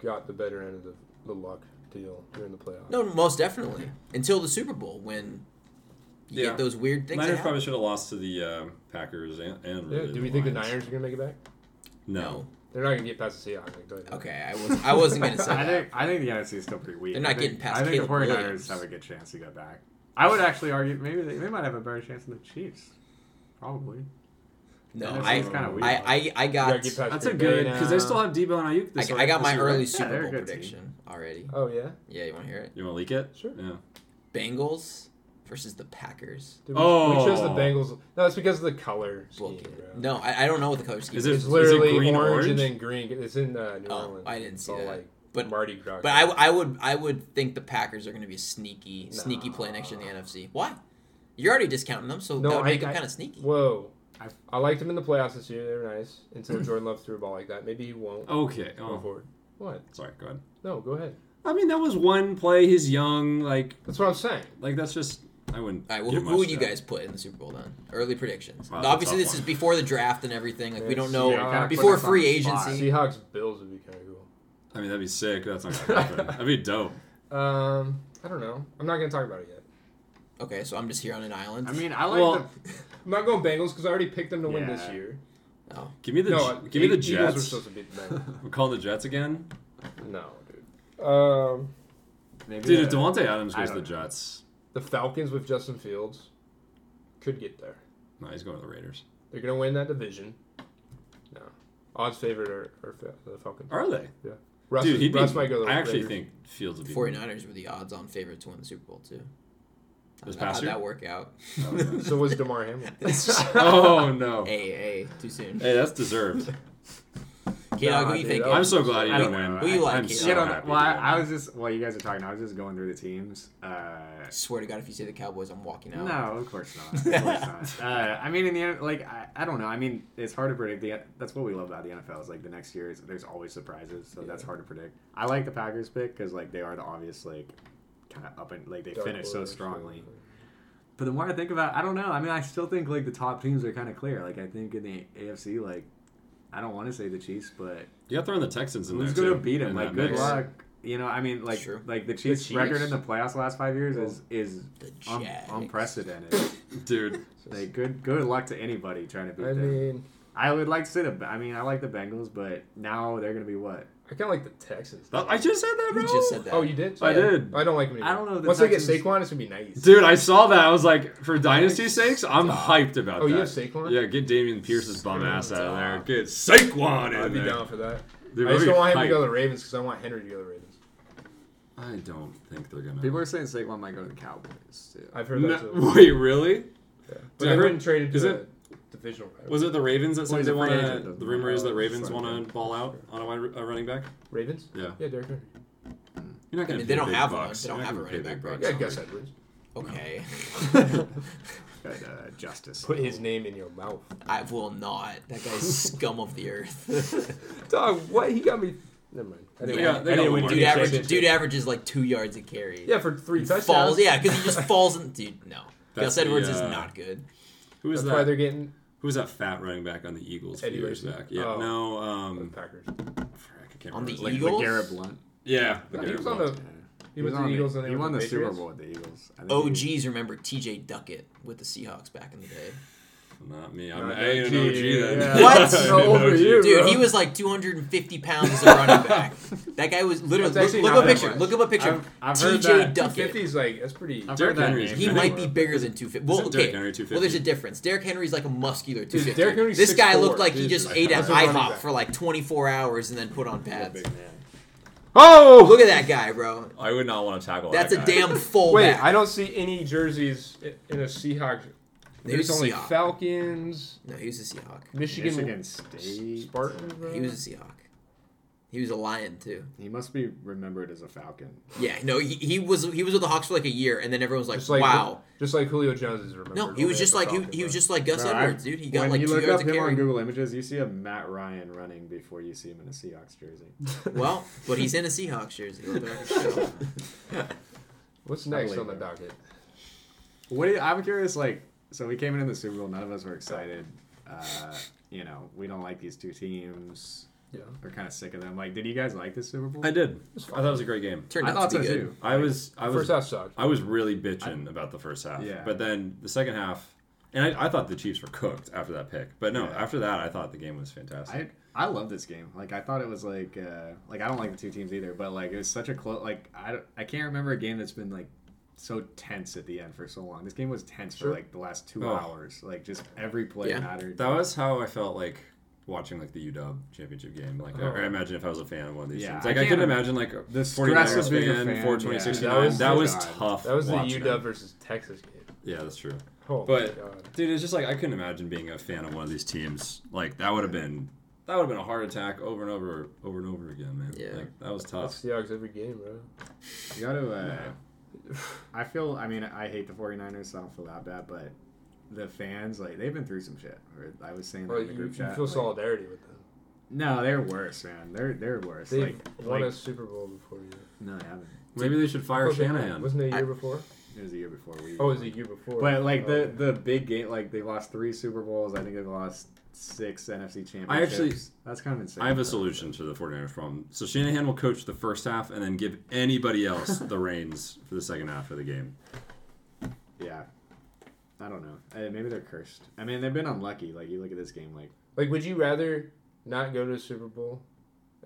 [SPEAKER 4] got the better end of the, the luck deal during the playoffs.
[SPEAKER 2] no, most definitely until the Super Bowl when you
[SPEAKER 1] Yeah.
[SPEAKER 2] get those weird things. that
[SPEAKER 1] Niners
[SPEAKER 2] happen.
[SPEAKER 1] probably should have lost to the um, Packers and, and
[SPEAKER 4] Yeah,
[SPEAKER 1] really
[SPEAKER 4] do we think the
[SPEAKER 1] Lions.
[SPEAKER 4] Niners are gonna make it back?
[SPEAKER 1] No.
[SPEAKER 4] They're not gonna get past the Seahawks. Like, but-
[SPEAKER 2] Okay, I was I wasn't gonna say
[SPEAKER 3] I
[SPEAKER 2] that.
[SPEAKER 3] think I think the NFC is still pretty weak.
[SPEAKER 2] They're not
[SPEAKER 3] I think,
[SPEAKER 2] getting past
[SPEAKER 3] I think
[SPEAKER 2] Caleb
[SPEAKER 3] the 49ers
[SPEAKER 2] Williams.
[SPEAKER 3] have a good chance to go back. I would actually argue maybe they, they might have a better chance than the Chiefs. Probably.
[SPEAKER 2] No,
[SPEAKER 3] That
[SPEAKER 2] I
[SPEAKER 3] seems kinda weird.
[SPEAKER 2] I, I I
[SPEAKER 4] You gotta
[SPEAKER 2] got
[SPEAKER 4] get past
[SPEAKER 1] That's a
[SPEAKER 4] Green
[SPEAKER 1] good
[SPEAKER 4] Bay
[SPEAKER 1] because
[SPEAKER 4] now.
[SPEAKER 1] they still have Debo and Ayuk.
[SPEAKER 2] I,
[SPEAKER 1] This
[SPEAKER 2] I got my
[SPEAKER 1] this year, right?
[SPEAKER 2] early
[SPEAKER 3] Yeah,
[SPEAKER 2] Super
[SPEAKER 3] they're a
[SPEAKER 2] Bowl
[SPEAKER 3] good team.
[SPEAKER 2] prediction already.
[SPEAKER 4] Oh yeah.
[SPEAKER 2] Yeah, you want to hear it?
[SPEAKER 1] You want to leak it?
[SPEAKER 4] Sure.
[SPEAKER 1] Yeah.
[SPEAKER 2] Bengals versus the Packers.
[SPEAKER 4] Dude, we, we chose the
[SPEAKER 1] Oh.
[SPEAKER 4] Bengals. No, it's because of the color scheme.
[SPEAKER 2] Book it.
[SPEAKER 4] bro.
[SPEAKER 2] No, I, I don't know what the color scheme
[SPEAKER 1] Is
[SPEAKER 2] is.
[SPEAKER 1] it-
[SPEAKER 4] It's literally
[SPEAKER 1] green,
[SPEAKER 4] orange,
[SPEAKER 1] orange?
[SPEAKER 4] and then green. It's in uh, New
[SPEAKER 2] Oh,
[SPEAKER 4] Orleans.
[SPEAKER 2] I didn't see
[SPEAKER 4] It's all,
[SPEAKER 2] that.
[SPEAKER 4] Like,
[SPEAKER 2] But-
[SPEAKER 4] Mardi Gras.
[SPEAKER 2] But I, I would I would think the Packers are going to be a sneaky sneaky play
[SPEAKER 4] No.
[SPEAKER 2] next year in the NFC. Why? You're already discounting them, so
[SPEAKER 4] No,
[SPEAKER 2] that would
[SPEAKER 4] I-
[SPEAKER 2] make them
[SPEAKER 4] I-
[SPEAKER 2] kind of sneaky.
[SPEAKER 4] Whoa. I,
[SPEAKER 3] I-
[SPEAKER 4] liked him in the playoffs this year. They were nice until Jordan Love threw a ball like that. Maybe he won't
[SPEAKER 1] Okay.
[SPEAKER 4] going
[SPEAKER 1] Oh,
[SPEAKER 4] forward. What?
[SPEAKER 1] sorry. Go ahead.
[SPEAKER 4] No, go ahead.
[SPEAKER 1] I mean, that was one play. He's young. Like,
[SPEAKER 4] That's what I'm saying.
[SPEAKER 1] like that's just. I wouldn't.
[SPEAKER 2] All right, well,
[SPEAKER 1] give
[SPEAKER 2] who,
[SPEAKER 1] much
[SPEAKER 2] who would you
[SPEAKER 1] to-
[SPEAKER 2] guys put in the Super Bowl then? Early predictions.
[SPEAKER 1] Wow, that's a
[SPEAKER 2] Obviously,
[SPEAKER 1] tough
[SPEAKER 2] this
[SPEAKER 1] one.
[SPEAKER 2] is before the draft and everything. Like we
[SPEAKER 4] Yeah,
[SPEAKER 2] don't know
[SPEAKER 4] yeah, kinda put
[SPEAKER 2] before
[SPEAKER 3] us on
[SPEAKER 2] free
[SPEAKER 3] the spot.
[SPEAKER 2] agency.
[SPEAKER 4] Seahawks Bills would be kind of cool.
[SPEAKER 1] I mean, that'd be sick. That's not gonna happen. that'd be dope.
[SPEAKER 4] Um, I don't know. I'm not gonna talk about it yet.
[SPEAKER 2] Okay, so I'm just here on an island.
[SPEAKER 3] I mean, I like
[SPEAKER 1] Well,
[SPEAKER 3] the
[SPEAKER 4] I'm not going Bengals because I already picked them to win this
[SPEAKER 3] Yeah.
[SPEAKER 4] year.
[SPEAKER 2] no.
[SPEAKER 1] Give me the.
[SPEAKER 4] no,
[SPEAKER 1] J- give me the
[SPEAKER 4] Eagles
[SPEAKER 1] Jets.
[SPEAKER 4] were supposed to beat the Bengals.
[SPEAKER 1] We're calling the Jets again,
[SPEAKER 4] no, dude. Um,
[SPEAKER 3] maybe
[SPEAKER 1] dude.
[SPEAKER 3] the-
[SPEAKER 1] If Devontae Adams
[SPEAKER 3] I
[SPEAKER 1] goes to the
[SPEAKER 3] don't know.
[SPEAKER 1] Jets,
[SPEAKER 4] the Falcons with Justin Fields could get there.
[SPEAKER 1] no, he's going to the Raiders.
[SPEAKER 4] They're gonna win that division. No, odds favored are, are Fa- the Falcons.
[SPEAKER 1] Are they?
[SPEAKER 4] Russ,
[SPEAKER 1] dude, he'd be.
[SPEAKER 4] Russ might go. to The
[SPEAKER 1] I actually
[SPEAKER 4] Raiders.
[SPEAKER 1] think Fields would be.
[SPEAKER 2] The 49ers were the odds on favorite to win the Super Bowl, too.
[SPEAKER 1] This
[SPEAKER 2] How'd-
[SPEAKER 1] past
[SPEAKER 2] How'd
[SPEAKER 1] year?
[SPEAKER 2] that work out?
[SPEAKER 1] Oh,
[SPEAKER 4] So was Demar Hamlin.
[SPEAKER 1] Oh no. Hey,
[SPEAKER 2] Hey, hey, too soon.
[SPEAKER 1] that's deserved.
[SPEAKER 2] K-Dog, who
[SPEAKER 4] Nah,
[SPEAKER 2] you
[SPEAKER 4] dude,
[SPEAKER 2] think?
[SPEAKER 4] that
[SPEAKER 1] I'm so glad you
[SPEAKER 3] I
[SPEAKER 1] didn't
[SPEAKER 3] don't know.
[SPEAKER 1] win.
[SPEAKER 3] Who
[SPEAKER 2] you like,
[SPEAKER 1] I'm
[SPEAKER 2] Keith?
[SPEAKER 1] so
[SPEAKER 3] Shit on-
[SPEAKER 1] happy
[SPEAKER 3] well,
[SPEAKER 1] you
[SPEAKER 3] I,
[SPEAKER 1] didn't
[SPEAKER 3] I
[SPEAKER 1] win.
[SPEAKER 3] was just while you guys are talking, I was just going through the teams. Uh,
[SPEAKER 2] swear to God, if you say the Cowboys, I'm walking out.
[SPEAKER 3] No, of course not. Of course not. Uh, I mean, in the end, like I, I don't know. I mean, it's hard to predict. The, that's what we love about the NFL is like the next year is there's always surprises, so that's hard to predict. I like the Packers pick because like they are the obvious like kind of up and like they
[SPEAKER 4] Dark
[SPEAKER 3] finish so
[SPEAKER 4] horse.
[SPEAKER 3] strongly. But the more I think about, I don't know. I mean, I still think like the top teams are kind of clear. Like I think in the AFC, like I don't want to say the Chiefs, but
[SPEAKER 1] You got to throw in the Texans in
[SPEAKER 3] who's
[SPEAKER 1] there
[SPEAKER 3] gonna
[SPEAKER 1] too,
[SPEAKER 3] beat them?
[SPEAKER 1] in
[SPEAKER 3] Like
[SPEAKER 1] that
[SPEAKER 3] good
[SPEAKER 1] mix.
[SPEAKER 3] luck. You know, I mean, like
[SPEAKER 2] True.
[SPEAKER 3] like the Chiefs,
[SPEAKER 4] Chiefs?
[SPEAKER 3] record in the playoffs the last five years is is
[SPEAKER 2] The
[SPEAKER 3] un-
[SPEAKER 2] Jags.
[SPEAKER 3] unprecedented.
[SPEAKER 1] dude.
[SPEAKER 3] Like good good luck to anybody trying to beat
[SPEAKER 4] I
[SPEAKER 3] them.
[SPEAKER 4] mean,
[SPEAKER 3] I would like to say the I mean I like the Bengals, but now they're gonna be what?
[SPEAKER 4] I kind of like the Texans.
[SPEAKER 1] I just said that, bro.
[SPEAKER 2] You just said that.
[SPEAKER 4] Oh, you did?
[SPEAKER 1] I did.
[SPEAKER 4] I don't like them.
[SPEAKER 3] I don't know the
[SPEAKER 4] Once they
[SPEAKER 3] Texans-
[SPEAKER 4] get Saquon, it's gonna be nice.
[SPEAKER 1] Dude, I saw that. I was like, for dynasty's sakes, I'm hyped about
[SPEAKER 4] Oh,
[SPEAKER 1] that.
[SPEAKER 4] you have Saquon?
[SPEAKER 1] Yeah, get Damian Pierce's bum ass out of there. Get Saquon in
[SPEAKER 4] I'd be
[SPEAKER 1] there.
[SPEAKER 4] down for that.
[SPEAKER 1] Dude,
[SPEAKER 4] I just
[SPEAKER 1] we're
[SPEAKER 4] don't want him
[SPEAKER 1] hyped.
[SPEAKER 4] to go to the Ravens because I want Henry to go to the Ravens.
[SPEAKER 1] I don't think they're gonna.
[SPEAKER 3] People are saying Saquon might go to the Cowboys too.
[SPEAKER 4] I've heard that too.
[SPEAKER 1] No, wait, really?
[SPEAKER 4] But
[SPEAKER 1] I
[SPEAKER 4] they
[SPEAKER 1] heard-
[SPEAKER 4] wouldn't trade it
[SPEAKER 1] is
[SPEAKER 4] to a
[SPEAKER 1] it-
[SPEAKER 4] divisional rival.
[SPEAKER 1] Was it the Ravens that
[SPEAKER 3] Well,
[SPEAKER 1] said
[SPEAKER 3] he's
[SPEAKER 1] they
[SPEAKER 3] a free
[SPEAKER 1] want
[SPEAKER 3] agent,
[SPEAKER 1] to?
[SPEAKER 3] doesn't
[SPEAKER 1] The rumor is that
[SPEAKER 3] matter.
[SPEAKER 1] Ravens
[SPEAKER 3] Sorry.
[SPEAKER 1] want to ball out on a, wide, a running back.
[SPEAKER 4] Ravens?
[SPEAKER 1] Yeah.
[SPEAKER 4] Yeah, Derek Henry.
[SPEAKER 1] You're not gonna.
[SPEAKER 2] mean,
[SPEAKER 1] pay
[SPEAKER 2] they don't
[SPEAKER 1] big
[SPEAKER 2] have one.
[SPEAKER 1] bucks.
[SPEAKER 2] They don't
[SPEAKER 1] You're not
[SPEAKER 2] have a
[SPEAKER 1] gonna pay
[SPEAKER 2] running
[SPEAKER 1] big
[SPEAKER 2] back,
[SPEAKER 1] bucks.
[SPEAKER 4] Yeah, Gus Edwards.
[SPEAKER 2] okay.
[SPEAKER 3] Got, uh, Justice.
[SPEAKER 4] Put his name in your mouth.
[SPEAKER 2] I will not. That guy's scum of the earth.
[SPEAKER 4] Dog, what? He got me. Never mind. I didn't
[SPEAKER 2] Yeah,
[SPEAKER 4] win.
[SPEAKER 1] they
[SPEAKER 4] I
[SPEAKER 1] got
[SPEAKER 4] didn't win
[SPEAKER 1] Lamar.
[SPEAKER 4] any
[SPEAKER 2] dude, average,
[SPEAKER 4] championship.
[SPEAKER 2] dude averages like two yards a carry.
[SPEAKER 4] Yeah, for three touchdowns.
[SPEAKER 2] Falls, yeah, because he just falls in. Dude, no.
[SPEAKER 1] That's
[SPEAKER 2] Gus Edwards
[SPEAKER 1] the,
[SPEAKER 2] is
[SPEAKER 1] uh,
[SPEAKER 2] not good.
[SPEAKER 1] Who is
[SPEAKER 4] That's why they're
[SPEAKER 1] that?
[SPEAKER 4] getting
[SPEAKER 1] Who was that fat running back on the Eagles a few
[SPEAKER 4] Eddie
[SPEAKER 1] years
[SPEAKER 4] Lacy?
[SPEAKER 1] back? Yeah,
[SPEAKER 4] Oh.
[SPEAKER 1] no.
[SPEAKER 4] the
[SPEAKER 1] Um,
[SPEAKER 4] Packers.
[SPEAKER 1] frick, I can't
[SPEAKER 2] On
[SPEAKER 1] remember
[SPEAKER 2] the
[SPEAKER 1] his name.
[SPEAKER 2] Eagles?
[SPEAKER 3] Like Garrett Blunt.
[SPEAKER 1] Yeah, the
[SPEAKER 4] No, he
[SPEAKER 1] Garrett
[SPEAKER 4] was on
[SPEAKER 1] Blunt.
[SPEAKER 4] the. He
[SPEAKER 3] He was
[SPEAKER 4] was
[SPEAKER 3] on
[SPEAKER 4] the Eagles and they
[SPEAKER 3] he
[SPEAKER 4] were
[SPEAKER 3] won the Super
[SPEAKER 4] Patriots.
[SPEAKER 3] Bowl with the Eagles. I think he-
[SPEAKER 2] OGs remember TJ Duckett with the Seahawks back in the day.
[SPEAKER 1] Not me. I'm
[SPEAKER 4] Not
[SPEAKER 1] I ain't an
[SPEAKER 4] OG,
[SPEAKER 1] OG then.
[SPEAKER 4] yeah.
[SPEAKER 2] What?
[SPEAKER 1] I'm
[SPEAKER 4] How
[SPEAKER 1] an
[SPEAKER 4] old were
[SPEAKER 1] OG.
[SPEAKER 4] you?
[SPEAKER 2] Dude,
[SPEAKER 4] bro.
[SPEAKER 2] he was like 250 pounds as a running back. That guy was literally.
[SPEAKER 4] That's actually
[SPEAKER 2] Look, look
[SPEAKER 4] not
[SPEAKER 2] up a
[SPEAKER 4] that
[SPEAKER 2] picture.
[SPEAKER 4] much.
[SPEAKER 2] Look up a picture.
[SPEAKER 3] I've- I've heard
[SPEAKER 2] TJ
[SPEAKER 3] that.
[SPEAKER 2] Duckett.
[SPEAKER 4] 250's like that's pretty.
[SPEAKER 3] I've
[SPEAKER 1] Derrick
[SPEAKER 3] heard that
[SPEAKER 1] Henry is
[SPEAKER 3] name
[SPEAKER 2] He
[SPEAKER 1] Derrick
[SPEAKER 2] might be
[SPEAKER 3] before.
[SPEAKER 2] bigger than 250. Well,
[SPEAKER 1] Isn't
[SPEAKER 2] okay.
[SPEAKER 1] Derrick Henry 250?
[SPEAKER 2] well, there's a difference. Derrick Henry's like a muscular 250.
[SPEAKER 4] Derrick Henry's
[SPEAKER 2] this guy
[SPEAKER 4] 6'4".
[SPEAKER 2] looked like he just
[SPEAKER 4] Jesus.
[SPEAKER 2] ate at
[SPEAKER 4] That's a running
[SPEAKER 2] IHOP
[SPEAKER 4] back.
[SPEAKER 2] for like 24 hours and then put on pads.
[SPEAKER 4] Oh,
[SPEAKER 2] Look at that guy, bro.
[SPEAKER 1] Oh, I would not want to tackle
[SPEAKER 2] That's a
[SPEAKER 1] that guy.
[SPEAKER 2] damn full
[SPEAKER 4] Wait,
[SPEAKER 2] back.
[SPEAKER 4] I don't see any jerseys i- in a Seahawks.
[SPEAKER 2] They
[SPEAKER 4] There's
[SPEAKER 2] were
[SPEAKER 4] only
[SPEAKER 2] Seahawk.
[SPEAKER 4] Falcons,
[SPEAKER 2] No, he was a Seahawk.
[SPEAKER 4] Michigan,
[SPEAKER 3] Michigan State.
[SPEAKER 4] Spartans.
[SPEAKER 2] He was a Seahawk. He was a lion too.
[SPEAKER 3] He must be remembered as a Falcon.
[SPEAKER 2] Yeah, no, he, he was he was with the Hawks for like a year, and then everyone was like,
[SPEAKER 4] Just like
[SPEAKER 2] "Wow."
[SPEAKER 4] just like Julio Jones is remembered.
[SPEAKER 2] No,
[SPEAKER 4] only
[SPEAKER 2] he was
[SPEAKER 4] as
[SPEAKER 2] just
[SPEAKER 4] the
[SPEAKER 2] like he,
[SPEAKER 4] Falcon,
[SPEAKER 2] he was
[SPEAKER 4] though.
[SPEAKER 2] just like Gus
[SPEAKER 3] Bro, I-
[SPEAKER 2] Edwards, dude. He got
[SPEAKER 3] when
[SPEAKER 2] like
[SPEAKER 3] you
[SPEAKER 2] two
[SPEAKER 3] look
[SPEAKER 2] yards
[SPEAKER 3] up
[SPEAKER 2] a
[SPEAKER 3] him on
[SPEAKER 2] carry.
[SPEAKER 3] Google Images, you see a Matt Ryan running before you see him in a Seahawks jersey.
[SPEAKER 2] Well, but he's in a Seahawks jersey. So-
[SPEAKER 4] What's next
[SPEAKER 3] believe
[SPEAKER 4] on the
[SPEAKER 3] it.
[SPEAKER 4] docket?
[SPEAKER 3] What do you, I'm curious, like, so we came in in the Super Bowl. None of us were excited. Uh, you know, we don't like these two teams.
[SPEAKER 4] Yeah.
[SPEAKER 3] We're kind of sick of them. Like, did you guys like this Super Bowl?
[SPEAKER 1] I did. I thought it was a great game.
[SPEAKER 2] Turned
[SPEAKER 3] I
[SPEAKER 2] out
[SPEAKER 3] thought
[SPEAKER 2] to
[SPEAKER 3] so
[SPEAKER 2] be good.
[SPEAKER 3] too.
[SPEAKER 1] I was I was
[SPEAKER 4] First half sucked.
[SPEAKER 1] I was really bitching about the first half.
[SPEAKER 3] Yeah.
[SPEAKER 1] But then the second half, and I, I thought the Chiefs were cooked after that pick. But no,
[SPEAKER 3] Yeah.
[SPEAKER 1] after that, I thought the game was fantastic.
[SPEAKER 3] I I love this game. Like, I thought it was like, uh, like I don't like the two teams either, but like it was such a close. Like, I don't- I can't remember a game that's been like so tense at the end for so long. This game was tense
[SPEAKER 4] Sure.
[SPEAKER 3] for like the last two
[SPEAKER 1] Oh.
[SPEAKER 3] hours. Like, just every play
[SPEAKER 2] Yeah.
[SPEAKER 3] mattered.
[SPEAKER 1] that was how I felt like watching like the UW championship game. Like
[SPEAKER 4] Oh.
[SPEAKER 1] I, I imagine if I was a fan of one of these
[SPEAKER 3] Yeah,
[SPEAKER 1] teams,
[SPEAKER 3] I
[SPEAKER 1] like I,
[SPEAKER 3] can't
[SPEAKER 1] could
[SPEAKER 3] im-
[SPEAKER 1] imagine like a
[SPEAKER 3] The
[SPEAKER 1] 49ers
[SPEAKER 3] stress of being a fan,
[SPEAKER 1] for 20,
[SPEAKER 3] yeah.
[SPEAKER 1] 69.
[SPEAKER 4] That was-
[SPEAKER 1] That was,
[SPEAKER 3] God.
[SPEAKER 1] tough.
[SPEAKER 4] That was the
[SPEAKER 1] watching
[SPEAKER 4] UW
[SPEAKER 1] them.
[SPEAKER 4] versus Texas game.
[SPEAKER 1] Yeah, that's true.
[SPEAKER 4] Oh
[SPEAKER 1] But-
[SPEAKER 4] my god.
[SPEAKER 1] Dude, it's just like I couldn't imagine being a fan of one of these teams. Like that would have been that would have been a heart attack over and over over and over again, man.
[SPEAKER 2] Yeah.
[SPEAKER 1] Like that was
[SPEAKER 4] That's
[SPEAKER 1] tough.
[SPEAKER 4] Seahawks every game, bro.
[SPEAKER 3] You gotta. Uh, I feel. I mean, I hate the 49ers, so I don't feel that bad, but the fans, like, they've been through some shit. Or I was saying that
[SPEAKER 4] Well,
[SPEAKER 3] in the
[SPEAKER 4] you,
[SPEAKER 3] group
[SPEAKER 4] you
[SPEAKER 3] chat.
[SPEAKER 4] feel
[SPEAKER 3] like-
[SPEAKER 4] solidarity with them.
[SPEAKER 3] No, they're worse, man. They're they're worse.
[SPEAKER 4] They
[SPEAKER 3] like,
[SPEAKER 4] won
[SPEAKER 3] like-
[SPEAKER 4] a Super Bowl before you.
[SPEAKER 3] no, they haven't.
[SPEAKER 1] Maybe they should fire
[SPEAKER 4] Okay,
[SPEAKER 1] Shanahan.
[SPEAKER 4] Wasn't it a
[SPEAKER 2] I-
[SPEAKER 4] year before?
[SPEAKER 3] It was a year before we.
[SPEAKER 4] Oh, it was a year before.
[SPEAKER 3] But like the
[SPEAKER 4] Oh.
[SPEAKER 3] the big game, like they lost three Super Bowls. I think they've lost six NFC championships.
[SPEAKER 1] I actually-
[SPEAKER 3] that's kind of insane.
[SPEAKER 1] I have a solution to the 49ers problem. So Shanahan will coach the first half and then give anybody else the reins for the second half of the game.
[SPEAKER 3] Yeah. I don't know. Uh, maybe they're cursed. I mean, they've been unlucky. Like you look at this game, like
[SPEAKER 4] Like, would you rather not go to a Super Bowl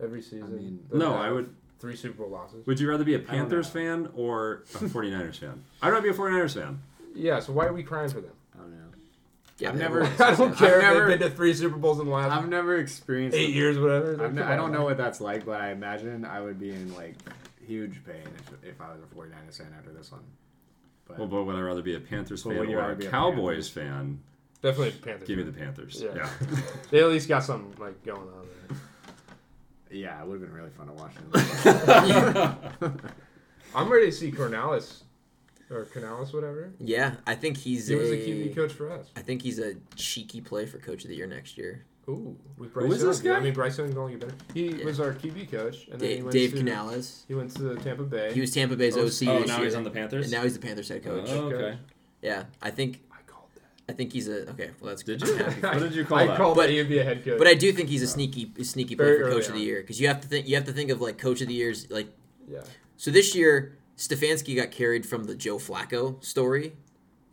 [SPEAKER 4] every season?
[SPEAKER 3] mean-
[SPEAKER 4] than
[SPEAKER 1] No,
[SPEAKER 4] have
[SPEAKER 1] I would.
[SPEAKER 4] Three Super Bowl losses.
[SPEAKER 1] Would you rather be a
[SPEAKER 3] don't
[SPEAKER 1] Panthers fan or a 49ers fan? I'd rather be a 49ers fan.
[SPEAKER 4] Yeah, so why are we crying for them?
[SPEAKER 3] I don't know.
[SPEAKER 2] Yeah,
[SPEAKER 3] I've
[SPEAKER 2] they
[SPEAKER 3] never-
[SPEAKER 2] won.
[SPEAKER 4] I don't care
[SPEAKER 3] I've
[SPEAKER 4] if
[SPEAKER 3] never-
[SPEAKER 4] they've been to three Super Bowls in the last
[SPEAKER 3] I've never experienced
[SPEAKER 4] eight years, whatever.
[SPEAKER 3] I'm
[SPEAKER 4] Like,
[SPEAKER 3] not,
[SPEAKER 4] come
[SPEAKER 3] I
[SPEAKER 4] on,
[SPEAKER 3] don't
[SPEAKER 4] man.
[SPEAKER 3] know what that's like, but I imagine I would be in like huge pain if, if I was a 49ers fan after this one. But
[SPEAKER 1] Well, but would I rather be a Panthers
[SPEAKER 3] Well,
[SPEAKER 1] fan
[SPEAKER 3] would you
[SPEAKER 1] or
[SPEAKER 3] rather
[SPEAKER 1] a
[SPEAKER 3] be a
[SPEAKER 1] Cowboys fan?
[SPEAKER 4] Definitely Panthers.
[SPEAKER 1] Give me the Panthers.
[SPEAKER 4] Yeah.
[SPEAKER 1] Yeah.
[SPEAKER 4] They at least got something like going on there.
[SPEAKER 3] yeah, it would have been really fun to watch.
[SPEAKER 4] I'm ready to see Cornales or Cornales, whatever.
[SPEAKER 2] yeah, I think he's
[SPEAKER 4] He
[SPEAKER 2] a,
[SPEAKER 4] was a QB coach for us.
[SPEAKER 2] I think he's a cheeky play for coach of the year next year.
[SPEAKER 4] Ooh, with Bryce
[SPEAKER 1] is this
[SPEAKER 4] Young, dude.
[SPEAKER 1] guy?
[SPEAKER 4] I mean, Bryce Young only better. He
[SPEAKER 2] Yeah.
[SPEAKER 4] was our QB coach, and then he
[SPEAKER 2] Da-
[SPEAKER 4] went
[SPEAKER 2] Dave
[SPEAKER 4] to,
[SPEAKER 2] Canales.
[SPEAKER 4] He went to Tampa Bay.
[SPEAKER 2] He was Tampa Bay's
[SPEAKER 4] Oh,
[SPEAKER 2] OC.
[SPEAKER 1] oh,
[SPEAKER 2] this
[SPEAKER 1] now
[SPEAKER 2] year.
[SPEAKER 1] he's on the Panthers?
[SPEAKER 2] And now he's the Panthers head coach.
[SPEAKER 1] Oh, okay.
[SPEAKER 2] Yeah, I think
[SPEAKER 4] I called that.
[SPEAKER 2] I think he's a okay. Well, that's
[SPEAKER 1] Did
[SPEAKER 2] good.
[SPEAKER 1] you?
[SPEAKER 2] I'm happy.
[SPEAKER 1] What did you call
[SPEAKER 4] I
[SPEAKER 1] that?
[SPEAKER 4] called
[SPEAKER 2] But-
[SPEAKER 4] that he would be a head coach.
[SPEAKER 2] But I do think he's a sneaky a sneaky player
[SPEAKER 4] Very
[SPEAKER 2] for
[SPEAKER 4] early
[SPEAKER 2] coach of the
[SPEAKER 4] on.
[SPEAKER 2] year because you have to think you have to think of like coach of the years like
[SPEAKER 4] yeah,
[SPEAKER 2] so this year Stefanski got carried from the Joe Flacco story.
[SPEAKER 4] he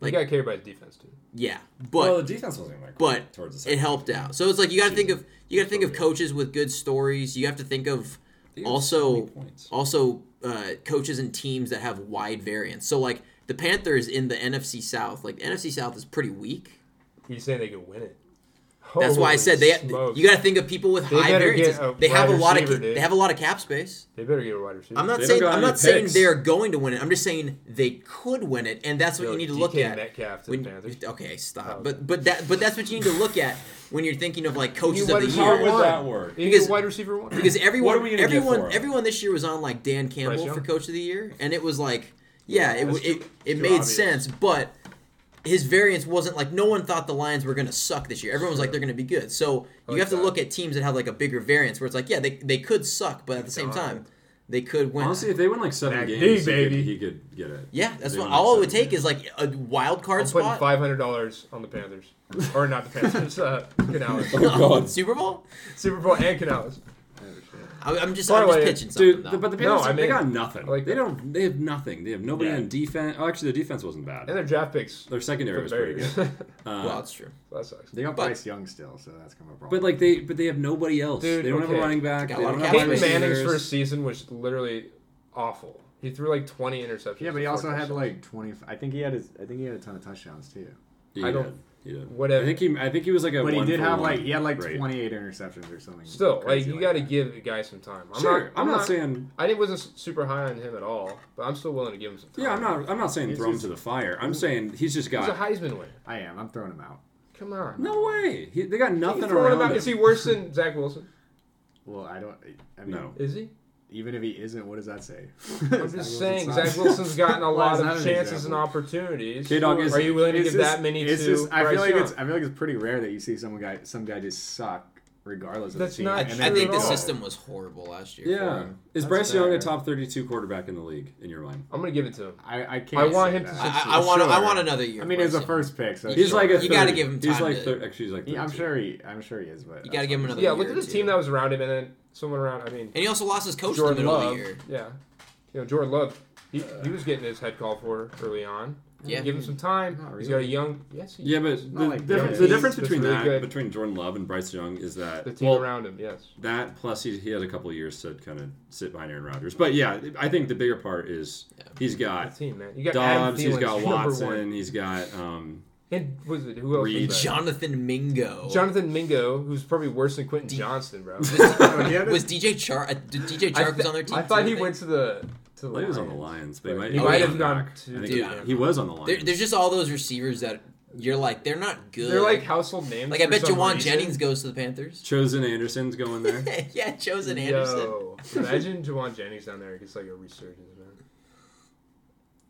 [SPEAKER 2] Like-
[SPEAKER 4] got carried by his defense too.
[SPEAKER 2] Yeah, but
[SPEAKER 1] well, the defense wasn't like
[SPEAKER 2] but
[SPEAKER 1] towards the
[SPEAKER 2] it
[SPEAKER 1] second.
[SPEAKER 2] helped out. So it's like you got to think of you got to think of
[SPEAKER 1] Totally.
[SPEAKER 2] coaches with good stories. You have to think of
[SPEAKER 1] They have so many
[SPEAKER 2] also
[SPEAKER 1] points.
[SPEAKER 2] also uh, coaches and teams that have wide variance. So like the Panthers in the NFC South, like the NFC South is pretty weak.
[SPEAKER 4] He's saying they could win it.
[SPEAKER 2] That's why I
[SPEAKER 4] Holy
[SPEAKER 2] said they.
[SPEAKER 4] smokes.
[SPEAKER 2] You got to think of people with
[SPEAKER 4] They
[SPEAKER 2] high
[SPEAKER 4] better
[SPEAKER 2] variances.
[SPEAKER 4] get a
[SPEAKER 2] They have a
[SPEAKER 4] wide
[SPEAKER 2] lot of.
[SPEAKER 4] receiver,
[SPEAKER 2] ca-
[SPEAKER 4] dude.
[SPEAKER 2] They have a lot of cap space.
[SPEAKER 4] They better get a wide receiver.
[SPEAKER 2] I'm not
[SPEAKER 1] They don't
[SPEAKER 2] saying.
[SPEAKER 1] got
[SPEAKER 2] I'm
[SPEAKER 1] any
[SPEAKER 2] not saying
[SPEAKER 1] picks.
[SPEAKER 2] they're going to win it. I'm just saying they could win it, and that's what
[SPEAKER 4] Yo,
[SPEAKER 2] you need to
[SPEAKER 4] DK
[SPEAKER 2] look at.
[SPEAKER 4] Metcalf to
[SPEAKER 2] when-
[SPEAKER 4] the Panthers.
[SPEAKER 2] okay, stop.
[SPEAKER 4] Oh.
[SPEAKER 2] But but that but that's what you need to look at when you're thinking of like
[SPEAKER 4] You
[SPEAKER 2] coaches
[SPEAKER 4] wide
[SPEAKER 2] of the
[SPEAKER 4] receiver
[SPEAKER 2] year.
[SPEAKER 1] How
[SPEAKER 4] one.
[SPEAKER 1] would that work?
[SPEAKER 4] You
[SPEAKER 2] Because-
[SPEAKER 4] get wide receiver one.
[SPEAKER 2] because everyone
[SPEAKER 1] are we gonna get for
[SPEAKER 2] everyone
[SPEAKER 1] him?
[SPEAKER 2] everyone this year was on like Dan Campbell
[SPEAKER 4] Young?
[SPEAKER 2] for coach of the year, and it was like yeah, it
[SPEAKER 4] that's
[SPEAKER 2] w- it
[SPEAKER 4] too-
[SPEAKER 2] it
[SPEAKER 4] too
[SPEAKER 2] made
[SPEAKER 4] obvious.
[SPEAKER 2] sense, but his variance wasn't like no one thought the Lions were gonna suck this year. Everyone was like they're gonna be good. So you
[SPEAKER 4] like
[SPEAKER 2] have to
[SPEAKER 4] that.
[SPEAKER 2] look at teams that have like a bigger variance where it's like yeah they they could suck, but at the same
[SPEAKER 4] God.
[SPEAKER 2] time they could win.
[SPEAKER 1] Honestly, if they win like seven
[SPEAKER 4] Mac D,
[SPEAKER 1] games, he could-
[SPEAKER 4] baby.
[SPEAKER 1] He, could, get it.
[SPEAKER 2] yeah, that's
[SPEAKER 1] They
[SPEAKER 2] what
[SPEAKER 1] win, like,
[SPEAKER 2] all it would
[SPEAKER 1] seven
[SPEAKER 2] take is like a wild card
[SPEAKER 4] I'm putting
[SPEAKER 2] spot.
[SPEAKER 4] five hundred dollars on the Panthers, or not the Panthers. uh, Canales,
[SPEAKER 1] God.
[SPEAKER 2] Super Bowl?
[SPEAKER 4] Super Bowl and Canales.
[SPEAKER 2] I, I'm just,
[SPEAKER 4] By
[SPEAKER 2] I'm
[SPEAKER 4] the
[SPEAKER 2] just
[SPEAKER 4] way,
[SPEAKER 2] pitching something.
[SPEAKER 1] Dude,
[SPEAKER 2] though.
[SPEAKER 1] the- but the
[SPEAKER 4] No,
[SPEAKER 1] Panthers,
[SPEAKER 4] I
[SPEAKER 1] they
[SPEAKER 4] mean-
[SPEAKER 1] got nothing.
[SPEAKER 4] like
[SPEAKER 1] they
[SPEAKER 4] that.
[SPEAKER 1] don't. They have nothing. They have nobody
[SPEAKER 4] Yeah.
[SPEAKER 1] on defense. Oh, actually, the defense wasn't bad.
[SPEAKER 4] And their draft picks.
[SPEAKER 1] Their secondary
[SPEAKER 4] for
[SPEAKER 1] was
[SPEAKER 4] the
[SPEAKER 1] pretty
[SPEAKER 4] Bears.
[SPEAKER 1] good. Uh,
[SPEAKER 2] well, that's true.
[SPEAKER 4] that sucks.
[SPEAKER 3] they got
[SPEAKER 2] But-
[SPEAKER 3] Bryce Young still, so that's kind of a problem.
[SPEAKER 1] but like they, but they have nobody else.
[SPEAKER 4] Dude,
[SPEAKER 1] they don't have
[SPEAKER 4] okay.
[SPEAKER 1] a running back.
[SPEAKER 2] Got
[SPEAKER 1] They
[SPEAKER 2] a lot
[SPEAKER 1] don't
[SPEAKER 2] of
[SPEAKER 1] have
[SPEAKER 2] cap
[SPEAKER 1] wide
[SPEAKER 4] Peyton
[SPEAKER 2] space.
[SPEAKER 4] Manning's
[SPEAKER 1] receivers.
[SPEAKER 4] first season was literally awful. He threw like 20 interceptions.
[SPEAKER 3] yeah, but he
[SPEAKER 4] and four
[SPEAKER 3] also had
[SPEAKER 4] touchdowns.
[SPEAKER 3] like 20. I think he had his. I think he had a ton of touchdowns too.
[SPEAKER 1] He
[SPEAKER 4] I don't-
[SPEAKER 1] did. He did.
[SPEAKER 4] whatever.
[SPEAKER 1] I think he. I think he was like a.
[SPEAKER 3] But he
[SPEAKER 1] one
[SPEAKER 3] did
[SPEAKER 1] for
[SPEAKER 3] have
[SPEAKER 1] one
[SPEAKER 3] like he had like
[SPEAKER 1] rate.
[SPEAKER 3] 28 interceptions or something.
[SPEAKER 4] Still, like
[SPEAKER 3] crazy
[SPEAKER 4] you got to
[SPEAKER 3] that.
[SPEAKER 4] give the guy some time. I'm
[SPEAKER 1] Sure,
[SPEAKER 4] not.
[SPEAKER 1] I'm not saying-
[SPEAKER 4] I didn't- wasn't s- super high on him at all, but I'm still willing to give him some time.
[SPEAKER 1] Yeah, I'm not. I'm not saying
[SPEAKER 3] He's
[SPEAKER 1] throw him
[SPEAKER 3] just-
[SPEAKER 1] to the fire. I'm saying he's just
[SPEAKER 4] He's a
[SPEAKER 1] got.
[SPEAKER 4] Heisman winner.
[SPEAKER 3] I am. I'm throwing him out.
[SPEAKER 4] Come on.
[SPEAKER 1] no way. He, they got
[SPEAKER 4] You
[SPEAKER 1] nothing
[SPEAKER 4] throwing him
[SPEAKER 1] around
[SPEAKER 4] out.
[SPEAKER 1] him.
[SPEAKER 4] Is he worse than Zach Wilson?
[SPEAKER 3] Well, I don't. I mean,
[SPEAKER 1] No.
[SPEAKER 4] Is he?
[SPEAKER 3] even if he isn't, what does that say?
[SPEAKER 4] I'm just saying, Zach Wilson's gotten a lot
[SPEAKER 3] Why is that
[SPEAKER 4] of
[SPEAKER 3] an
[SPEAKER 4] chances and
[SPEAKER 3] example?
[SPEAKER 4] opportunities.
[SPEAKER 1] K-Dog is-
[SPEAKER 4] Are you willing to
[SPEAKER 3] It's
[SPEAKER 4] give
[SPEAKER 3] just-
[SPEAKER 4] that many
[SPEAKER 3] it's
[SPEAKER 4] to
[SPEAKER 3] just- I feel
[SPEAKER 4] Bryce
[SPEAKER 3] like it's.
[SPEAKER 4] Young?
[SPEAKER 3] I feel like it's pretty rare that you see some guy, some guy just suck regardless of
[SPEAKER 4] That's
[SPEAKER 3] the team.
[SPEAKER 4] not
[SPEAKER 2] I,
[SPEAKER 4] true
[SPEAKER 2] I think
[SPEAKER 4] at
[SPEAKER 2] the
[SPEAKER 4] all.
[SPEAKER 2] system was horrible last year. for
[SPEAKER 1] Yeah.
[SPEAKER 2] him.
[SPEAKER 1] Is
[SPEAKER 3] That's
[SPEAKER 1] Bryce Young a
[SPEAKER 3] fair.
[SPEAKER 1] top 32 quarterback in the league, in your mind?
[SPEAKER 4] I'm gonna give it to him.
[SPEAKER 3] I, I can't.
[SPEAKER 4] I want
[SPEAKER 3] say
[SPEAKER 4] him to
[SPEAKER 3] that.
[SPEAKER 2] I, I want. I
[SPEAKER 4] Sure.
[SPEAKER 2] want another year.
[SPEAKER 3] I mean, it's a
[SPEAKER 2] Bryson.
[SPEAKER 3] first pick, so
[SPEAKER 1] He's
[SPEAKER 2] Sure.
[SPEAKER 1] like a
[SPEAKER 2] You gotta
[SPEAKER 1] 30.
[SPEAKER 2] give him
[SPEAKER 1] He's
[SPEAKER 2] time
[SPEAKER 1] like
[SPEAKER 2] to-
[SPEAKER 1] thir- actually, he's like
[SPEAKER 3] Yeah, I'm
[SPEAKER 1] 32.
[SPEAKER 3] sure he. I'm sure he is, but
[SPEAKER 2] You gotta give him another.
[SPEAKER 4] Yeah,
[SPEAKER 2] year
[SPEAKER 4] look at
[SPEAKER 2] or
[SPEAKER 4] the
[SPEAKER 2] two.
[SPEAKER 4] team that was around him, and then someone around. I mean,
[SPEAKER 2] And he also lost his coach in the
[SPEAKER 4] Jordan
[SPEAKER 2] middle of
[SPEAKER 4] Love.
[SPEAKER 2] the year.
[SPEAKER 4] Yeah, you know Jordan Love. He, he was getting his head called for early on.
[SPEAKER 2] Yeah.
[SPEAKER 4] give him some time.
[SPEAKER 3] Not
[SPEAKER 4] He's got a
[SPEAKER 3] really.
[SPEAKER 4] young. Yes, he,
[SPEAKER 1] Yeah, but the, difference-
[SPEAKER 3] like Young.
[SPEAKER 1] the
[SPEAKER 3] He's
[SPEAKER 1] difference
[SPEAKER 4] just
[SPEAKER 1] between
[SPEAKER 4] really
[SPEAKER 1] that,
[SPEAKER 4] good.
[SPEAKER 1] between Jordan Love and Bryce Young, is that
[SPEAKER 4] the team
[SPEAKER 1] well,
[SPEAKER 4] around him. Yes,
[SPEAKER 1] that plus he, he had a couple of years to kind of sit behind Aaron Rodgers. But yeah, I think the bigger part is he's
[SPEAKER 4] the
[SPEAKER 1] got
[SPEAKER 4] team man. You got Adam
[SPEAKER 1] Dobbs, he's
[SPEAKER 4] Thielen,
[SPEAKER 1] got
[SPEAKER 4] number one.
[SPEAKER 1] Watson, he's got um,
[SPEAKER 4] and was it who else?
[SPEAKER 1] Reed.
[SPEAKER 4] Was that?
[SPEAKER 2] Jonathan Mingo.
[SPEAKER 4] Jonathan Mingo, who's probably worse than Quentin Johnston, bro.
[SPEAKER 2] was DJ Char? Uh, did DJ
[SPEAKER 4] I
[SPEAKER 2] Chark was
[SPEAKER 4] th-
[SPEAKER 2] on their team?
[SPEAKER 4] I thought
[SPEAKER 2] too,
[SPEAKER 4] he
[SPEAKER 2] think? Oh,
[SPEAKER 4] went to the to the.
[SPEAKER 1] well, he was on the
[SPEAKER 4] Lions.
[SPEAKER 1] Lions, but he
[SPEAKER 4] Right.
[SPEAKER 1] might,
[SPEAKER 4] He
[SPEAKER 1] he
[SPEAKER 2] might
[SPEAKER 1] might
[SPEAKER 2] have
[SPEAKER 1] have
[SPEAKER 4] gone to-
[SPEAKER 1] I think
[SPEAKER 2] Dude.
[SPEAKER 1] he, he was on the Lions.
[SPEAKER 2] There, there's just all those receivers that you're like they're not good.
[SPEAKER 4] They're like household names.
[SPEAKER 2] Like I
[SPEAKER 4] for
[SPEAKER 2] bet
[SPEAKER 4] some
[SPEAKER 2] Jawan
[SPEAKER 4] reason.
[SPEAKER 2] Jennings goes to the Panthers.
[SPEAKER 1] Chosen Anderson's going there.
[SPEAKER 2] yeah, Chosen Anderson.
[SPEAKER 4] Yo, imagine Jawan Jennings down there. It gets like a resurgence, man.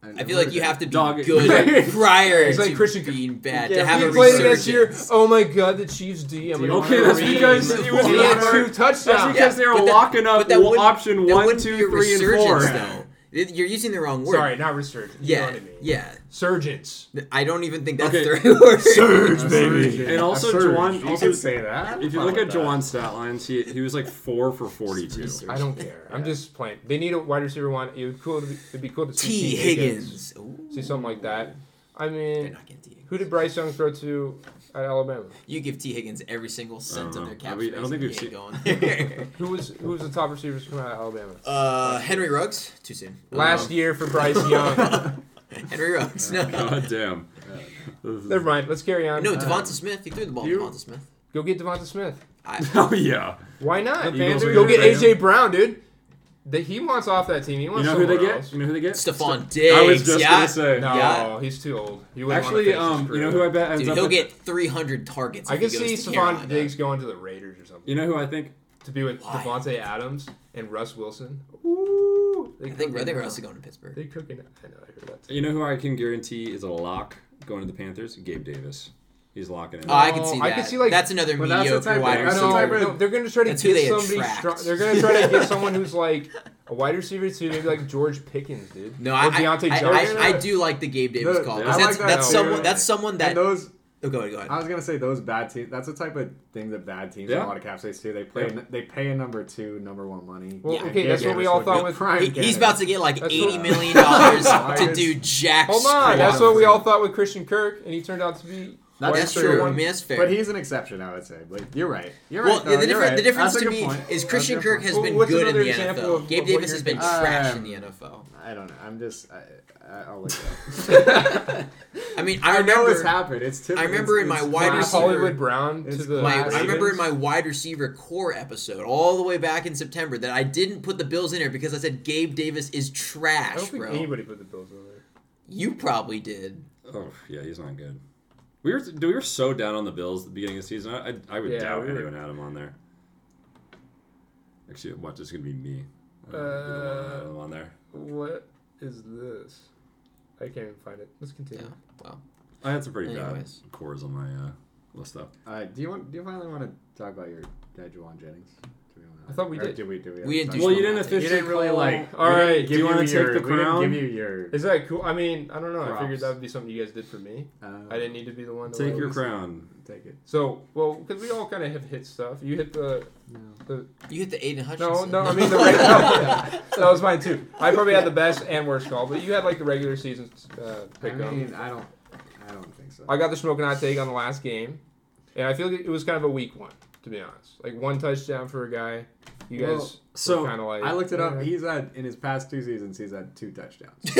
[SPEAKER 2] I feel like you have to be
[SPEAKER 1] Dog-
[SPEAKER 2] good prior
[SPEAKER 4] It's like
[SPEAKER 2] to
[SPEAKER 4] Christian-
[SPEAKER 2] being bad
[SPEAKER 4] Yeah,
[SPEAKER 2] to have
[SPEAKER 4] he
[SPEAKER 2] a
[SPEAKER 4] played against your.
[SPEAKER 2] resurgence.
[SPEAKER 4] Oh my God, the Chiefs D. I'm
[SPEAKER 1] Okay,
[SPEAKER 4] gonna
[SPEAKER 1] that's
[SPEAKER 4] read.
[SPEAKER 1] because it was
[SPEAKER 4] he
[SPEAKER 1] not-
[SPEAKER 4] had two
[SPEAKER 1] That's
[SPEAKER 4] touchdowns.
[SPEAKER 1] because they were
[SPEAKER 2] but that-
[SPEAKER 1] locking up
[SPEAKER 2] but that wouldn't-
[SPEAKER 1] option
[SPEAKER 2] that
[SPEAKER 1] one,
[SPEAKER 2] wouldn't be a
[SPEAKER 1] two, three, and four.
[SPEAKER 2] resurgence, Though. You're using the wrong word.
[SPEAKER 4] Sorry, not resurgence.
[SPEAKER 2] Yeah,
[SPEAKER 4] you know what I mean.
[SPEAKER 2] yeah.
[SPEAKER 4] Surgeons.
[SPEAKER 2] I don't even think that's
[SPEAKER 1] Okay.
[SPEAKER 2] the right word.
[SPEAKER 1] baby. And also, Jawan.
[SPEAKER 3] You
[SPEAKER 1] Also,
[SPEAKER 3] can say that.
[SPEAKER 1] if you look at Jawan's stat lines, he he was like four for forty-two.
[SPEAKER 4] I don't care. I'm just playing. They need a wide receiver one. It would cool. To be, it'd be cool to see
[SPEAKER 2] T.
[SPEAKER 4] T.
[SPEAKER 2] Higgins.
[SPEAKER 4] See something like that. I
[SPEAKER 2] They're
[SPEAKER 4] mean,
[SPEAKER 2] not getting T. Higgins.
[SPEAKER 4] who did Bryce Young throw to at Alabama?
[SPEAKER 2] You give T. Higgins every single cent
[SPEAKER 1] know.
[SPEAKER 2] of their cap
[SPEAKER 1] We-
[SPEAKER 2] space.
[SPEAKER 1] I don't think
[SPEAKER 2] and
[SPEAKER 1] we've
[SPEAKER 2] he
[SPEAKER 1] seen-
[SPEAKER 2] ain't going.
[SPEAKER 4] Who was who was the top receivers coming out of Alabama?
[SPEAKER 2] uh, Henry Ruggs. Too soon.
[SPEAKER 4] Last year for Bryce Young.
[SPEAKER 2] Henry Ruggs. No.
[SPEAKER 1] God damn. This is-
[SPEAKER 4] Never mind. Let's carry on. Uh,
[SPEAKER 2] No, Devonta Smith. He threw the ball to
[SPEAKER 3] you-
[SPEAKER 2] Devonta Smith.
[SPEAKER 4] Go get Devonta Smith.
[SPEAKER 1] Oh yeah.
[SPEAKER 4] Why not?
[SPEAKER 1] The Eagles are
[SPEAKER 4] Go
[SPEAKER 1] gonna
[SPEAKER 4] get
[SPEAKER 1] trade him.
[SPEAKER 4] AJ Brown, dude. That he wants off that team. He
[SPEAKER 1] You
[SPEAKER 4] wants
[SPEAKER 1] know who they
[SPEAKER 4] somewhere
[SPEAKER 1] get?
[SPEAKER 4] else.
[SPEAKER 1] You know who they get?
[SPEAKER 2] Stephon Diggs.
[SPEAKER 1] I was just
[SPEAKER 2] yeah.
[SPEAKER 1] gonna say.
[SPEAKER 4] No,
[SPEAKER 2] Yeah.
[SPEAKER 4] he's too old. You wouldn't wanna
[SPEAKER 1] Actually,
[SPEAKER 4] finish his
[SPEAKER 1] um, you know
[SPEAKER 4] career.
[SPEAKER 1] who I bet ends
[SPEAKER 2] Dude,
[SPEAKER 1] up.
[SPEAKER 2] he'll
[SPEAKER 1] with-
[SPEAKER 2] get 300 targets.
[SPEAKER 4] I
[SPEAKER 2] if he
[SPEAKER 4] can
[SPEAKER 2] goes
[SPEAKER 4] see
[SPEAKER 2] to
[SPEAKER 4] Stephon
[SPEAKER 2] Carolina.
[SPEAKER 4] Diggs going to the Raiders or something
[SPEAKER 1] You know who I think?
[SPEAKER 4] to be with
[SPEAKER 2] Why?
[SPEAKER 4] Devonte Adams and Russ Wilson. Ooh, they
[SPEAKER 2] I think I
[SPEAKER 4] cooking
[SPEAKER 2] think
[SPEAKER 4] now.
[SPEAKER 2] Russ is going to Pittsburgh.
[SPEAKER 4] They cooking. now. I know. I heard that. Too.
[SPEAKER 1] You know who I can guarantee is a lock going to the Panthers? Gabe Davis. He's locking it.
[SPEAKER 2] Oh, I can see
[SPEAKER 4] Oh,
[SPEAKER 2] that.
[SPEAKER 4] I can see, like-
[SPEAKER 2] that's another
[SPEAKER 3] Well, that's the
[SPEAKER 2] mediocre
[SPEAKER 3] type of-
[SPEAKER 2] wide
[SPEAKER 3] I
[SPEAKER 4] I
[SPEAKER 3] don't-
[SPEAKER 4] know,
[SPEAKER 3] Some type
[SPEAKER 2] receiver.
[SPEAKER 3] of-
[SPEAKER 4] no, they're gonna try to
[SPEAKER 2] That's who
[SPEAKER 4] get
[SPEAKER 2] they
[SPEAKER 4] somebody
[SPEAKER 2] attract.
[SPEAKER 4] strong. They're gonna try to get someone who's like a wide receiver too, maybe like George Pickens, dude.
[SPEAKER 2] No,
[SPEAKER 4] or
[SPEAKER 2] I, I,
[SPEAKER 4] Deontay
[SPEAKER 2] I,
[SPEAKER 4] Johnson.
[SPEAKER 2] I, I do like the Gabe Davis
[SPEAKER 3] No,
[SPEAKER 2] call.
[SPEAKER 3] I
[SPEAKER 2] 'cause
[SPEAKER 3] like
[SPEAKER 2] that's
[SPEAKER 3] that
[SPEAKER 2] that's
[SPEAKER 4] too.
[SPEAKER 2] someone that's someone that.
[SPEAKER 3] And those.
[SPEAKER 2] oh, go ahead, go ahead.
[SPEAKER 3] I was gonna say those bad teams. That's the type of thing that bad teams yeah.
[SPEAKER 1] Yeah.
[SPEAKER 3] a lot of cap space do. They play.
[SPEAKER 1] Yeah.
[SPEAKER 3] They pay a number two, number one money.
[SPEAKER 4] well,
[SPEAKER 2] Yeah.
[SPEAKER 4] okay, that's what we all thought with.
[SPEAKER 3] Prime
[SPEAKER 2] He- he's
[SPEAKER 3] candidate.
[SPEAKER 2] about to get like
[SPEAKER 4] That's
[SPEAKER 2] eighty
[SPEAKER 4] what-
[SPEAKER 2] million dollars to
[SPEAKER 3] Liars.
[SPEAKER 2] do jack.
[SPEAKER 4] Hold on,
[SPEAKER 2] squat.
[SPEAKER 4] that's what we all thought with Christian Kirk, and he turned out to be.
[SPEAKER 3] That's
[SPEAKER 4] wide
[SPEAKER 2] That's
[SPEAKER 4] receiver
[SPEAKER 2] true. I
[SPEAKER 4] one.
[SPEAKER 2] mean, that's fair.
[SPEAKER 3] But he's an exception, I would say. Like you're right. You're
[SPEAKER 2] well,
[SPEAKER 3] right.
[SPEAKER 2] the-
[SPEAKER 3] though.
[SPEAKER 2] the,
[SPEAKER 3] You're
[SPEAKER 2] difference,
[SPEAKER 3] right.
[SPEAKER 2] the difference
[SPEAKER 3] That's a
[SPEAKER 2] to
[SPEAKER 3] good
[SPEAKER 2] me
[SPEAKER 3] point.
[SPEAKER 2] is
[SPEAKER 3] That's a
[SPEAKER 2] Christian
[SPEAKER 3] good
[SPEAKER 2] Kirk
[SPEAKER 3] point.
[SPEAKER 2] has
[SPEAKER 4] Well,
[SPEAKER 2] been
[SPEAKER 4] what's
[SPEAKER 2] good in
[SPEAKER 4] another
[SPEAKER 2] the
[SPEAKER 4] example
[SPEAKER 2] NFL.
[SPEAKER 4] of-
[SPEAKER 2] Gabe
[SPEAKER 4] of what
[SPEAKER 2] Davis
[SPEAKER 4] you're
[SPEAKER 2] has been
[SPEAKER 3] thinking?
[SPEAKER 2] trash in
[SPEAKER 3] Um,
[SPEAKER 2] the NFL.
[SPEAKER 3] I don't know. I'm just. I, I- I'll look. It up.
[SPEAKER 2] I mean,
[SPEAKER 3] I,
[SPEAKER 2] I
[SPEAKER 3] know it's
[SPEAKER 2] remember,
[SPEAKER 3] happened. It's typical.
[SPEAKER 2] I remember
[SPEAKER 3] it's,
[SPEAKER 2] in my
[SPEAKER 3] it's
[SPEAKER 2] wide
[SPEAKER 3] classic.
[SPEAKER 4] From
[SPEAKER 2] receiver-
[SPEAKER 4] Hollywood Brown to
[SPEAKER 3] It's
[SPEAKER 4] the.
[SPEAKER 2] my, I
[SPEAKER 3] Ravens.
[SPEAKER 2] remember in my wide receiver core episode all the way back in September that I didn't put the Bills in there because I said Gabe Davis is
[SPEAKER 4] I
[SPEAKER 2] trash,
[SPEAKER 4] don't think
[SPEAKER 2] bro.
[SPEAKER 4] anybody put the Bills over there.
[SPEAKER 2] You probably did.
[SPEAKER 1] Oh yeah, he's not good. We were dude, we were so down on the Bills at the beginning of the season. I I, I would
[SPEAKER 4] Yeah,
[SPEAKER 1] doubt
[SPEAKER 4] we were-
[SPEAKER 1] anyone had him on there. Actually, watch. It's gonna be me. I'm gonna be the one that
[SPEAKER 4] Uh,
[SPEAKER 1] had him on there.
[SPEAKER 4] What is this? I can't even find it. Let's continue.
[SPEAKER 2] Yeah. Well,
[SPEAKER 4] Uh,
[SPEAKER 1] I had some pretty
[SPEAKER 2] anyways.
[SPEAKER 1] bad cores on my uh, list though.
[SPEAKER 3] Uh, do you want? Do you finally want to talk about your guy, Juwan Jennings? Do we wanna-
[SPEAKER 4] I thought we
[SPEAKER 3] or
[SPEAKER 4] did.
[SPEAKER 3] Did we? Did we?
[SPEAKER 2] We didn't do
[SPEAKER 1] Well, you
[SPEAKER 2] Juwan
[SPEAKER 1] didn't
[SPEAKER 2] Jennings.
[SPEAKER 3] You
[SPEAKER 1] officially.
[SPEAKER 3] didn't really
[SPEAKER 1] call-
[SPEAKER 3] like.
[SPEAKER 4] All
[SPEAKER 3] we didn't
[SPEAKER 4] right,
[SPEAKER 3] give
[SPEAKER 1] do you wanna
[SPEAKER 3] want
[SPEAKER 1] take the
[SPEAKER 3] to We
[SPEAKER 1] crown?
[SPEAKER 3] didn't give you your.
[SPEAKER 4] Is that cool? I mean, I don't know. I
[SPEAKER 3] Props.
[SPEAKER 4] figured that would be something you guys did for me.
[SPEAKER 3] um,
[SPEAKER 4] I didn't e- need to be the one. To
[SPEAKER 1] Take
[SPEAKER 4] like-
[SPEAKER 1] your crown.
[SPEAKER 3] take it.
[SPEAKER 4] So well, because we all kind of have hit stuff. You hit the
[SPEAKER 2] You hit the Aiden
[SPEAKER 4] no,
[SPEAKER 2] Hutchinson.
[SPEAKER 4] no. I mean the regular. that was mine too. I probably had the best and worst call, but you had like the regular season uh,
[SPEAKER 3] I
[SPEAKER 4] pick 'em.
[SPEAKER 3] mean, I don't. I don't think so.
[SPEAKER 4] I got the smoking hot take on the last game, and I feel like it was kind of a weak one, to be honest. Like one touchdown for a guy. You
[SPEAKER 3] Well,
[SPEAKER 4] guys
[SPEAKER 1] so,
[SPEAKER 4] kind of like
[SPEAKER 3] I looked it up.
[SPEAKER 4] Yeah.
[SPEAKER 3] He's had in his past two seasons, he's had two touchdowns.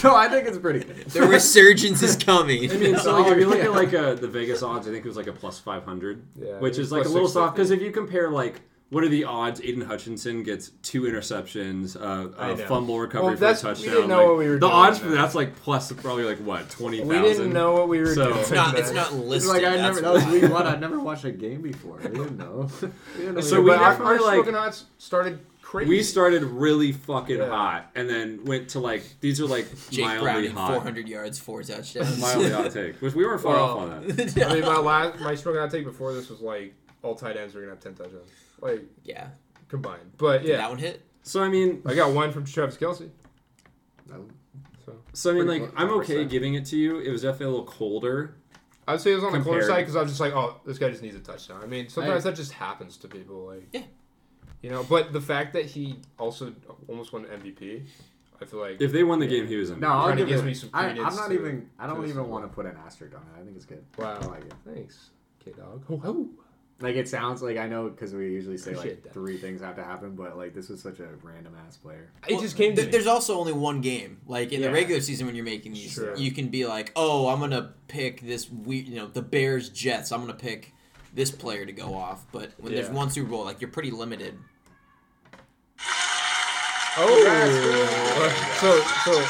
[SPEAKER 3] so I think it's pretty good.
[SPEAKER 2] the resurgence is coming.
[SPEAKER 1] I mean, so
[SPEAKER 3] No,
[SPEAKER 1] like, if you look
[SPEAKER 3] yeah.
[SPEAKER 1] at like uh, the Vegas odds, I think it was like a plus five hundred,
[SPEAKER 4] Yeah,
[SPEAKER 1] which
[SPEAKER 4] it
[SPEAKER 1] is
[SPEAKER 4] was
[SPEAKER 1] like a
[SPEAKER 4] plus
[SPEAKER 1] little soft
[SPEAKER 4] 650.
[SPEAKER 1] because if you compare like What are the odds Aiden Hutchinson gets two interceptions, uh,
[SPEAKER 4] I
[SPEAKER 1] a
[SPEAKER 4] know.
[SPEAKER 1] fumble recovery for
[SPEAKER 4] Well,
[SPEAKER 1] a
[SPEAKER 4] that's- we
[SPEAKER 1] touchdown?
[SPEAKER 4] didn't know
[SPEAKER 1] like,
[SPEAKER 4] what we were
[SPEAKER 1] the
[SPEAKER 4] doing
[SPEAKER 1] odds
[SPEAKER 4] on
[SPEAKER 1] for
[SPEAKER 4] that.
[SPEAKER 1] that's like plus probably like what twenty
[SPEAKER 4] We
[SPEAKER 1] thousand.
[SPEAKER 4] didn't know what we were
[SPEAKER 1] So-
[SPEAKER 4] doing.
[SPEAKER 1] It's
[SPEAKER 2] It's not. It's not listed.
[SPEAKER 3] like I
[SPEAKER 2] that's
[SPEAKER 3] never. That was
[SPEAKER 2] why.
[SPEAKER 3] week one. I'd never watched a game before. I didn't know. We didn't know
[SPEAKER 1] So we
[SPEAKER 3] we were-
[SPEAKER 4] But our,
[SPEAKER 1] definitely,
[SPEAKER 4] our
[SPEAKER 1] like-
[SPEAKER 4] Smokonauts started crazy.
[SPEAKER 1] We started really fucking
[SPEAKER 4] Yeah.
[SPEAKER 1] hot, and then went to like these are like
[SPEAKER 2] Jake
[SPEAKER 1] mildly
[SPEAKER 2] Browning,
[SPEAKER 1] hot,
[SPEAKER 2] 400 yards, four touchdowns.
[SPEAKER 1] mildly hot take, which we weren't far off
[SPEAKER 4] Well,
[SPEAKER 1] on that.
[SPEAKER 4] I mean, my last my Smokonaut take before this was like all tight ends are gonna have ten touchdowns, like
[SPEAKER 2] yeah.
[SPEAKER 4] combined. But
[SPEAKER 2] Did that
[SPEAKER 4] yeah,
[SPEAKER 2] one hit?
[SPEAKER 1] So I mean,
[SPEAKER 4] I got one from Travis Kelsey.
[SPEAKER 3] No.
[SPEAKER 4] So
[SPEAKER 1] so I mean,
[SPEAKER 3] Pretty
[SPEAKER 1] like
[SPEAKER 3] close,
[SPEAKER 1] I'm okay
[SPEAKER 3] 100%.
[SPEAKER 1] giving it to you. It was definitely a little colder.
[SPEAKER 4] I'd say it was on the corner
[SPEAKER 1] Compared.
[SPEAKER 4] side because I was just like, oh, this guy just needs a touchdown. I mean, sometimes that just happens to people, like
[SPEAKER 2] Yeah.
[SPEAKER 4] you know. But the fact that he also almost won MVP, I feel like
[SPEAKER 1] If they won the game, he was in.
[SPEAKER 3] No, I'll
[SPEAKER 4] Kinda
[SPEAKER 3] give
[SPEAKER 4] gives
[SPEAKER 3] it.
[SPEAKER 4] me some
[SPEAKER 3] I, I'm
[SPEAKER 4] credence
[SPEAKER 3] not
[SPEAKER 4] to-
[SPEAKER 3] even. I
[SPEAKER 4] to
[SPEAKER 3] don't
[SPEAKER 4] this
[SPEAKER 3] even
[SPEAKER 4] as
[SPEAKER 3] want to put an asterisk on it. I think it's good.
[SPEAKER 4] Wow.
[SPEAKER 3] I like it.
[SPEAKER 4] thanks, K dog.
[SPEAKER 2] Oh,
[SPEAKER 4] Ho ho.
[SPEAKER 3] Like it sounds like I know because we usually say
[SPEAKER 4] Appreciate
[SPEAKER 3] like
[SPEAKER 4] that.
[SPEAKER 3] three things have to happen, but like this was such a random ass player.
[SPEAKER 4] It just came to
[SPEAKER 2] There- There's also only one game. Like in
[SPEAKER 3] Yeah.
[SPEAKER 2] the regular season, when you're making these,
[SPEAKER 4] Sure.
[SPEAKER 2] you can be like, "Oh, I'm gonna pick this. We, you know, the Bears, Jets. I'm gonna pick this player to go off." But when there's
[SPEAKER 4] Yeah.
[SPEAKER 2] one Super Bowl, like you're pretty limited.
[SPEAKER 4] Oh, so so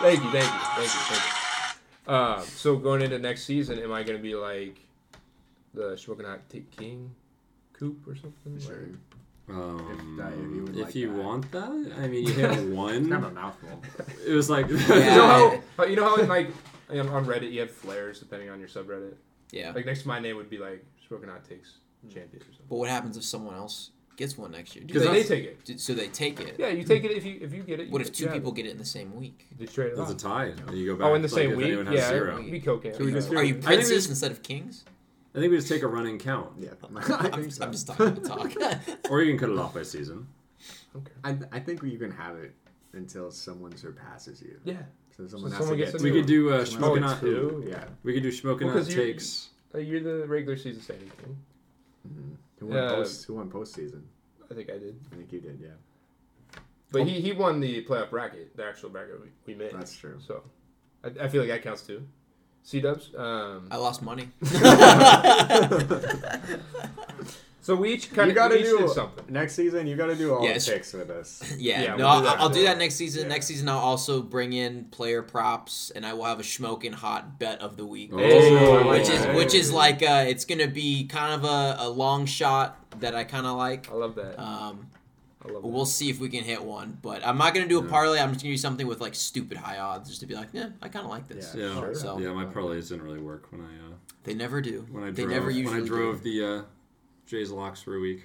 [SPEAKER 4] thank you, thank you, thank you, thank you. Uh, so going into next season, am I going to be like the Schmuckenhot Take King, Coop or something?
[SPEAKER 3] Sure.
[SPEAKER 4] Like-
[SPEAKER 1] Um,
[SPEAKER 3] If- if you would
[SPEAKER 1] if
[SPEAKER 3] like
[SPEAKER 1] you
[SPEAKER 3] that.
[SPEAKER 1] want that, I mean, you hit
[SPEAKER 3] It's kind of a
[SPEAKER 2] Mm.
[SPEAKER 1] one.
[SPEAKER 3] mouthful.
[SPEAKER 1] It was like
[SPEAKER 4] You know
[SPEAKER 2] Yeah.
[SPEAKER 4] how how- you know how in like on on Reddit you have flares depending on your subreddit.
[SPEAKER 2] Yeah.
[SPEAKER 4] Like next to my name would be like Schmuckenhot Takes Champion or something.
[SPEAKER 2] but what happens if someone else gets one next year? Do
[SPEAKER 4] Because they
[SPEAKER 2] they,
[SPEAKER 4] take it.
[SPEAKER 2] do- so they take it.
[SPEAKER 4] Yeah, you take it if you if you get it. you
[SPEAKER 2] What if
[SPEAKER 4] get-
[SPEAKER 2] two
[SPEAKER 4] you have
[SPEAKER 2] people
[SPEAKER 4] it.
[SPEAKER 2] get it in the same week?
[SPEAKER 4] They trade it
[SPEAKER 1] That's a
[SPEAKER 4] off.
[SPEAKER 1] tie. And you go back.
[SPEAKER 4] Oh, in the
[SPEAKER 1] like,
[SPEAKER 4] same
[SPEAKER 1] if
[SPEAKER 4] week,
[SPEAKER 1] anyone has
[SPEAKER 4] yeah,
[SPEAKER 1] zero.
[SPEAKER 4] it'd be cocaine.
[SPEAKER 3] we just
[SPEAKER 2] Are you
[SPEAKER 1] I think
[SPEAKER 2] princes
[SPEAKER 1] we-
[SPEAKER 2] instead of kings?
[SPEAKER 1] I think we just take a running count,
[SPEAKER 3] Yeah, I
[SPEAKER 2] I'm,
[SPEAKER 3] think
[SPEAKER 2] just-
[SPEAKER 3] so.
[SPEAKER 2] I'm just talking to talk.
[SPEAKER 1] or you can cut it off by season.
[SPEAKER 4] Okay.
[SPEAKER 3] I, I think you can have it until someone surpasses you.
[SPEAKER 4] Yeah.
[SPEAKER 3] So someone has
[SPEAKER 4] someone
[SPEAKER 3] to
[SPEAKER 4] gets
[SPEAKER 3] get.
[SPEAKER 4] a
[SPEAKER 1] We
[SPEAKER 4] new
[SPEAKER 1] could do uh,
[SPEAKER 3] Well,
[SPEAKER 1] smoking
[SPEAKER 4] it's
[SPEAKER 1] hot.
[SPEAKER 4] two.
[SPEAKER 3] Yeah.
[SPEAKER 1] We could do smoking
[SPEAKER 4] Well,
[SPEAKER 1] hot
[SPEAKER 4] 'cause you-
[SPEAKER 1] takes.
[SPEAKER 4] Uh, you're the regular season standing king.
[SPEAKER 3] Who won,
[SPEAKER 4] Yeah.
[SPEAKER 3] post, who won postseason?
[SPEAKER 4] I think I did.
[SPEAKER 3] I think you did. Yeah,
[SPEAKER 4] But he, he won the playoff bracket, the actual bracket we, we made.
[SPEAKER 3] that's true.
[SPEAKER 4] So I, I feel like that counts too. C dubs. Um,
[SPEAKER 2] I lost money.
[SPEAKER 4] so we each kind
[SPEAKER 3] you
[SPEAKER 4] of
[SPEAKER 3] gotta
[SPEAKER 4] each
[SPEAKER 3] do
[SPEAKER 4] did something.
[SPEAKER 3] next season. You gotta do all
[SPEAKER 2] Yeah, it's-
[SPEAKER 3] the picks with us.
[SPEAKER 2] Yeah,
[SPEAKER 4] Yeah,
[SPEAKER 2] no,
[SPEAKER 4] we'll do
[SPEAKER 2] I'll,
[SPEAKER 4] that.
[SPEAKER 2] I'll do that next season.
[SPEAKER 4] Yeah.
[SPEAKER 2] Next season, I'll also bring in player props, and I will have a smoking hot bet of the week, which
[SPEAKER 1] Hey.
[SPEAKER 2] is which is,
[SPEAKER 1] Hey.
[SPEAKER 2] which is like uh, it's gonna be kind of a, a long shot that I kind of like.
[SPEAKER 4] I love that.
[SPEAKER 2] Um,
[SPEAKER 4] I love
[SPEAKER 2] we'll see if we can hit one, but I'm not gonna do a parlay. I'm just gonna do something with like stupid high odds, just to be like, yeah, I kind of like this.
[SPEAKER 1] Yeah.
[SPEAKER 3] Sure.
[SPEAKER 2] So-
[SPEAKER 1] Yeah, my parlays didn't really work when I uh,
[SPEAKER 2] They never do.
[SPEAKER 1] when I
[SPEAKER 2] they
[SPEAKER 1] drove
[SPEAKER 2] never
[SPEAKER 1] when
[SPEAKER 2] usually
[SPEAKER 1] I drove
[SPEAKER 2] Do.
[SPEAKER 1] the uh, Jays locks for a week.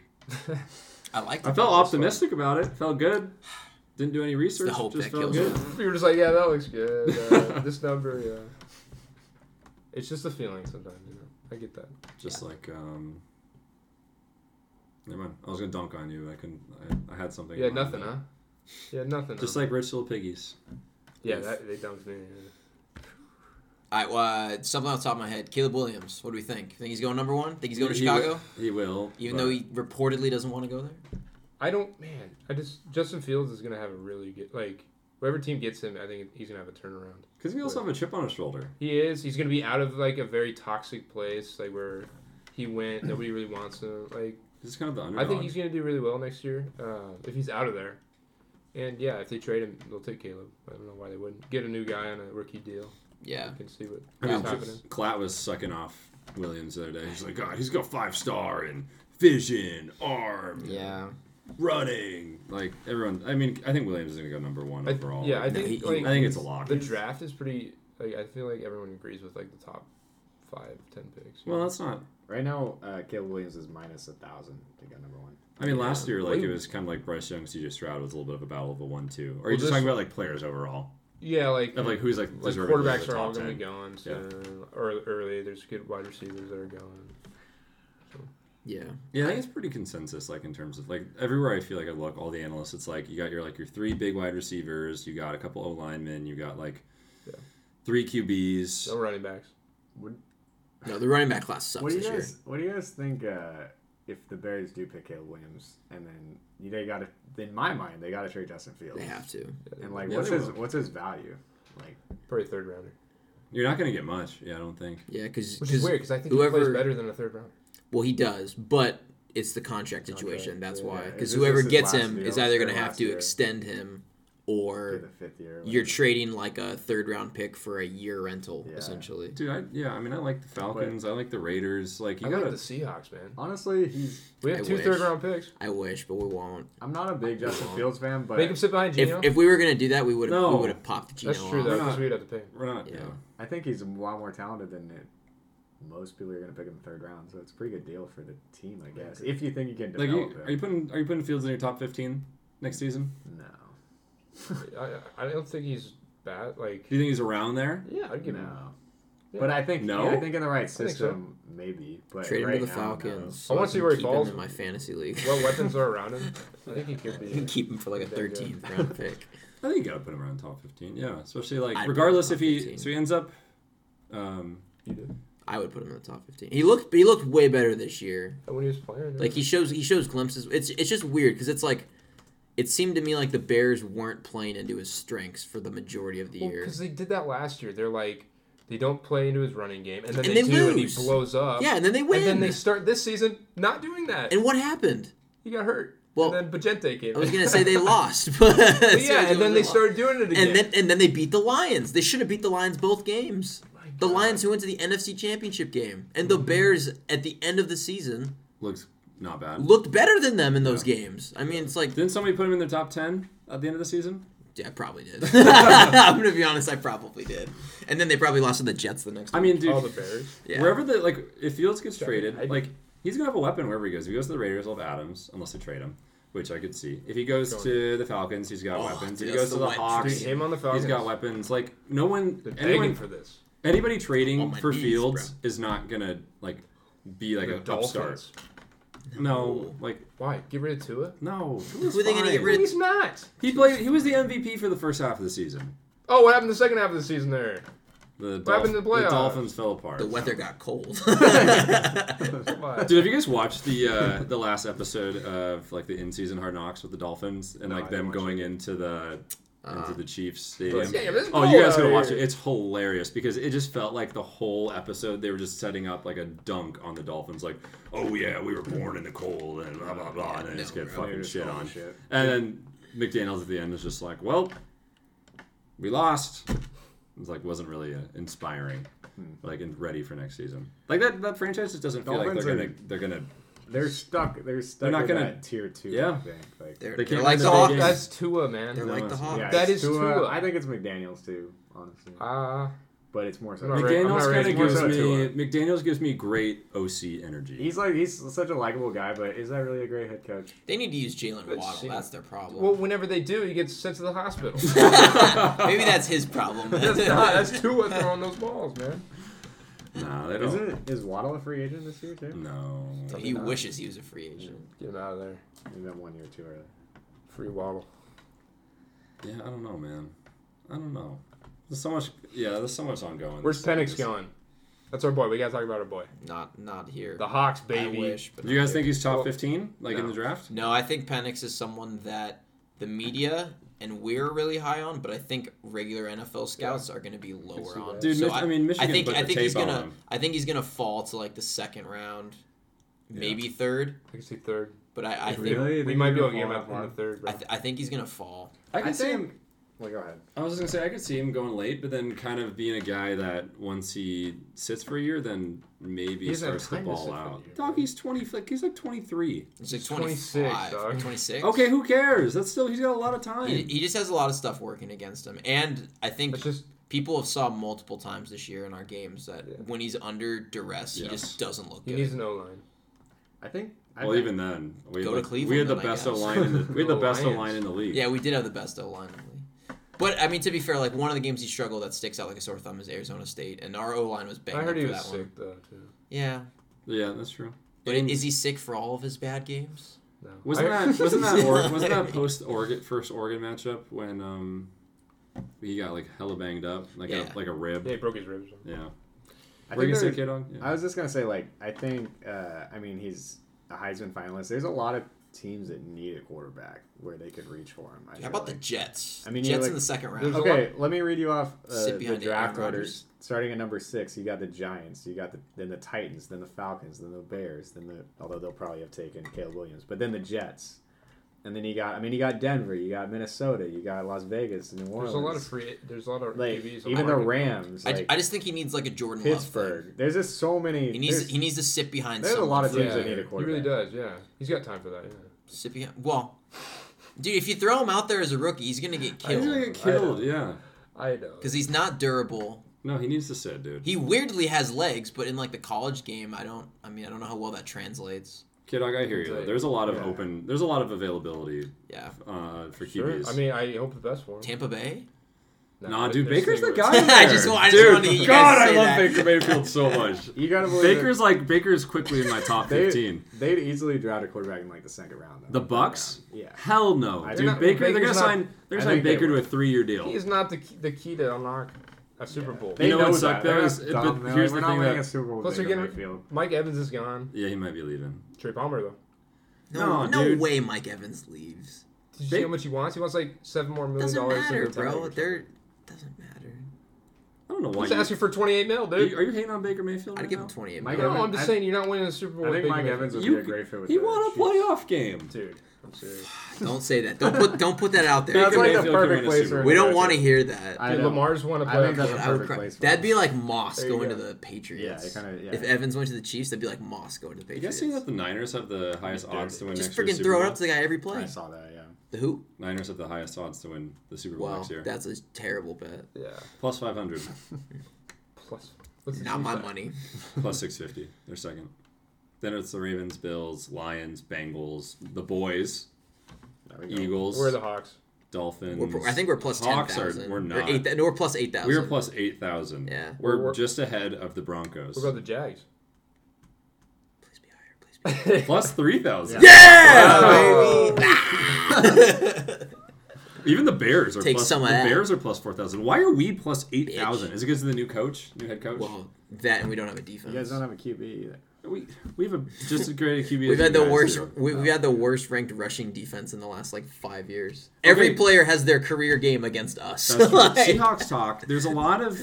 [SPEAKER 2] I like.
[SPEAKER 1] I
[SPEAKER 2] the
[SPEAKER 1] felt
[SPEAKER 2] parlays.
[SPEAKER 1] optimistic about it. Felt good. Didn't do any research.
[SPEAKER 2] hope
[SPEAKER 1] just
[SPEAKER 2] that
[SPEAKER 1] felt
[SPEAKER 2] kills
[SPEAKER 1] good.
[SPEAKER 4] that. We were just like, yeah, that looks good. Uh, this number, yeah. It's just a feeling sometimes, you know. I get that.
[SPEAKER 1] Just like um. Never mind. I was gonna dunk on you. I couldn't. I, I had something.
[SPEAKER 4] Yeah,
[SPEAKER 1] in mind.
[SPEAKER 4] nothing, huh? Yeah, nothing.
[SPEAKER 1] Just
[SPEAKER 4] huh?
[SPEAKER 1] like rich little piggies.
[SPEAKER 4] yeah, that, they dumped me. yeah.
[SPEAKER 2] All right, well, uh, something off the top of my head. Caleb Williams. What do we think? Think he's going number one? Think he's going to
[SPEAKER 1] He will-
[SPEAKER 2] Chicago?
[SPEAKER 1] He will.
[SPEAKER 2] Even
[SPEAKER 1] but
[SPEAKER 2] though he reportedly doesn't want to go there.
[SPEAKER 4] I don't, man. I just Justin Fields is gonna have a really good like whoever team gets him. I think he's gonna have a turnaround.
[SPEAKER 1] Because we also have a chip on his shoulder.
[SPEAKER 4] He is. He's gonna be out of like a very toxic place, like where he went. Nobody really wants him. Like
[SPEAKER 1] He's kind of the underdog.
[SPEAKER 4] I think he's gonna do really well next year uh, if he's out of there. And yeah, if they trade him, they'll take Caleb. I don't know why they wouldn't get a new guy on a rookie deal.
[SPEAKER 2] Yeah.
[SPEAKER 4] You can see what
[SPEAKER 1] I mean,
[SPEAKER 4] what's happening.
[SPEAKER 1] Klatt was sucking off Williams the other day. He's like, God, he's got five star and vision, arm,
[SPEAKER 2] Yeah.
[SPEAKER 1] running. Like everyone, I mean, I think Williams is gonna go number one
[SPEAKER 4] I-
[SPEAKER 1] overall.
[SPEAKER 4] yeah, I
[SPEAKER 1] Like,
[SPEAKER 4] think
[SPEAKER 2] he- he-
[SPEAKER 4] like,
[SPEAKER 1] I think it's a lock.
[SPEAKER 4] the draft is pretty. Like I feel like everyone agrees with like the top five, ten picks.
[SPEAKER 1] Well, that's not.
[SPEAKER 3] Right now, uh, Caleb Williams is minus a thousand to get number one.
[SPEAKER 1] I mean, last year, like it
[SPEAKER 4] Wait.
[SPEAKER 1] was kind of like Bryce Young, CJ Stroud was a little bit of a battle of a one-two. Or are you
[SPEAKER 4] Well,
[SPEAKER 1] just
[SPEAKER 4] this-
[SPEAKER 1] talking about like players overall?
[SPEAKER 4] yeah, like
[SPEAKER 1] Of like who's like
[SPEAKER 4] Like
[SPEAKER 1] deserving of
[SPEAKER 4] quarterbacks
[SPEAKER 1] the
[SPEAKER 4] are all
[SPEAKER 1] top
[SPEAKER 4] going to
[SPEAKER 1] ten?
[SPEAKER 4] be gone
[SPEAKER 1] Yeah.
[SPEAKER 4] soon, or early. There's good wide receivers that are going.
[SPEAKER 2] Yeah.
[SPEAKER 1] Yeah, I think it's pretty consensus. Like in terms of like everywhere I feel like I look, all the analysts, it's like you got your like your three big wide receivers, you got a couple O linemen, you got like
[SPEAKER 4] Yeah.
[SPEAKER 1] three QBs.
[SPEAKER 4] No running backs.
[SPEAKER 2] No, the running back class sucks
[SPEAKER 3] What do you
[SPEAKER 2] this
[SPEAKER 3] guys? What do you guys think? Uh, if the Bears do pick Caleb Williams, and then they got to, in my mind, they got to trade Justin
[SPEAKER 2] year.
[SPEAKER 3] Fields.
[SPEAKER 2] They have to.
[SPEAKER 3] And like,
[SPEAKER 1] Yeah,
[SPEAKER 3] what's
[SPEAKER 1] they
[SPEAKER 3] his
[SPEAKER 1] will.
[SPEAKER 3] what's his value? Like,
[SPEAKER 4] Probably third rounder,
[SPEAKER 1] You're not going to get much. Yeah, I don't think.
[SPEAKER 2] Yeah, because
[SPEAKER 4] which is weird because I think
[SPEAKER 2] whoever
[SPEAKER 4] he plays better than a third rounder.
[SPEAKER 2] Well, he does, but it's the contract situation. That's
[SPEAKER 3] yeah,
[SPEAKER 2] why.
[SPEAKER 3] yeah.
[SPEAKER 2] Because
[SPEAKER 3] This
[SPEAKER 2] whoever
[SPEAKER 3] is his
[SPEAKER 2] gets
[SPEAKER 3] last
[SPEAKER 2] him
[SPEAKER 3] deal,
[SPEAKER 2] is either going to
[SPEAKER 3] their
[SPEAKER 2] have
[SPEAKER 3] last
[SPEAKER 2] to
[SPEAKER 3] year.
[SPEAKER 2] extend him,
[SPEAKER 3] For the
[SPEAKER 2] or
[SPEAKER 3] fifth year. or
[SPEAKER 2] you're
[SPEAKER 3] whatever.
[SPEAKER 2] trading like a third round pick for a year rental,
[SPEAKER 3] Yeah.
[SPEAKER 2] essentially.
[SPEAKER 1] Dude, I, yeah, I mean, I like the Falcons. I like the Raiders. Like, you
[SPEAKER 4] I
[SPEAKER 1] gotta.
[SPEAKER 4] like the Seahawks, man.
[SPEAKER 3] Honestly, he's.
[SPEAKER 4] We
[SPEAKER 2] I
[SPEAKER 4] have two
[SPEAKER 2] wish.
[SPEAKER 4] third round picks.
[SPEAKER 2] I wish, but we won't.
[SPEAKER 3] I'm not a big Justin Fields fan, but
[SPEAKER 4] Make him sit behind
[SPEAKER 2] If,
[SPEAKER 4] Geno.
[SPEAKER 2] if we were going to do that, we would have
[SPEAKER 1] No.
[SPEAKER 2] we would have popped Gino
[SPEAKER 4] That's true
[SPEAKER 2] off.
[SPEAKER 4] though,
[SPEAKER 1] Why not?
[SPEAKER 4] because we'd have to pay. him.
[SPEAKER 1] we're not.
[SPEAKER 2] Yeah.
[SPEAKER 1] Yeah.
[SPEAKER 3] I think he's a lot more talented than it. most people are going to pick him in the third round. So it's a pretty good deal for the team, I guess. If you think you can
[SPEAKER 1] Like,
[SPEAKER 3] develop
[SPEAKER 1] you,
[SPEAKER 3] him.
[SPEAKER 1] are you putting are you putting Fields in your top fifteen next season?
[SPEAKER 3] no.
[SPEAKER 4] I, I don't think he's bad. Like,
[SPEAKER 1] Do you think he's around there?
[SPEAKER 4] yeah, I'd give him.
[SPEAKER 3] No. But I think
[SPEAKER 1] No?
[SPEAKER 3] I think in the right
[SPEAKER 4] so.
[SPEAKER 3] system, maybe. But
[SPEAKER 2] Trade him
[SPEAKER 3] right
[SPEAKER 2] to the
[SPEAKER 3] now,
[SPEAKER 2] Falcons.
[SPEAKER 4] I wanna
[SPEAKER 2] can
[SPEAKER 4] see where he
[SPEAKER 2] keep him
[SPEAKER 4] falls.
[SPEAKER 2] in my fantasy league.
[SPEAKER 4] What weapons are around him? I think he could be.
[SPEAKER 2] keep him for like a
[SPEAKER 4] There you go.
[SPEAKER 2] 13th round pick.
[SPEAKER 1] I think you gotta put him around top fifteen. Yeah, especially like
[SPEAKER 2] I'd put him
[SPEAKER 1] regardless
[SPEAKER 2] top
[SPEAKER 1] if he
[SPEAKER 2] 15.
[SPEAKER 1] so he ends up. Um,
[SPEAKER 2] I would put him in the top 15. He looked he looked way better this year.
[SPEAKER 4] When he was playing,
[SPEAKER 2] Like he shows he shows glimpses. It's it's just weird because it's like it seemed to me like the Bears weren't playing into his strengths for the majority of the year.
[SPEAKER 4] because they did that last year. They're like, they don't play into his running game, and then
[SPEAKER 2] And
[SPEAKER 4] they,
[SPEAKER 2] they
[SPEAKER 4] do, and he
[SPEAKER 2] lose.
[SPEAKER 4] blows up.
[SPEAKER 2] Yeah, and then they win.
[SPEAKER 4] uh, And then they start this season not doing that.
[SPEAKER 2] And what happened?
[SPEAKER 4] he got hurt.
[SPEAKER 2] Well,
[SPEAKER 4] and then Bajente came.
[SPEAKER 2] I was
[SPEAKER 4] in.
[SPEAKER 2] gonna say they lost, but
[SPEAKER 4] But yeah, and then they started doing it again.
[SPEAKER 2] and then and then they beat the Lions. They should have beat the Lions both games.
[SPEAKER 4] Oh
[SPEAKER 2] The Lions who went to the NFC Championship game, and the Bears at the end of the season
[SPEAKER 1] looks not bad.
[SPEAKER 2] looked better than them in those games. I mean, it's like
[SPEAKER 1] Didn't somebody put him in their top ten at the end of the season?
[SPEAKER 2] yeah, I probably did. I'm gonna be honest, I probably did. And then they probably lost to the Jets the next.
[SPEAKER 1] I mean, dude,
[SPEAKER 4] all the Bears.
[SPEAKER 2] yeah.
[SPEAKER 1] wherever the like, if Fields gets traded,
[SPEAKER 4] I-
[SPEAKER 1] like he's gonna have a weapon wherever he goes. If he goes to the Raiders, he'll have Adams, unless they trade him, which I could see. If he goes to the Falcons, he's got
[SPEAKER 2] Oh,
[SPEAKER 1] weapons.
[SPEAKER 2] dude,
[SPEAKER 1] if he goes
[SPEAKER 2] that's
[SPEAKER 1] to
[SPEAKER 2] the
[SPEAKER 1] the
[SPEAKER 2] wet
[SPEAKER 1] Hawks,
[SPEAKER 4] Dude, him on the Falcons.
[SPEAKER 1] he's got weapons. Like no one,
[SPEAKER 4] They're begging
[SPEAKER 1] anyone,
[SPEAKER 4] for this.
[SPEAKER 1] anybody
[SPEAKER 2] On
[SPEAKER 1] trading
[SPEAKER 2] my
[SPEAKER 1] for
[SPEAKER 2] knees,
[SPEAKER 1] Fields is not gonna like be like
[SPEAKER 4] The
[SPEAKER 1] a upstart. No, like
[SPEAKER 4] Why? Get rid of Tua?
[SPEAKER 1] no.
[SPEAKER 2] Who are they gonna get rid of?
[SPEAKER 4] He's not.
[SPEAKER 1] He played. He was the MVP for the first half of the season.
[SPEAKER 4] Oh, what happened the second half of the season there?
[SPEAKER 1] The,
[SPEAKER 4] What happened
[SPEAKER 1] Dolph-
[SPEAKER 4] in the playoffs?
[SPEAKER 1] Dolphins fell apart.
[SPEAKER 2] The weather got cold.
[SPEAKER 4] Why?
[SPEAKER 1] Dude, have you guys watched the uh, the last episode of like the in season Hard Knocks with the Dolphins and
[SPEAKER 3] No, I
[SPEAKER 1] like
[SPEAKER 3] didn't
[SPEAKER 1] them
[SPEAKER 3] watch
[SPEAKER 1] going into the into
[SPEAKER 3] Uh-huh.
[SPEAKER 1] the Chiefs stadium?
[SPEAKER 4] Damn, this
[SPEAKER 1] Oh,
[SPEAKER 4] ball
[SPEAKER 1] you guys
[SPEAKER 4] out
[SPEAKER 1] gotta watch
[SPEAKER 4] here.
[SPEAKER 1] it. It's hilarious because it just felt like the whole episode they were just setting up like a dunk on the Dolphins, like, oh yeah, we were born in the cold and blah blah blah, and then just get
[SPEAKER 3] They're
[SPEAKER 1] fucking
[SPEAKER 3] just
[SPEAKER 1] shit
[SPEAKER 3] full of
[SPEAKER 1] on.
[SPEAKER 3] shit.
[SPEAKER 1] And then McDaniel's at the end is just like, well, we lost. It's like wasn't really uh, inspiring, like and ready for next season. Like that that franchise just doesn't feel like
[SPEAKER 3] Dolphins
[SPEAKER 1] they're
[SPEAKER 3] are-
[SPEAKER 1] gonna they're gonna
[SPEAKER 3] They're stuck. They're stuck.
[SPEAKER 1] They're not
[SPEAKER 3] in
[SPEAKER 1] gonna-
[SPEAKER 3] that tier two.
[SPEAKER 1] Yeah.
[SPEAKER 3] I think. Like,
[SPEAKER 2] They're,
[SPEAKER 1] They
[SPEAKER 2] they're
[SPEAKER 1] can't
[SPEAKER 2] like
[SPEAKER 1] win
[SPEAKER 2] the
[SPEAKER 1] the big
[SPEAKER 2] Hawks.
[SPEAKER 1] game.
[SPEAKER 4] That's Tua, man.
[SPEAKER 2] They're
[SPEAKER 1] No,
[SPEAKER 2] like the
[SPEAKER 1] it's-
[SPEAKER 2] Hawks.
[SPEAKER 3] yeah,
[SPEAKER 4] That
[SPEAKER 3] it's
[SPEAKER 4] is
[SPEAKER 3] Tua.
[SPEAKER 4] Tua.
[SPEAKER 3] I think it's McDaniel's too, honestly.
[SPEAKER 4] Ah,
[SPEAKER 3] But it's more so.
[SPEAKER 4] All right, I'm not
[SPEAKER 1] McDaniel's kind
[SPEAKER 4] raising
[SPEAKER 1] of
[SPEAKER 4] my
[SPEAKER 1] gives
[SPEAKER 4] son
[SPEAKER 1] me
[SPEAKER 4] to
[SPEAKER 1] McDaniel's gives me great OC energy.
[SPEAKER 3] He's like he's such a likable guy, but is that really a great head coach?
[SPEAKER 2] They need to use Jalen
[SPEAKER 4] Let's
[SPEAKER 2] Waddle.
[SPEAKER 4] see.
[SPEAKER 2] That's their problem.
[SPEAKER 4] well, whenever they do, he gets sent to the hospital.
[SPEAKER 2] Maybe that's his problem.
[SPEAKER 4] that's not. That's Tua throwing those balls, man.
[SPEAKER 1] nah, they don't.
[SPEAKER 3] Isn't is Waddle a free agent this year too?
[SPEAKER 1] No.
[SPEAKER 2] he wishes he was a free agent.
[SPEAKER 4] Get him out of there.
[SPEAKER 3] Maybe I'm one year too early.
[SPEAKER 4] Free waddle.
[SPEAKER 1] Yeah, I don't know, man. I don't know. There's so much. Yeah, there's so much ongoing.
[SPEAKER 4] Where's
[SPEAKER 1] This-
[SPEAKER 4] Penix going? That's our boy. We gotta talk about our boy.
[SPEAKER 2] Not not here.
[SPEAKER 4] The Hawks,
[SPEAKER 2] I
[SPEAKER 4] baby.
[SPEAKER 2] wish, but
[SPEAKER 1] Do you
[SPEAKER 2] not
[SPEAKER 1] guys
[SPEAKER 2] here.
[SPEAKER 1] think he's
[SPEAKER 4] Well,
[SPEAKER 1] top 15, like in
[SPEAKER 4] no.
[SPEAKER 1] the draft?
[SPEAKER 2] No, I think Penix is someone that the media and we're really high on, but I think regular NFL scouts are going to be lower
[SPEAKER 4] see
[SPEAKER 2] on.
[SPEAKER 4] that.
[SPEAKER 1] Dude,
[SPEAKER 2] so
[SPEAKER 1] Mich- I mean, Michigan
[SPEAKER 2] I think
[SPEAKER 1] put
[SPEAKER 2] I
[SPEAKER 1] the
[SPEAKER 2] think he's
[SPEAKER 1] tape on
[SPEAKER 2] gonna
[SPEAKER 1] him.
[SPEAKER 2] I think he's gonna fall to like the second round, maybe third.
[SPEAKER 4] I can see third.
[SPEAKER 2] But I, I think
[SPEAKER 4] We might be able to get him up in the third
[SPEAKER 2] I,
[SPEAKER 4] round.
[SPEAKER 2] th- I think he's gonna fall.
[SPEAKER 1] I
[SPEAKER 3] I
[SPEAKER 1] could see him.
[SPEAKER 3] think. Well, go ahead.
[SPEAKER 1] I was just gonna say I could see him going late, but then kind of being a guy that once he sits for a year, then maybe
[SPEAKER 4] He doesn't have
[SPEAKER 1] starts to
[SPEAKER 4] time to
[SPEAKER 1] ball
[SPEAKER 4] sit for a
[SPEAKER 1] out.
[SPEAKER 4] year.
[SPEAKER 1] Dog, he's 20. Like he's like 23.
[SPEAKER 2] It's like
[SPEAKER 4] He's 26,
[SPEAKER 2] 25,
[SPEAKER 4] dog.
[SPEAKER 2] 26.
[SPEAKER 1] Okay, who cares? That's still he's got a lot of time.
[SPEAKER 2] He, he just has a lot of stuff working against him, and I think
[SPEAKER 4] That's just
[SPEAKER 2] people have saw multiple times this year in our games that when he's under duress,
[SPEAKER 1] Yes.
[SPEAKER 2] he just doesn't look
[SPEAKER 4] he
[SPEAKER 2] good.
[SPEAKER 4] needs an O line.
[SPEAKER 3] I think. I
[SPEAKER 1] well,
[SPEAKER 3] think-
[SPEAKER 1] even then, we,
[SPEAKER 2] Go to
[SPEAKER 1] like, we
[SPEAKER 2] Cleveland
[SPEAKER 1] had the
[SPEAKER 2] then, I
[SPEAKER 1] best O
[SPEAKER 2] guess.
[SPEAKER 1] line. In the, we had the
[SPEAKER 4] The
[SPEAKER 1] best O
[SPEAKER 4] Lions.
[SPEAKER 1] line in the league.
[SPEAKER 2] Yeah, we did have the best O line in the league. But I mean, to be fair, like one of the games he struggled that sticks out like a sore thumb is Arizona State, and our O line was banged
[SPEAKER 4] I
[SPEAKER 2] up
[SPEAKER 4] heard he
[SPEAKER 2] for
[SPEAKER 4] was
[SPEAKER 2] that one.
[SPEAKER 4] sick though too.
[SPEAKER 2] Yeah,
[SPEAKER 1] yeah, that's true.
[SPEAKER 2] but
[SPEAKER 1] And-
[SPEAKER 2] is he sick for all of his bad games?
[SPEAKER 4] No.
[SPEAKER 1] Wasn't
[SPEAKER 4] I-
[SPEAKER 1] that wasn't that or, wasn't that post Oregon first Oregon matchup when um he got like hella banged up like
[SPEAKER 2] Yeah.
[SPEAKER 1] a like a rib
[SPEAKER 4] Yeah, he broke his ribs.
[SPEAKER 1] yeah.
[SPEAKER 3] I
[SPEAKER 1] Were you
[SPEAKER 3] think
[SPEAKER 1] gonna say
[SPEAKER 3] there's-
[SPEAKER 1] kid on?
[SPEAKER 3] I was just gonna say, like, I think, uh, I mean, he's a Heisman finalist. There's a lot of teams that need a quarterback where they could reach for him. I
[SPEAKER 2] How
[SPEAKER 3] feel
[SPEAKER 2] about the
[SPEAKER 3] like.
[SPEAKER 2] Jets?
[SPEAKER 3] I mean,
[SPEAKER 2] Jets
[SPEAKER 3] you're
[SPEAKER 2] in
[SPEAKER 3] like-
[SPEAKER 2] the second round.
[SPEAKER 4] there's a
[SPEAKER 3] Okay, let me read you off uh,
[SPEAKER 2] Sit
[SPEAKER 3] the
[SPEAKER 2] behind
[SPEAKER 3] draft
[SPEAKER 2] Aaron
[SPEAKER 3] order.
[SPEAKER 2] Rodgers.
[SPEAKER 3] Starting at number six, you got the Giants, you got the then the Titans, then the Falcons, then the Bears, then the although they'll probably have taken Caleb Williams, but then the Jets, and then you got I mean you got Denver, you got Minnesota, you got Las Vegas, and New Orleans.
[SPEAKER 4] There's a lot of free. There's a lot of
[SPEAKER 3] like
[SPEAKER 4] QBs.
[SPEAKER 3] even the Rams,
[SPEAKER 2] I,
[SPEAKER 3] like
[SPEAKER 2] I just think he needs like a Jordan Love.
[SPEAKER 3] Pittsburgh.
[SPEAKER 2] thing.
[SPEAKER 3] There's just so many.
[SPEAKER 2] He needs
[SPEAKER 3] there's,
[SPEAKER 2] he needs to sit behind.
[SPEAKER 3] there's a
[SPEAKER 2] someone
[SPEAKER 3] lot of
[SPEAKER 2] for-
[SPEAKER 3] teams
[SPEAKER 4] Yeah,
[SPEAKER 3] that need a
[SPEAKER 4] he really
[SPEAKER 3] quarterback.
[SPEAKER 4] does. Yeah, he's got time for that. Yeah.
[SPEAKER 2] sit behind. Well, dude, if you throw him out there as a rookie, he's gonna get
[SPEAKER 1] He's gonna
[SPEAKER 2] killed
[SPEAKER 1] get killed. Yeah.
[SPEAKER 4] I know.
[SPEAKER 2] because he's not durable.
[SPEAKER 1] No, he needs to sit, dude.
[SPEAKER 2] He weirdly has legs, but in like the college game, I don't. I mean, I don't know how well that translates.
[SPEAKER 1] Kid, I hear you. Though. There's a lot of open. There's a lot of availability
[SPEAKER 2] Yeah,
[SPEAKER 1] uh, for
[SPEAKER 4] Sure.
[SPEAKER 1] QBs.
[SPEAKER 4] I mean, I hope the best for him.
[SPEAKER 2] Tampa Bay.
[SPEAKER 4] No,
[SPEAKER 1] Nah,
[SPEAKER 4] they-
[SPEAKER 1] dude,
[SPEAKER 4] they're
[SPEAKER 1] Baker's the
[SPEAKER 4] sneaky.
[SPEAKER 1] guy. in
[SPEAKER 2] I
[SPEAKER 1] there.
[SPEAKER 2] just wa- I just
[SPEAKER 1] dude,
[SPEAKER 2] wanted to hear you
[SPEAKER 1] God,
[SPEAKER 2] guys
[SPEAKER 1] I
[SPEAKER 2] say
[SPEAKER 1] love
[SPEAKER 2] that.
[SPEAKER 1] Baker Mayfield so much.
[SPEAKER 3] You gotta believe that
[SPEAKER 1] Baker's like Baker's quickly in my top
[SPEAKER 3] they,
[SPEAKER 1] fifteen.
[SPEAKER 3] They'd easily draft a quarterback in like the second round. Though.
[SPEAKER 1] The Bucks?
[SPEAKER 3] Yeah.
[SPEAKER 1] Hell no,
[SPEAKER 3] I
[SPEAKER 1] dude.
[SPEAKER 4] think-
[SPEAKER 1] Baker, they're gonna
[SPEAKER 4] Baker's not-
[SPEAKER 1] sign. They're gonna
[SPEAKER 3] I
[SPEAKER 1] sign
[SPEAKER 3] think they
[SPEAKER 1] Baker to a
[SPEAKER 3] would.
[SPEAKER 1] three-year deal.
[SPEAKER 4] He is not the key, the key to unlock a Super Bowl.
[SPEAKER 1] They- You know what
[SPEAKER 3] that.
[SPEAKER 1] sucked, though,
[SPEAKER 3] They're not
[SPEAKER 1] is- but
[SPEAKER 3] dumb. They're
[SPEAKER 1] here's the thing
[SPEAKER 3] like, we're not winning
[SPEAKER 1] that-
[SPEAKER 3] a Super Bowl with
[SPEAKER 4] Plus,
[SPEAKER 3] Baker
[SPEAKER 4] you're
[SPEAKER 3] Mayfield.
[SPEAKER 4] getting Mike Evans is gone.
[SPEAKER 1] yeah, he might be leaving.
[SPEAKER 4] Trey Palmer though.
[SPEAKER 1] No,
[SPEAKER 2] No, no
[SPEAKER 1] dude.
[SPEAKER 2] way, Mike Evans leaves.
[SPEAKER 4] Did you
[SPEAKER 1] They-
[SPEAKER 4] see how much he wants? He wants like seven more million
[SPEAKER 2] Doesn't
[SPEAKER 4] dollars.
[SPEAKER 2] matter,
[SPEAKER 4] in the
[SPEAKER 2] bro.
[SPEAKER 4] Tigers.
[SPEAKER 2] They're doesn't matter.
[SPEAKER 1] I don't know why.
[SPEAKER 4] He's
[SPEAKER 1] You,
[SPEAKER 4] asking for twenty-eight mil,
[SPEAKER 1] are, you,
[SPEAKER 4] dude.
[SPEAKER 1] are you hating on Baker Mayfield?
[SPEAKER 2] I'd
[SPEAKER 1] Right
[SPEAKER 2] give him
[SPEAKER 1] now?
[SPEAKER 2] 28
[SPEAKER 3] Mike
[SPEAKER 2] million.
[SPEAKER 4] No, I'm just
[SPEAKER 3] I-
[SPEAKER 4] saying you're not winning the Super Bowl.
[SPEAKER 3] I
[SPEAKER 4] with
[SPEAKER 3] think
[SPEAKER 4] Baker
[SPEAKER 3] Mike
[SPEAKER 4] Mayfield.
[SPEAKER 3] Evans would be
[SPEAKER 1] You,
[SPEAKER 3] a great fit with
[SPEAKER 1] he
[SPEAKER 3] the
[SPEAKER 1] won a
[SPEAKER 3] Chiefs.
[SPEAKER 1] playoff game.
[SPEAKER 4] Dude, I'm serious.
[SPEAKER 2] Don't say that. Don't put don't put that out there.
[SPEAKER 3] That's like
[SPEAKER 1] Mayfield
[SPEAKER 3] the
[SPEAKER 1] could win
[SPEAKER 3] perfect
[SPEAKER 1] a
[SPEAKER 3] place
[SPEAKER 1] Super
[SPEAKER 3] for
[SPEAKER 1] Bowl.
[SPEAKER 2] we don't want to
[SPEAKER 3] to.
[SPEAKER 2] hear that.
[SPEAKER 3] I
[SPEAKER 4] Dude,
[SPEAKER 3] know.
[SPEAKER 4] Lamar's won a
[SPEAKER 3] I think
[SPEAKER 4] playoff.
[SPEAKER 3] that's a
[SPEAKER 4] game.
[SPEAKER 2] I would
[SPEAKER 3] perfect
[SPEAKER 2] cry-
[SPEAKER 3] place for
[SPEAKER 2] that'd
[SPEAKER 3] him.
[SPEAKER 2] be like Moss
[SPEAKER 4] There you
[SPEAKER 2] going to
[SPEAKER 4] go.
[SPEAKER 2] the Patriots.
[SPEAKER 3] Yeah, it kinda- yeah.
[SPEAKER 2] If Evans went to the Chiefs, that'd be like Moss going to the
[SPEAKER 1] You
[SPEAKER 2] Patriots.
[SPEAKER 1] guys seen that the Niners have the highest
[SPEAKER 3] Dirty.
[SPEAKER 1] odds to win
[SPEAKER 2] just
[SPEAKER 1] next year's
[SPEAKER 2] freaking
[SPEAKER 1] Super
[SPEAKER 2] throw
[SPEAKER 1] Bowl?
[SPEAKER 2] it up to the guy every play.
[SPEAKER 3] I saw that. Yeah.
[SPEAKER 2] The hoop.
[SPEAKER 1] Niners have the highest odds to win the Super Bowl
[SPEAKER 2] Wow,
[SPEAKER 1] next year.
[SPEAKER 2] that's a terrible bet.
[SPEAKER 4] Yeah.
[SPEAKER 1] Plus 500,
[SPEAKER 4] Plus, what's the
[SPEAKER 2] Not
[SPEAKER 4] Chiefs
[SPEAKER 2] my
[SPEAKER 4] at?
[SPEAKER 2] money.
[SPEAKER 1] plus 650. They're second. Then it's the Ravens, Bills, Lions, Bengals, the boys,
[SPEAKER 3] There we go.
[SPEAKER 1] Eagles,
[SPEAKER 4] We're the Hawks.
[SPEAKER 1] Dolphins.
[SPEAKER 2] We're, pro- I think we're plus ten
[SPEAKER 1] Hawks are-
[SPEAKER 2] thousand.
[SPEAKER 1] We're not.
[SPEAKER 2] Eight, thou- no, we're plus eight thousand.
[SPEAKER 1] we were plus 8,000.
[SPEAKER 2] Yeah.
[SPEAKER 1] We're,
[SPEAKER 4] We're-
[SPEAKER 1] just ahead of the Broncos.
[SPEAKER 4] What about the Jags?
[SPEAKER 2] Please be higher. Please be higher.
[SPEAKER 1] Plus 3,000.
[SPEAKER 2] yeah,
[SPEAKER 4] Wow.
[SPEAKER 2] baby.
[SPEAKER 1] Even the Bears are
[SPEAKER 2] Take
[SPEAKER 1] plus.
[SPEAKER 2] some of
[SPEAKER 1] the
[SPEAKER 2] that.
[SPEAKER 1] Bears are plus four thousand. Why are we plus eight thousand? Is it because of the new coach, new head coach?
[SPEAKER 2] well, that and we don't have a defense.
[SPEAKER 3] You guys don't have a QB either.
[SPEAKER 1] we we have a just as great a QB.
[SPEAKER 2] We've
[SPEAKER 1] as
[SPEAKER 2] had
[SPEAKER 1] you
[SPEAKER 2] the
[SPEAKER 1] guys
[SPEAKER 2] worst.
[SPEAKER 1] do.
[SPEAKER 2] We, we've had the worst ranked rushing defense in the last like five years. Every player has their career game against us.
[SPEAKER 1] That's true.
[SPEAKER 2] Like-
[SPEAKER 1] Seahawks talk. There's a lot of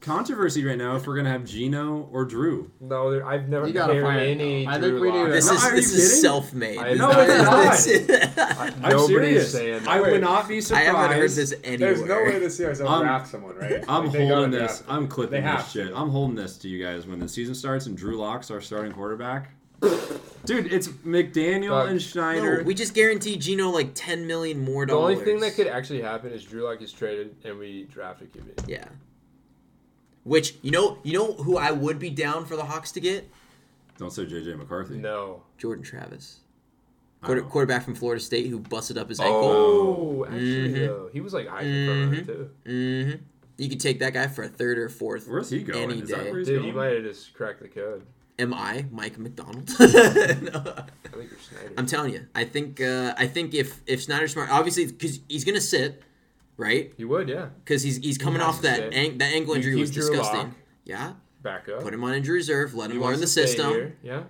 [SPEAKER 1] controversy right now if we're gonna have Gino or Drew.
[SPEAKER 4] No, there- I've never
[SPEAKER 3] You gotta
[SPEAKER 4] cared
[SPEAKER 3] find it,
[SPEAKER 4] any.
[SPEAKER 3] though. I
[SPEAKER 4] Drew
[SPEAKER 3] think we need
[SPEAKER 4] Lock.
[SPEAKER 3] to-
[SPEAKER 2] This
[SPEAKER 1] No,
[SPEAKER 2] is
[SPEAKER 1] are you
[SPEAKER 2] this
[SPEAKER 1] kidding?
[SPEAKER 2] is self made.
[SPEAKER 4] I-
[SPEAKER 1] No, it's
[SPEAKER 2] I
[SPEAKER 1] I'm
[SPEAKER 4] Nobody's
[SPEAKER 1] serious.
[SPEAKER 4] saying
[SPEAKER 1] I
[SPEAKER 4] that.
[SPEAKER 1] would not be surprised.
[SPEAKER 2] haven't heard this anywhere.
[SPEAKER 3] There's no way to see ourselves
[SPEAKER 1] I'm-
[SPEAKER 3] draft someone, right?
[SPEAKER 1] I'm
[SPEAKER 3] Like,
[SPEAKER 1] holding
[SPEAKER 3] they gotta
[SPEAKER 1] this.
[SPEAKER 3] draft.
[SPEAKER 1] I'm clipping
[SPEAKER 3] They have
[SPEAKER 1] this shit. I'm holding this to you guys when the season starts and Drew Locke's our starting quarterback. Dude, it's McDaniel
[SPEAKER 4] Fuck.
[SPEAKER 1] and
[SPEAKER 2] No,
[SPEAKER 1] Schneider.
[SPEAKER 2] we just guaranteed Gino like ten million more
[SPEAKER 4] The
[SPEAKER 2] dollars.
[SPEAKER 4] only thing that could actually happen is Drew Lock is traded and we draft a QB.
[SPEAKER 2] yeah. Which you know, you know who I would be down for the Hawks to get
[SPEAKER 1] Don't say JJ McCarthy.
[SPEAKER 4] No.
[SPEAKER 2] Jordan Travis,
[SPEAKER 1] I
[SPEAKER 2] Quarter,
[SPEAKER 3] Oh.
[SPEAKER 1] don't-
[SPEAKER 2] quarterback from Florida State who busted up his ankle.
[SPEAKER 4] Oh, actually,
[SPEAKER 2] Mm-hmm.
[SPEAKER 4] though, he was like high mm
[SPEAKER 2] Mhm.
[SPEAKER 4] too.
[SPEAKER 2] hmm You could take that guy for a third or fourth.
[SPEAKER 1] Where's he going?
[SPEAKER 2] Any
[SPEAKER 1] Is that
[SPEAKER 2] day.
[SPEAKER 1] where he's
[SPEAKER 4] Dude,
[SPEAKER 1] going?
[SPEAKER 4] you might have just cracked the code.
[SPEAKER 2] Am I Mike McDonald? No.
[SPEAKER 4] I think you're Snyder.
[SPEAKER 2] I'm telling you, I think uh, I think if if Snyder's smart, obviously because he's gonna sit, right?
[SPEAKER 4] you would, yeah.
[SPEAKER 2] Because he's he's coming
[SPEAKER 4] has
[SPEAKER 2] off
[SPEAKER 4] to
[SPEAKER 2] that
[SPEAKER 4] sit.
[SPEAKER 2] an- that ankle
[SPEAKER 4] You
[SPEAKER 2] injury
[SPEAKER 4] keep
[SPEAKER 2] was
[SPEAKER 4] Drew
[SPEAKER 2] disgusting.
[SPEAKER 4] Lock.
[SPEAKER 2] Yeah,
[SPEAKER 4] Back up.
[SPEAKER 2] put him on injury reserve, let
[SPEAKER 4] He
[SPEAKER 2] him learn
[SPEAKER 4] wants
[SPEAKER 2] the
[SPEAKER 4] to stay
[SPEAKER 2] system,
[SPEAKER 4] here, Yeah.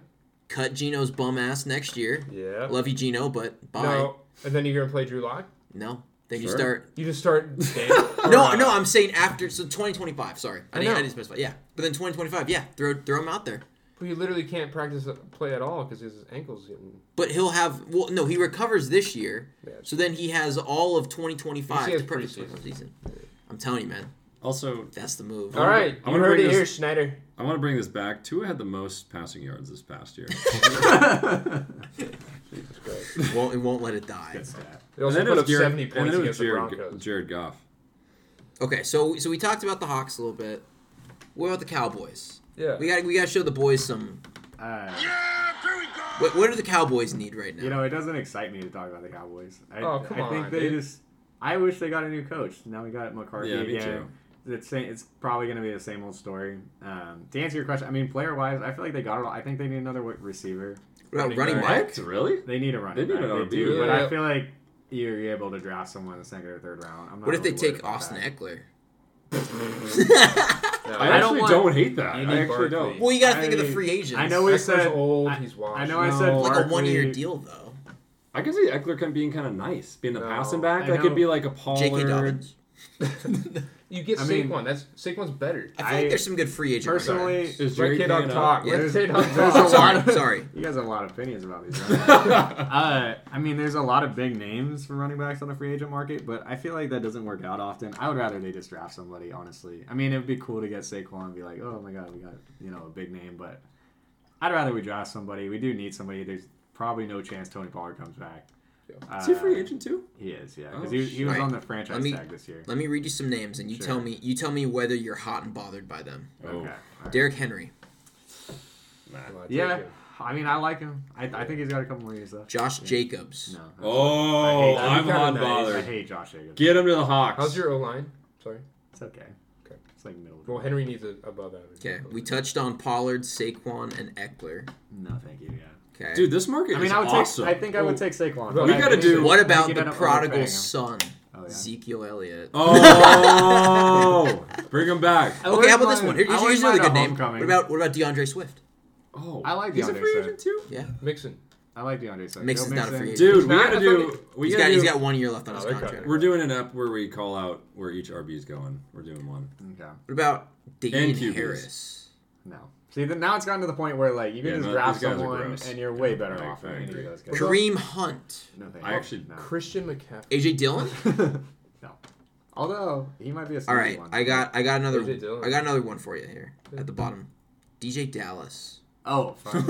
[SPEAKER 2] cut Gino's bum ass next year.
[SPEAKER 4] Yeah.
[SPEAKER 2] Love you, Gino, but bye. No,
[SPEAKER 4] no. And then you're gonna play Drew Lock.
[SPEAKER 2] then you
[SPEAKER 1] Sure.
[SPEAKER 2] start.
[SPEAKER 4] You just start. staying-
[SPEAKER 2] No, no, I'm saying after so 2025. Sorry, I,
[SPEAKER 4] I
[SPEAKER 2] didn't, I
[SPEAKER 4] know.
[SPEAKER 2] didn't specify. Yeah, but then 2025. Yeah, throw throw him out there.
[SPEAKER 4] But you literally can't practice a play at all because his ankle's getting.
[SPEAKER 2] But he'll have well, no, he recovers this year,
[SPEAKER 4] Yeah.
[SPEAKER 2] so then he has all of 2025
[SPEAKER 4] He
[SPEAKER 2] to
[SPEAKER 4] has
[SPEAKER 2] prep his
[SPEAKER 4] preseason.
[SPEAKER 2] 2025 season. I'm telling you, man,
[SPEAKER 1] Also,
[SPEAKER 2] that's the move.
[SPEAKER 4] All right,
[SPEAKER 1] I'm
[SPEAKER 4] you
[SPEAKER 1] gonna
[SPEAKER 4] heard
[SPEAKER 1] bring
[SPEAKER 4] it
[SPEAKER 1] this-
[SPEAKER 4] here, Schneider.
[SPEAKER 1] I want to bring this back. Tua had the most passing yards this past year.
[SPEAKER 2] It won't it won't let it die.
[SPEAKER 4] They also put up 70 points
[SPEAKER 1] and then it was
[SPEAKER 4] against the
[SPEAKER 1] Jared,
[SPEAKER 4] Broncos.
[SPEAKER 1] Jared Goff.
[SPEAKER 2] Okay, so so we talked about the Hawks a little bit. What about the Cowboys?
[SPEAKER 4] Yeah.
[SPEAKER 2] We got we got to show the boys some.
[SPEAKER 3] Uh,
[SPEAKER 5] Yeah, there we go.
[SPEAKER 2] What, what do the Cowboys need right now?
[SPEAKER 3] you know, it doesn't excite me to talk about the Cowboys. I,
[SPEAKER 4] Oh, come
[SPEAKER 3] I think
[SPEAKER 4] on,
[SPEAKER 3] they
[SPEAKER 4] dude.
[SPEAKER 3] just. I wish they got a new coach. Now we got McCarthy
[SPEAKER 1] Yeah, me
[SPEAKER 3] again. It's, sa- it's probably going to be the same old story. Um, to answer your question, I mean, player wise, I feel like they got it all. I think they need another w- receiver.
[SPEAKER 2] What about
[SPEAKER 4] running
[SPEAKER 2] running
[SPEAKER 4] back?
[SPEAKER 2] back?
[SPEAKER 1] Really?
[SPEAKER 3] They need a running
[SPEAKER 1] They need
[SPEAKER 3] back.
[SPEAKER 1] an
[SPEAKER 3] They
[SPEAKER 1] RB.
[SPEAKER 3] do, but
[SPEAKER 4] Yeah.
[SPEAKER 3] I feel like you're able to draft someone in the second or third round. I'm not
[SPEAKER 2] What if they
[SPEAKER 3] really worried
[SPEAKER 2] take
[SPEAKER 3] about
[SPEAKER 2] Austin
[SPEAKER 3] that.
[SPEAKER 2] Eckler?
[SPEAKER 4] Yeah.
[SPEAKER 1] I,
[SPEAKER 3] I don't
[SPEAKER 1] actually don't,
[SPEAKER 3] want-
[SPEAKER 1] hate that. I
[SPEAKER 4] You need
[SPEAKER 1] actually
[SPEAKER 4] Barkley.
[SPEAKER 1] don't.
[SPEAKER 2] Well, you got to think of
[SPEAKER 3] I-
[SPEAKER 2] the free agents.
[SPEAKER 3] I know we
[SPEAKER 4] Eckler's
[SPEAKER 3] said
[SPEAKER 4] old,
[SPEAKER 3] I,
[SPEAKER 4] he's
[SPEAKER 3] I
[SPEAKER 4] washed.
[SPEAKER 3] know I
[SPEAKER 4] No.
[SPEAKER 3] said
[SPEAKER 2] like a
[SPEAKER 3] Barkley-
[SPEAKER 2] one year deal though.
[SPEAKER 1] I can see Eckler kind of being kind of nice, being the
[SPEAKER 4] No,
[SPEAKER 1] passing back.
[SPEAKER 3] I
[SPEAKER 1] That could
[SPEAKER 3] know.
[SPEAKER 1] be like a Pollard.
[SPEAKER 2] J.K. Dobbins.
[SPEAKER 4] You get
[SPEAKER 3] I
[SPEAKER 4] Saquon.
[SPEAKER 3] mean-
[SPEAKER 4] that's Saquon's better.
[SPEAKER 2] I feel like
[SPEAKER 3] I-
[SPEAKER 2] there's some good free agent.
[SPEAKER 3] personally-
[SPEAKER 2] Personally,
[SPEAKER 1] Is
[SPEAKER 4] Let
[SPEAKER 1] Jerry
[SPEAKER 4] K
[SPEAKER 1] paying
[SPEAKER 4] Dog
[SPEAKER 1] up?
[SPEAKER 4] talk.
[SPEAKER 2] Yeah.
[SPEAKER 4] Let K Dog
[SPEAKER 3] There's
[SPEAKER 4] talk.
[SPEAKER 3] a lot
[SPEAKER 2] sorry,
[SPEAKER 3] of-
[SPEAKER 2] sorry.
[SPEAKER 3] You guys have a lot of opinions about these. uh, I mean, there's a lot of big names for running backs on the free agent market, but I feel like that doesn't work out often. I would rather they just draft somebody, honestly. I mean, it would be cool to get Saquon and be like, oh my god, we got you know a big name, but I'd rather we draft somebody. We do need somebody. There's probably no chance Tony Pollard comes back.
[SPEAKER 1] Is he a free
[SPEAKER 3] Uh,
[SPEAKER 1] agent too?
[SPEAKER 3] He is, yeah,
[SPEAKER 1] Oh,
[SPEAKER 3] because he, he was
[SPEAKER 2] Right.
[SPEAKER 3] on the franchise
[SPEAKER 2] Let me-
[SPEAKER 3] tag this year.
[SPEAKER 2] Let me read you some names, and you
[SPEAKER 3] Sure.
[SPEAKER 2] tell me you tell me whether you're hot and bothered by them.
[SPEAKER 1] Oh,
[SPEAKER 3] Okay. all right.
[SPEAKER 2] Derrick Henry,
[SPEAKER 1] nah.
[SPEAKER 4] Come on, take
[SPEAKER 3] Yeah,
[SPEAKER 4] it.
[SPEAKER 3] I mean, I like him. I, I think he's got a couple more years left.
[SPEAKER 2] Josh Jacobs,
[SPEAKER 3] No. that's-
[SPEAKER 1] Oh,
[SPEAKER 3] I hate-
[SPEAKER 1] I'm
[SPEAKER 4] kinda
[SPEAKER 1] hot
[SPEAKER 4] nice.
[SPEAKER 3] I
[SPEAKER 1] bothered.
[SPEAKER 3] hate Josh Jacobs.
[SPEAKER 1] Get him to the Hawks.
[SPEAKER 4] How's your O line? Sorry.
[SPEAKER 3] It's okay.
[SPEAKER 4] Okay.
[SPEAKER 3] It's like middle. of the
[SPEAKER 4] Well, Henry needs a above average.
[SPEAKER 2] Okay, we touched on Pollard, Saquon, and Eckler.
[SPEAKER 3] No, thank you. Yeah.
[SPEAKER 2] Okay,
[SPEAKER 1] Dude, this market
[SPEAKER 3] I mean,
[SPEAKER 1] is
[SPEAKER 3] I would
[SPEAKER 1] awesome.
[SPEAKER 3] take. I think I would
[SPEAKER 4] Oh.
[SPEAKER 3] take Saquon.
[SPEAKER 4] Well,
[SPEAKER 3] but
[SPEAKER 1] we
[SPEAKER 3] I
[SPEAKER 1] gotta
[SPEAKER 3] think
[SPEAKER 1] do-
[SPEAKER 3] that-
[SPEAKER 2] what
[SPEAKER 3] I think
[SPEAKER 2] about
[SPEAKER 3] you
[SPEAKER 2] the
[SPEAKER 3] don't
[SPEAKER 2] prodigal
[SPEAKER 3] overpaying him.
[SPEAKER 2] son,
[SPEAKER 3] Oh, yeah.
[SPEAKER 2] Ezekiel Elliott?
[SPEAKER 1] oh, bring him back.
[SPEAKER 2] Okay, how about
[SPEAKER 3] I
[SPEAKER 2] this one? Here's,
[SPEAKER 3] wouldn't
[SPEAKER 2] here's another
[SPEAKER 3] mind a
[SPEAKER 2] good name.
[SPEAKER 3] homecoming.
[SPEAKER 2] What about what about DeAndre Swift?
[SPEAKER 1] Oh,
[SPEAKER 3] I like
[SPEAKER 1] He's a
[SPEAKER 3] DeAndre
[SPEAKER 1] free
[SPEAKER 3] Swift.
[SPEAKER 1] agent too.
[SPEAKER 4] Mixon.
[SPEAKER 3] I like DeAndre. So
[SPEAKER 2] Mixon's not a free agent.
[SPEAKER 1] Dude, we
[SPEAKER 4] Nah,
[SPEAKER 1] gotta
[SPEAKER 4] I
[SPEAKER 1] do. We
[SPEAKER 2] He's
[SPEAKER 1] gotta
[SPEAKER 2] got he's
[SPEAKER 1] do-
[SPEAKER 2] got one year left on his
[SPEAKER 4] Oh, they got
[SPEAKER 2] contract.
[SPEAKER 4] it.
[SPEAKER 2] What
[SPEAKER 1] We're doing an up where we call out where each RB is going. We're doing one.
[SPEAKER 3] Okay.
[SPEAKER 2] about Dean
[SPEAKER 1] QBs.
[SPEAKER 2] Harris?
[SPEAKER 3] No. See, then now it's gotten to the point where like you can
[SPEAKER 1] Yeah,
[SPEAKER 3] just
[SPEAKER 1] no,
[SPEAKER 3] draft
[SPEAKER 1] these guys are
[SPEAKER 3] someone
[SPEAKER 1] gross.
[SPEAKER 3] and you're way better
[SPEAKER 1] I-
[SPEAKER 3] off
[SPEAKER 1] I
[SPEAKER 3] than any
[SPEAKER 1] agree.
[SPEAKER 3] of those guys.
[SPEAKER 2] Kareem Hunt,
[SPEAKER 3] No, thank
[SPEAKER 1] I
[SPEAKER 3] you.
[SPEAKER 1] actually-
[SPEAKER 4] Christian McCaffrey.
[SPEAKER 2] AJ Dillon.
[SPEAKER 3] no. no. Although he might be a.
[SPEAKER 2] All
[SPEAKER 3] sneaky
[SPEAKER 2] right,
[SPEAKER 3] one.
[SPEAKER 2] I got I got another
[SPEAKER 4] AJ Dillon.
[SPEAKER 2] I got another one for you here at the bottom. DJ Dallas.
[SPEAKER 3] Oh, fuck.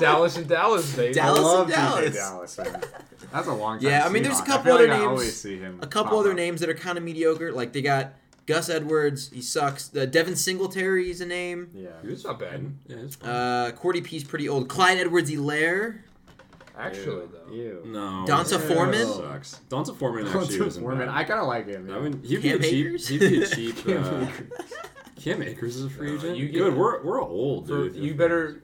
[SPEAKER 4] Dallas and Dallas, baby.
[SPEAKER 2] Dallas.
[SPEAKER 3] I love
[SPEAKER 2] and Dallas.
[SPEAKER 3] DJ Dallas. man. That's a long time.
[SPEAKER 2] Yeah, I mean, there's a
[SPEAKER 3] Seahawk.
[SPEAKER 2] couple
[SPEAKER 3] I feel like
[SPEAKER 2] other
[SPEAKER 3] I
[SPEAKER 2] names-
[SPEAKER 3] always see him
[SPEAKER 2] a couple
[SPEAKER 3] pop
[SPEAKER 2] other
[SPEAKER 3] up.
[SPEAKER 2] names that are kind of mediocre. Like they got Gus Edwards, he sucks. Uh, Devin Singletary is a name.
[SPEAKER 3] Yeah.
[SPEAKER 1] He was
[SPEAKER 4] Not bad.
[SPEAKER 1] fine. Yeah, he's fine.
[SPEAKER 2] Uh, Cordy P's pretty old. Clyde Edwards Elaire.
[SPEAKER 4] Actually, though.
[SPEAKER 3] Ew.
[SPEAKER 1] no.
[SPEAKER 2] Donta
[SPEAKER 1] Yeah,
[SPEAKER 2] Foreman?
[SPEAKER 1] sucks. Donta Foreman actually
[SPEAKER 3] Actually,
[SPEAKER 1] was
[SPEAKER 3] Foreman. I kind of like him.
[SPEAKER 1] I
[SPEAKER 3] Yeah.
[SPEAKER 1] mean, he'd be
[SPEAKER 2] Cam
[SPEAKER 1] a cheap.
[SPEAKER 2] Akers?
[SPEAKER 1] He'd be a cheap.
[SPEAKER 3] Cam
[SPEAKER 1] Uh, Cam Akers is a free
[SPEAKER 4] No,
[SPEAKER 1] agent.
[SPEAKER 4] you
[SPEAKER 1] You
[SPEAKER 4] get-
[SPEAKER 1] Dude, we're we're old,
[SPEAKER 4] So
[SPEAKER 1] dude.
[SPEAKER 4] you better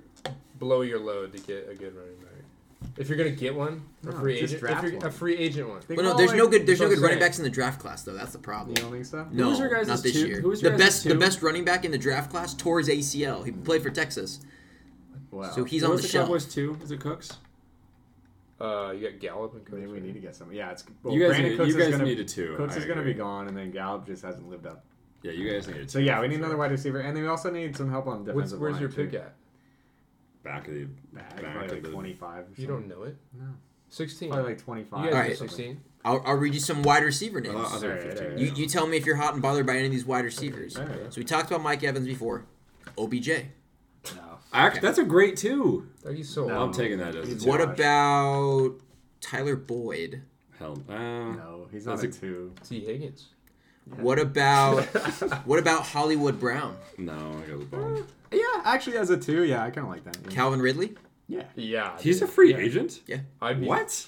[SPEAKER 4] blow your load to get a good running back. If you're gonna get one, a
[SPEAKER 3] No,
[SPEAKER 4] free agent,
[SPEAKER 3] just
[SPEAKER 4] if
[SPEAKER 3] draft
[SPEAKER 4] you're, a
[SPEAKER 3] one.
[SPEAKER 4] free agent one.
[SPEAKER 3] They
[SPEAKER 2] Well, no,
[SPEAKER 3] call,
[SPEAKER 2] there's
[SPEAKER 3] like,
[SPEAKER 2] no good. There's no
[SPEAKER 4] that's
[SPEAKER 2] good
[SPEAKER 4] what I'm
[SPEAKER 2] running backs in the draft class though. That's the
[SPEAKER 3] You
[SPEAKER 2] problem.
[SPEAKER 3] don't think so?
[SPEAKER 2] No,
[SPEAKER 1] was your guys'
[SPEAKER 2] not this
[SPEAKER 1] two-
[SPEAKER 2] year.
[SPEAKER 1] who was
[SPEAKER 2] The
[SPEAKER 1] your guys'
[SPEAKER 2] best, the
[SPEAKER 1] two?
[SPEAKER 2] best running back in the draft class tore his ACL. He played for Texas,
[SPEAKER 3] Wow.
[SPEAKER 2] so he's
[SPEAKER 1] What
[SPEAKER 2] on
[SPEAKER 1] was
[SPEAKER 2] the,
[SPEAKER 1] the
[SPEAKER 2] shelf.
[SPEAKER 1] Cowboys too? Is it Cooks?
[SPEAKER 4] Uh, you got Gallup and Coach.
[SPEAKER 3] Maybe we need to get some. Yeah, it's. Well,
[SPEAKER 1] You guys,
[SPEAKER 3] Brandon
[SPEAKER 1] need,
[SPEAKER 3] Cooks
[SPEAKER 1] you guys
[SPEAKER 3] is gonna,
[SPEAKER 1] needed two.
[SPEAKER 3] Cooks
[SPEAKER 1] I
[SPEAKER 3] is going to be
[SPEAKER 1] agree.
[SPEAKER 3] gone, and then Gallup just hasn't lived up.
[SPEAKER 1] Yeah, you guys needed two.
[SPEAKER 3] So yeah, we need
[SPEAKER 1] for
[SPEAKER 3] another
[SPEAKER 1] sure.
[SPEAKER 3] wide receiver, and then we also need some help on
[SPEAKER 4] What's,
[SPEAKER 3] defensive
[SPEAKER 4] where's
[SPEAKER 3] line,
[SPEAKER 4] your pick
[SPEAKER 3] too.
[SPEAKER 4] at?
[SPEAKER 1] back of the
[SPEAKER 3] Back,
[SPEAKER 1] back
[SPEAKER 3] probably
[SPEAKER 1] of
[SPEAKER 3] like
[SPEAKER 1] the-
[SPEAKER 3] 25. Or
[SPEAKER 4] You don't know it.
[SPEAKER 3] No.
[SPEAKER 4] Sixteen.
[SPEAKER 3] Probably like
[SPEAKER 4] you
[SPEAKER 3] 25.
[SPEAKER 4] guys
[SPEAKER 2] All
[SPEAKER 4] are
[SPEAKER 2] right.
[SPEAKER 4] sixteen.
[SPEAKER 2] I'll, I'll read you some wide receiver names.
[SPEAKER 1] Well, I'll do
[SPEAKER 3] Alright,
[SPEAKER 1] 15.
[SPEAKER 3] alright.
[SPEAKER 2] you, you tell me if you're hot and bothered by any of these wide receivers.
[SPEAKER 3] All right.
[SPEAKER 2] So we talked about Mike Evans before. OBJ.
[SPEAKER 3] No.
[SPEAKER 1] Act- that's a great two.
[SPEAKER 4] Are you so
[SPEAKER 3] No.
[SPEAKER 1] I'm taking that as a
[SPEAKER 3] He's
[SPEAKER 1] two.
[SPEAKER 3] Yeah,
[SPEAKER 2] What
[SPEAKER 3] I-
[SPEAKER 2] about Tyler Boyd?
[SPEAKER 1] Hell, uh,
[SPEAKER 3] No, he's not
[SPEAKER 1] That's
[SPEAKER 3] a
[SPEAKER 1] a-
[SPEAKER 3] two.
[SPEAKER 4] T Higgins?
[SPEAKER 2] What about what about Hollywood Brown?
[SPEAKER 1] no, I got the bomb.
[SPEAKER 3] Yeah, actually, as a two, yeah, I kind of like that. Yeah.
[SPEAKER 2] Calvin Ridley?
[SPEAKER 3] yeah.
[SPEAKER 4] Yeah.
[SPEAKER 1] He's a
[SPEAKER 4] dude.
[SPEAKER 1] free
[SPEAKER 4] Yeah.
[SPEAKER 1] agent.
[SPEAKER 4] I'd be
[SPEAKER 1] What?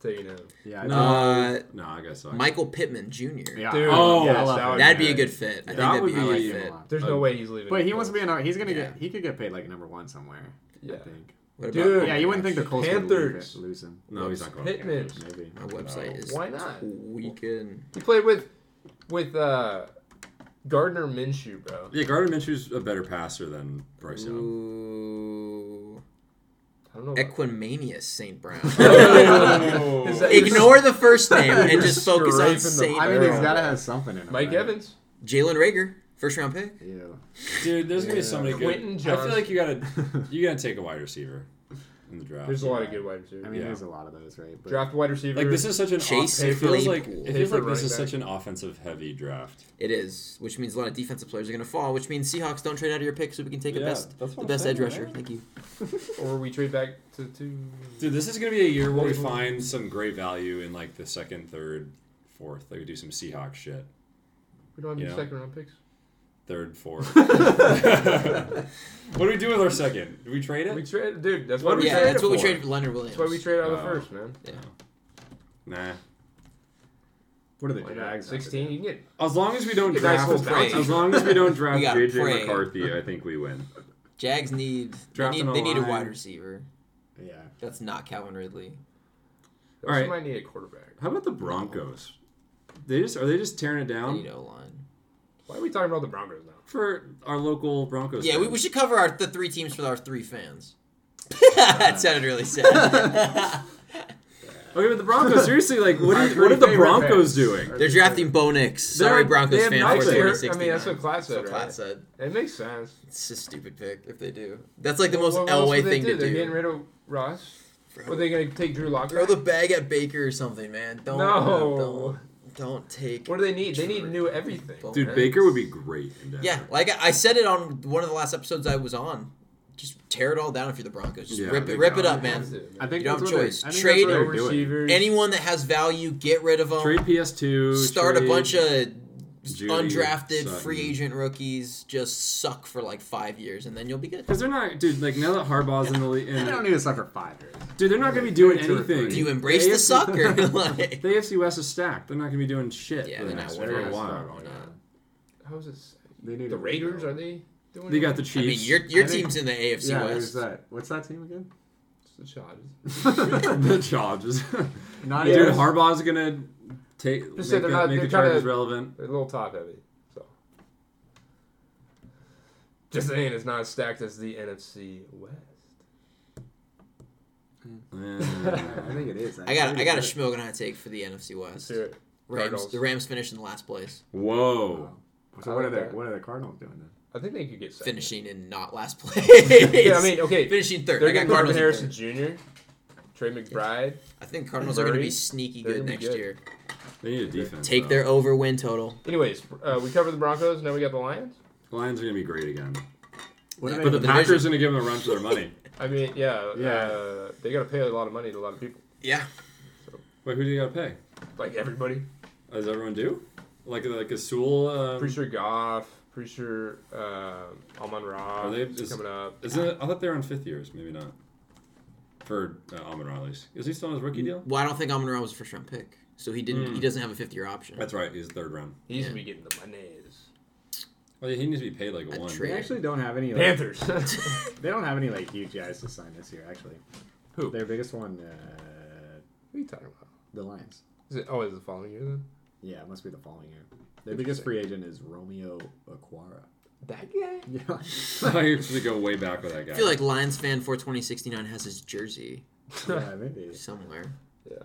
[SPEAKER 4] taking him.
[SPEAKER 3] Yeah, I
[SPEAKER 1] No.
[SPEAKER 2] Uh,
[SPEAKER 1] No, I guess so.
[SPEAKER 2] Michael Pittman Jr.
[SPEAKER 3] Yeah.
[SPEAKER 4] Dude,
[SPEAKER 1] Oh,
[SPEAKER 3] yeah, I
[SPEAKER 4] yes,
[SPEAKER 3] love
[SPEAKER 4] that
[SPEAKER 3] him.
[SPEAKER 4] would
[SPEAKER 2] That'd be a good fit. I think
[SPEAKER 1] That
[SPEAKER 2] that'd be
[SPEAKER 1] would
[SPEAKER 2] a
[SPEAKER 1] be-
[SPEAKER 2] good
[SPEAKER 3] I like him
[SPEAKER 2] fit.
[SPEAKER 3] a lot.
[SPEAKER 4] There's no way he's leaving.
[SPEAKER 3] Oh. But he wants to be an. He's gonna
[SPEAKER 2] Yeah.
[SPEAKER 3] get. He could get paid like number one somewhere.
[SPEAKER 4] Yeah.
[SPEAKER 3] I think.
[SPEAKER 2] What about
[SPEAKER 4] Dude.
[SPEAKER 3] Yeah, you wouldn't think the Colts
[SPEAKER 4] Panthers.
[SPEAKER 3] would leave it, lose him.
[SPEAKER 1] No, he's not going.
[SPEAKER 4] Pittman.
[SPEAKER 3] Maybe.
[SPEAKER 2] my website is
[SPEAKER 4] Why not?
[SPEAKER 2] weekend.
[SPEAKER 4] He played with with uh Gardner Minshew, bro.
[SPEAKER 1] Yeah, Gardner Minshew's a better passer than Bryce Young.
[SPEAKER 2] Ooh.
[SPEAKER 4] I don't know.
[SPEAKER 2] Equimanius St. Brown.
[SPEAKER 4] Is that your-
[SPEAKER 2] Ignore the first name and just
[SPEAKER 4] You're
[SPEAKER 2] focus on
[SPEAKER 4] scraping the-
[SPEAKER 2] St.
[SPEAKER 3] I mean, he's
[SPEAKER 2] Brown.
[SPEAKER 3] gotta have something in him.
[SPEAKER 4] Mike
[SPEAKER 3] right?
[SPEAKER 4] Evans?
[SPEAKER 2] Jalen Rager, first round pick.
[SPEAKER 3] Ew.
[SPEAKER 1] Dude, there's gonna be so many
[SPEAKER 4] Quentin
[SPEAKER 1] good. I feel
[SPEAKER 4] Johnson.
[SPEAKER 1] like you gotta you gotta take a wide receiver in the draft.
[SPEAKER 4] There's a lot of good wide receivers.
[SPEAKER 3] I mean,
[SPEAKER 1] Yeah.
[SPEAKER 3] there's a lot of those, right? But
[SPEAKER 4] Draft wide receiver.
[SPEAKER 1] like this is such an
[SPEAKER 2] Chase
[SPEAKER 1] off- it feels like
[SPEAKER 2] Claypool.
[SPEAKER 1] it feels
[SPEAKER 4] Pay for
[SPEAKER 1] like this is
[SPEAKER 4] running
[SPEAKER 1] such an offensive heavy draft.
[SPEAKER 2] It is, which means a lot of defensive players are going to fall, which means Seahawks don't trade out of your pick so we can take the
[SPEAKER 1] Yeah,
[SPEAKER 2] best,
[SPEAKER 1] that's what
[SPEAKER 2] the
[SPEAKER 1] I'm
[SPEAKER 2] best
[SPEAKER 1] saying,
[SPEAKER 2] edge rusher.
[SPEAKER 1] right?
[SPEAKER 2] Thank you.
[SPEAKER 4] or we trade back to two.
[SPEAKER 1] Dude, this is gonna be a year where we find some great value in like the second, third, fourth. Like we do some Seahawks shit.
[SPEAKER 4] We don't have
[SPEAKER 1] You
[SPEAKER 4] any
[SPEAKER 1] know?
[SPEAKER 4] second round picks.
[SPEAKER 1] Third, fourth. what do we do with our second? Do we trade
[SPEAKER 4] We
[SPEAKER 1] it?
[SPEAKER 4] trade, dude. That's why
[SPEAKER 1] What
[SPEAKER 4] we
[SPEAKER 1] do
[SPEAKER 2] Yeah,
[SPEAKER 4] trade.
[SPEAKER 1] traded
[SPEAKER 2] that's what we
[SPEAKER 1] for?
[SPEAKER 2] traded for Leonard Williams.
[SPEAKER 4] That's why we trade out of the
[SPEAKER 1] Oh.
[SPEAKER 4] first, man.
[SPEAKER 1] Nah.
[SPEAKER 3] what are they?
[SPEAKER 4] Why not? Sixteen. You can get.
[SPEAKER 1] As long as we don't
[SPEAKER 4] Nice
[SPEAKER 1] draft,
[SPEAKER 4] little
[SPEAKER 2] phrase.
[SPEAKER 1] as long as we don't draft
[SPEAKER 2] We gotta
[SPEAKER 1] JJ
[SPEAKER 2] pray.
[SPEAKER 1] McCarthy, I think we win.
[SPEAKER 2] Jags need they
[SPEAKER 1] Draft
[SPEAKER 2] need,
[SPEAKER 1] an
[SPEAKER 2] they need a
[SPEAKER 1] O-line.
[SPEAKER 2] wide receiver.
[SPEAKER 3] Yeah.
[SPEAKER 2] That's not Calvin Ridley.
[SPEAKER 1] All right.
[SPEAKER 4] You might need a quarterback.
[SPEAKER 1] How about the Broncos? They just are they just tearing it
[SPEAKER 2] They need
[SPEAKER 1] down
[SPEAKER 2] O line.
[SPEAKER 4] Why are we talking about the Broncos now?
[SPEAKER 1] for our local Broncos?
[SPEAKER 2] Yeah, we, we
[SPEAKER 1] fans?
[SPEAKER 2] should cover our the three teams for our three fans. that sounded really sad.
[SPEAKER 1] Okay, but the Broncos, seriously, like, what,
[SPEAKER 3] Our
[SPEAKER 1] are, what are the
[SPEAKER 3] favorite
[SPEAKER 1] Broncos
[SPEAKER 3] picks.
[SPEAKER 1] doing?
[SPEAKER 2] They're drafting Bo Nix. Sorry,
[SPEAKER 1] They're-
[SPEAKER 2] Broncos
[SPEAKER 1] they have
[SPEAKER 2] fan.
[SPEAKER 1] not
[SPEAKER 2] for
[SPEAKER 1] cleared-
[SPEAKER 2] 20,
[SPEAKER 1] I
[SPEAKER 4] I
[SPEAKER 2] 60.
[SPEAKER 4] mean, that's what Klatt said,
[SPEAKER 2] That's what Platt
[SPEAKER 4] right?
[SPEAKER 2] said.
[SPEAKER 4] It makes sense.
[SPEAKER 2] It's just a stupid pick if they do. That's like the most
[SPEAKER 4] What- what else
[SPEAKER 2] Elway
[SPEAKER 4] would they
[SPEAKER 2] thing
[SPEAKER 4] do?
[SPEAKER 2] to
[SPEAKER 4] They're getting
[SPEAKER 2] do.
[SPEAKER 4] rid of Ross.
[SPEAKER 2] Throw-
[SPEAKER 4] Were they gonna take Drew Lock?
[SPEAKER 2] Throw the bag at Baker or something, man. Don't,
[SPEAKER 4] No.
[SPEAKER 2] don't, don't take.
[SPEAKER 4] What do they need? They need new everything.
[SPEAKER 1] Dude, Baker would be great in Denver.
[SPEAKER 2] Yeah, like I I said it on one of the last episodes I was on. Just tear it all down if you're the Broncos. Just
[SPEAKER 1] Yeah,
[SPEAKER 2] rip
[SPEAKER 1] they
[SPEAKER 2] it, rip
[SPEAKER 1] got
[SPEAKER 2] it up,
[SPEAKER 4] They
[SPEAKER 2] man.
[SPEAKER 4] have to,
[SPEAKER 3] I think
[SPEAKER 2] You don't
[SPEAKER 3] that's
[SPEAKER 2] have
[SPEAKER 3] what
[SPEAKER 2] choice.
[SPEAKER 3] They, I think
[SPEAKER 2] Trade
[SPEAKER 3] that's
[SPEAKER 4] No
[SPEAKER 3] what they're doing.
[SPEAKER 4] receivers.
[SPEAKER 2] Anyone that has value, get rid of them.
[SPEAKER 1] Trade PS2.
[SPEAKER 2] Start a
[SPEAKER 1] trade-
[SPEAKER 2] bunch of
[SPEAKER 1] Judy,
[SPEAKER 2] undrafted
[SPEAKER 1] Sutton.
[SPEAKER 2] free agent rookies. Just suck for like five years, and then you'll be good.
[SPEAKER 1] Because they're not, dude. Like now that Harbaugh's in the league,
[SPEAKER 3] They don't
[SPEAKER 1] and,
[SPEAKER 3] need to suffer five years.
[SPEAKER 1] dude, they're not gonna be doing
[SPEAKER 3] Two or three.
[SPEAKER 1] anything.
[SPEAKER 2] Do you embrace the
[SPEAKER 1] AFC
[SPEAKER 2] sucker? like,
[SPEAKER 1] The AFC West is stacked. They're not gonna be doing shit.
[SPEAKER 2] Yeah,
[SPEAKER 1] for the
[SPEAKER 2] they're
[SPEAKER 1] next
[SPEAKER 2] not
[SPEAKER 1] for a
[SPEAKER 2] winning.
[SPEAKER 1] while.
[SPEAKER 4] How's this?
[SPEAKER 3] They need
[SPEAKER 4] The
[SPEAKER 3] a-
[SPEAKER 4] Raiders are they? Doing
[SPEAKER 1] They got the
[SPEAKER 4] anything?
[SPEAKER 1] Chiefs.
[SPEAKER 2] I mean, your your
[SPEAKER 3] I think-
[SPEAKER 2] team's in the AFC
[SPEAKER 3] Yeah, there's
[SPEAKER 2] West.
[SPEAKER 4] uh,
[SPEAKER 3] that. What's that team again?
[SPEAKER 4] It's the Chargers.
[SPEAKER 1] the Chargers.
[SPEAKER 3] Not
[SPEAKER 4] Yeah.
[SPEAKER 1] Dude,
[SPEAKER 3] even.
[SPEAKER 4] Yes.
[SPEAKER 1] Harbaugh's gonna take make,
[SPEAKER 4] Just say they're
[SPEAKER 1] the-
[SPEAKER 4] not-
[SPEAKER 1] make the
[SPEAKER 4] they're trying
[SPEAKER 1] Chargers
[SPEAKER 4] to-
[SPEAKER 1] relevant.
[SPEAKER 4] They're a little top heavy. So. Just saying, it's not as stacked as the NFC West.
[SPEAKER 3] I think it is.
[SPEAKER 2] I got I
[SPEAKER 3] think
[SPEAKER 2] got a
[SPEAKER 3] it's
[SPEAKER 2] Schmogan hot take for the NFC West.
[SPEAKER 4] Here,
[SPEAKER 2] Rams,
[SPEAKER 4] Cardinals.
[SPEAKER 2] the Rams finished in last place,
[SPEAKER 1] Whoa.
[SPEAKER 3] it. So what are the what are the Cardinals doing then?
[SPEAKER 4] I think they could get second.
[SPEAKER 2] finishing in not last place. yeah,
[SPEAKER 4] Yeah, I mean, okay,
[SPEAKER 2] finishing third.
[SPEAKER 4] They're
[SPEAKER 2] I got
[SPEAKER 4] getting
[SPEAKER 2] Cardinals.
[SPEAKER 4] Marvin
[SPEAKER 2] in
[SPEAKER 4] Harrison
[SPEAKER 2] third.
[SPEAKER 4] Jr., Trey McBride.
[SPEAKER 2] I think Cardinals are going to be
[SPEAKER 4] Murray,
[SPEAKER 2] sneaky
[SPEAKER 4] they're
[SPEAKER 2] good
[SPEAKER 4] gonna be
[SPEAKER 2] next
[SPEAKER 4] good.
[SPEAKER 2] year.
[SPEAKER 1] They need a defense.
[SPEAKER 2] Take
[SPEAKER 1] though.
[SPEAKER 2] their over win total.
[SPEAKER 4] Anyways, uh, we covered the Broncos. Now we got the Lions.
[SPEAKER 1] Lions are gonna be great again.
[SPEAKER 3] What
[SPEAKER 2] Yeah,
[SPEAKER 3] are
[SPEAKER 1] But
[SPEAKER 3] they?
[SPEAKER 1] the
[SPEAKER 2] The
[SPEAKER 1] Packers
[SPEAKER 2] division.
[SPEAKER 1] are gonna give them a run for their money.
[SPEAKER 4] I mean, yeah,
[SPEAKER 3] Yeah.
[SPEAKER 4] Uh, they got to pay a lot of money to a lot of people.
[SPEAKER 2] Yeah,
[SPEAKER 1] Wait, who do you gotta pay?
[SPEAKER 4] Like everybody.
[SPEAKER 1] Does everyone do? Like like a Sewell? Um,
[SPEAKER 4] Pretty sure Goff. Pretty sure um, Amon Ra
[SPEAKER 1] Are they
[SPEAKER 4] is
[SPEAKER 1] just-
[SPEAKER 4] coming up.
[SPEAKER 1] Is it? I thought they were on fifth years. Maybe not. For uh, Amon Ra, at least. Is he still on his rookie deal?
[SPEAKER 2] Well, I don't think Amon Ra was a first round pick, so he didn't.
[SPEAKER 1] Mm.
[SPEAKER 2] He doesn't have a fifth year option.
[SPEAKER 1] That's right. He's third round.
[SPEAKER 4] He's
[SPEAKER 2] Yeah.
[SPEAKER 4] gonna be getting the monies.
[SPEAKER 1] Oh, yeah, he needs to be paid like a
[SPEAKER 2] A
[SPEAKER 1] one.
[SPEAKER 2] trade.
[SPEAKER 3] They actually don't have any. Like,
[SPEAKER 4] Panthers.
[SPEAKER 3] they don't have any like huge guys to sign this year. Actually,
[SPEAKER 4] Who?
[SPEAKER 3] their biggest one? Uh,
[SPEAKER 4] What are you talking about?
[SPEAKER 3] the Lions.
[SPEAKER 4] Is it always the following year then?
[SPEAKER 3] Yeah, it must be the following year. Their biggest free agent is Romeo Aquara.
[SPEAKER 4] That guy?
[SPEAKER 3] Yeah.
[SPEAKER 1] I usually go way back with that guy.
[SPEAKER 2] I feel like Lions fan four twenty sixty nine has his jersey
[SPEAKER 3] yeah, maybe.
[SPEAKER 2] somewhere.
[SPEAKER 3] Uh,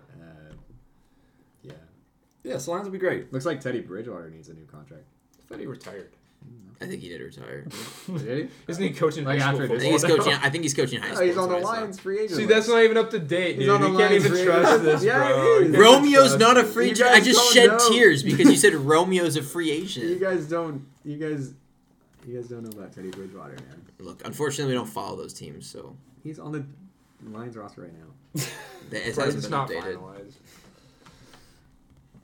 [SPEAKER 3] yeah.
[SPEAKER 1] yeah, so Lions would be great.
[SPEAKER 3] Looks like Teddy Bridgewater needs a new contract.
[SPEAKER 4] I thought he retired.
[SPEAKER 2] I think he did retire.
[SPEAKER 3] Did he?
[SPEAKER 4] Isn't he coaching
[SPEAKER 3] Like
[SPEAKER 4] high
[SPEAKER 3] after
[SPEAKER 4] school
[SPEAKER 2] I
[SPEAKER 3] this-
[SPEAKER 2] think he's
[SPEAKER 4] football
[SPEAKER 2] coaching.
[SPEAKER 4] now?
[SPEAKER 2] I think he's coaching high
[SPEAKER 3] Oh,
[SPEAKER 2] school.
[SPEAKER 3] he's on
[SPEAKER 2] is
[SPEAKER 3] the
[SPEAKER 2] what I saw.
[SPEAKER 3] Lions free agent.
[SPEAKER 4] See, that's
[SPEAKER 3] list.
[SPEAKER 4] not even up to date, dude.
[SPEAKER 3] on the
[SPEAKER 4] You can't
[SPEAKER 3] Lions
[SPEAKER 4] even
[SPEAKER 3] radio.
[SPEAKER 4] trust this,
[SPEAKER 3] Yeah, it
[SPEAKER 4] bro.
[SPEAKER 3] is.
[SPEAKER 2] Romeo's
[SPEAKER 3] Trust
[SPEAKER 2] not a
[SPEAKER 3] me.
[SPEAKER 2] free.
[SPEAKER 3] You
[SPEAKER 2] agent. I
[SPEAKER 3] guys
[SPEAKER 2] just
[SPEAKER 3] don't
[SPEAKER 2] shed
[SPEAKER 3] know.
[SPEAKER 2] tears because you said Romeo's a free
[SPEAKER 3] You
[SPEAKER 2] agent.
[SPEAKER 3] guys don't. You guys. You guys don't know about Teddy Bridgewater, man.
[SPEAKER 2] Look, unfortunately, we don't follow those teams, so
[SPEAKER 3] He's on the Lions roster right now.
[SPEAKER 2] that, it
[SPEAKER 4] Right,
[SPEAKER 2] hasn't
[SPEAKER 4] It's
[SPEAKER 2] been
[SPEAKER 4] not
[SPEAKER 2] updated.
[SPEAKER 4] finalized.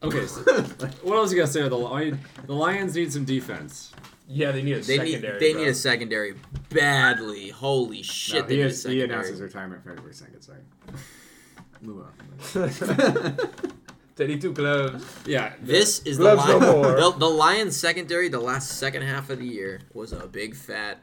[SPEAKER 1] Okay, so what else you gotta say? about The, Li- the Lions need some defense.
[SPEAKER 4] Yeah, they need a
[SPEAKER 2] They need.
[SPEAKER 4] secondary.
[SPEAKER 2] They
[SPEAKER 4] bro. E
[SPEAKER 2] need a secondary badly. Holy shit!
[SPEAKER 3] No,
[SPEAKER 2] they
[SPEAKER 3] he,
[SPEAKER 2] need a
[SPEAKER 3] is, he
[SPEAKER 2] secondary.
[SPEAKER 3] announces retirement February second. Sorry. Move on.
[SPEAKER 4] Teddy two gloves.
[SPEAKER 1] Yeah, the-
[SPEAKER 2] This is the
[SPEAKER 4] Gloves no
[SPEAKER 2] Lions.
[SPEAKER 4] more.
[SPEAKER 2] the, the Lions secondary. The last second half of the year was a big fat.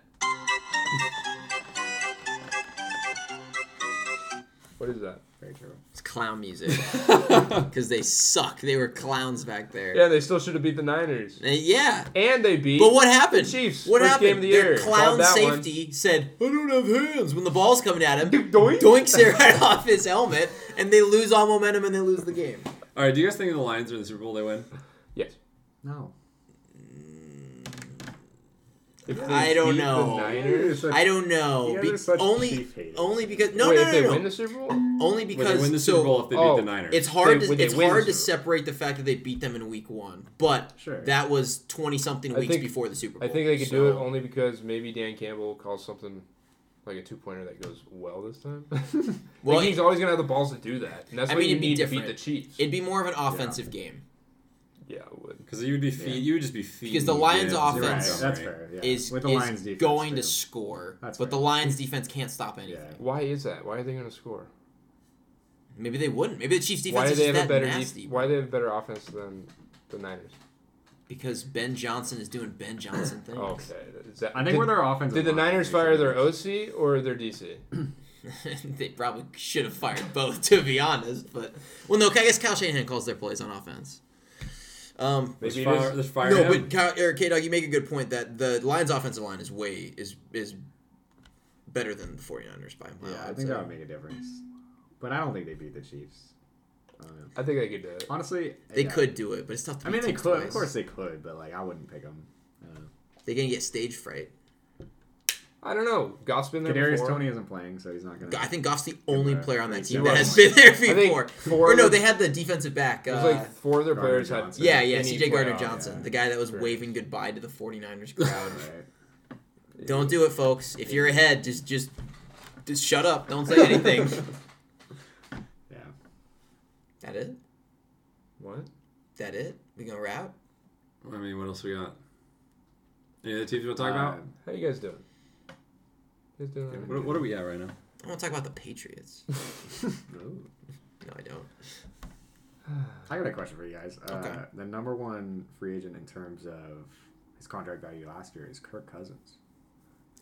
[SPEAKER 4] What is that?
[SPEAKER 3] Very true.
[SPEAKER 2] It's clown music because they suck. They were clowns back there.
[SPEAKER 4] Yeah, they still should have beat the Niners.
[SPEAKER 2] And yeah.
[SPEAKER 4] And they beat.
[SPEAKER 2] But what happened?
[SPEAKER 4] The Chiefs,
[SPEAKER 2] What
[SPEAKER 4] first
[SPEAKER 2] happened?
[SPEAKER 4] game of the
[SPEAKER 2] Their
[SPEAKER 4] year.
[SPEAKER 2] clown
[SPEAKER 4] Called that
[SPEAKER 2] safety said, "I don't have hands." When the ball's coming at him,
[SPEAKER 4] Doink.
[SPEAKER 2] doinks it right off his helmet, and they lose all momentum and they lose the game.
[SPEAKER 1] All right, do you guys think the Lions are in the Super Bowl? They win.
[SPEAKER 4] Yes.
[SPEAKER 3] No.
[SPEAKER 4] If they
[SPEAKER 2] I don't
[SPEAKER 4] beat
[SPEAKER 2] know.
[SPEAKER 4] The Niners.
[SPEAKER 2] I don't know.
[SPEAKER 3] You guys
[SPEAKER 2] Be-
[SPEAKER 3] are such
[SPEAKER 2] only,
[SPEAKER 3] Chief haters.
[SPEAKER 2] only because no,
[SPEAKER 4] Wait,
[SPEAKER 2] no,
[SPEAKER 4] if
[SPEAKER 2] no,
[SPEAKER 4] they
[SPEAKER 2] no.
[SPEAKER 4] win the Super Bowl?
[SPEAKER 2] only
[SPEAKER 1] Would
[SPEAKER 2] because
[SPEAKER 1] they win the Super
[SPEAKER 2] so
[SPEAKER 1] Bowl if they
[SPEAKER 4] oh,
[SPEAKER 1] beat the Niners?
[SPEAKER 2] It's hard
[SPEAKER 4] They-
[SPEAKER 2] to
[SPEAKER 4] they
[SPEAKER 2] it's
[SPEAKER 4] win
[SPEAKER 2] hard
[SPEAKER 4] the
[SPEAKER 2] to
[SPEAKER 4] Super Bowl.
[SPEAKER 2] separate the fact that they beat them in week one, but
[SPEAKER 3] Sure.
[SPEAKER 2] that was twenty something
[SPEAKER 4] I
[SPEAKER 2] weeks
[SPEAKER 4] think-
[SPEAKER 2] before the Super
[SPEAKER 4] I
[SPEAKER 2] Bowl.
[SPEAKER 4] think they could
[SPEAKER 2] so-
[SPEAKER 4] do it only because maybe Dan Campbell calls something like a two pointer that goes well this time. well,
[SPEAKER 2] Well,
[SPEAKER 4] like he's
[SPEAKER 2] it,
[SPEAKER 4] always gonna have the balls to do that, and that's
[SPEAKER 2] I
[SPEAKER 4] why
[SPEAKER 2] mean,
[SPEAKER 4] you
[SPEAKER 2] it'd be
[SPEAKER 4] need to
[SPEAKER 2] different.
[SPEAKER 4] beat the Chiefs.
[SPEAKER 2] would be more of an offensive game.
[SPEAKER 4] yeah, it would.
[SPEAKER 1] because you would be feed, you would just be feeding
[SPEAKER 2] Because the Lions'
[SPEAKER 1] David
[SPEAKER 3] You're right.
[SPEAKER 2] offense
[SPEAKER 1] Montgomery.
[SPEAKER 3] That's fair. Yeah.
[SPEAKER 2] Is
[SPEAKER 3] With the
[SPEAKER 2] is
[SPEAKER 3] Lions defense
[SPEAKER 2] going
[SPEAKER 3] too.
[SPEAKER 2] to score,
[SPEAKER 3] That's
[SPEAKER 2] but the
[SPEAKER 3] right.
[SPEAKER 2] Lions defense can't stop anything.
[SPEAKER 3] Yeah.
[SPEAKER 4] Why is that? Why are they gonna score?
[SPEAKER 2] Maybe they wouldn't. Maybe the Chiefs' defense
[SPEAKER 4] Why do
[SPEAKER 2] is
[SPEAKER 4] they
[SPEAKER 2] just
[SPEAKER 4] have a
[SPEAKER 2] that
[SPEAKER 4] better?
[SPEAKER 2] nasty.
[SPEAKER 4] Def- why do they have a better offense than the Niners?
[SPEAKER 2] Because Ben Johnson is doing Ben Johnson things.
[SPEAKER 4] Okay, is that,
[SPEAKER 3] I think
[SPEAKER 4] did,
[SPEAKER 3] we're their offensive.
[SPEAKER 4] Did the
[SPEAKER 3] line.
[SPEAKER 4] Niners fire their OC or their DC?
[SPEAKER 2] they probably should have fired both, to be honest. But well, no, I guess Kyle Shanahan calls their plays on offense. Um,
[SPEAKER 1] Let's
[SPEAKER 4] Maybe it
[SPEAKER 1] fire,
[SPEAKER 4] is.
[SPEAKER 1] let's fire
[SPEAKER 2] No,
[SPEAKER 1] him.
[SPEAKER 2] but Kyle, Eric K. Dog, you make a good point that the Lions' offensive line is way is is better than the 49ers by a mile.
[SPEAKER 3] Yeah, I
[SPEAKER 2] I'd
[SPEAKER 3] think
[SPEAKER 2] say.
[SPEAKER 3] that would make a difference. But I don't think they beat the Chiefs.
[SPEAKER 4] I think they could do it.
[SPEAKER 3] Honestly,
[SPEAKER 2] They
[SPEAKER 3] yeah.
[SPEAKER 2] could do it, but it's tough. To
[SPEAKER 3] I mean,
[SPEAKER 2] beat
[SPEAKER 3] they
[SPEAKER 2] teams
[SPEAKER 3] could. Of
[SPEAKER 2] twice.
[SPEAKER 3] course, they could. But like, I wouldn't pick them.
[SPEAKER 2] They're gonna get stage fright.
[SPEAKER 4] I don't know. Goff's been there
[SPEAKER 3] Kadarius
[SPEAKER 4] before.
[SPEAKER 3] Tony isn't playing, so he's not gonna.
[SPEAKER 2] I think Goff's the only
[SPEAKER 3] Yeah,
[SPEAKER 2] player on
[SPEAKER 3] I
[SPEAKER 2] that
[SPEAKER 3] think
[SPEAKER 2] team
[SPEAKER 4] he
[SPEAKER 2] that
[SPEAKER 4] was.
[SPEAKER 2] has been there before.
[SPEAKER 4] four
[SPEAKER 2] Or no,
[SPEAKER 4] of the-
[SPEAKER 2] they had the defensive back.
[SPEAKER 4] It
[SPEAKER 2] Uh,
[SPEAKER 4] was like four of their
[SPEAKER 3] Gardner
[SPEAKER 4] players had.
[SPEAKER 3] Johnson.
[SPEAKER 2] yeah, yeah,
[SPEAKER 4] any
[SPEAKER 2] CJ Gardner
[SPEAKER 4] playoff.
[SPEAKER 2] Johnson,
[SPEAKER 3] yeah.
[SPEAKER 2] the guy that was
[SPEAKER 3] Right.
[SPEAKER 2] waving goodbye to the 49ers crowd.
[SPEAKER 3] Right.
[SPEAKER 2] Don't do it, folks. If you're ahead, just just just shut up. Don't say anything.
[SPEAKER 3] Yeah.
[SPEAKER 2] that it?
[SPEAKER 4] What?
[SPEAKER 2] That it? We gonna wrap?
[SPEAKER 1] I mean, what else we got? Any other teams you want to talk
[SPEAKER 3] Uh,
[SPEAKER 1] about?
[SPEAKER 4] How you guys doing? You guys doing all right?
[SPEAKER 1] What, what are we at right now?
[SPEAKER 2] I want to talk about the Patriots.
[SPEAKER 3] Uh, ooh.
[SPEAKER 2] No, I don't.
[SPEAKER 3] I got a question for you guys. Uh,
[SPEAKER 2] Okay.
[SPEAKER 3] The number one free agent in terms of his contract value last year is Kirk Cousins.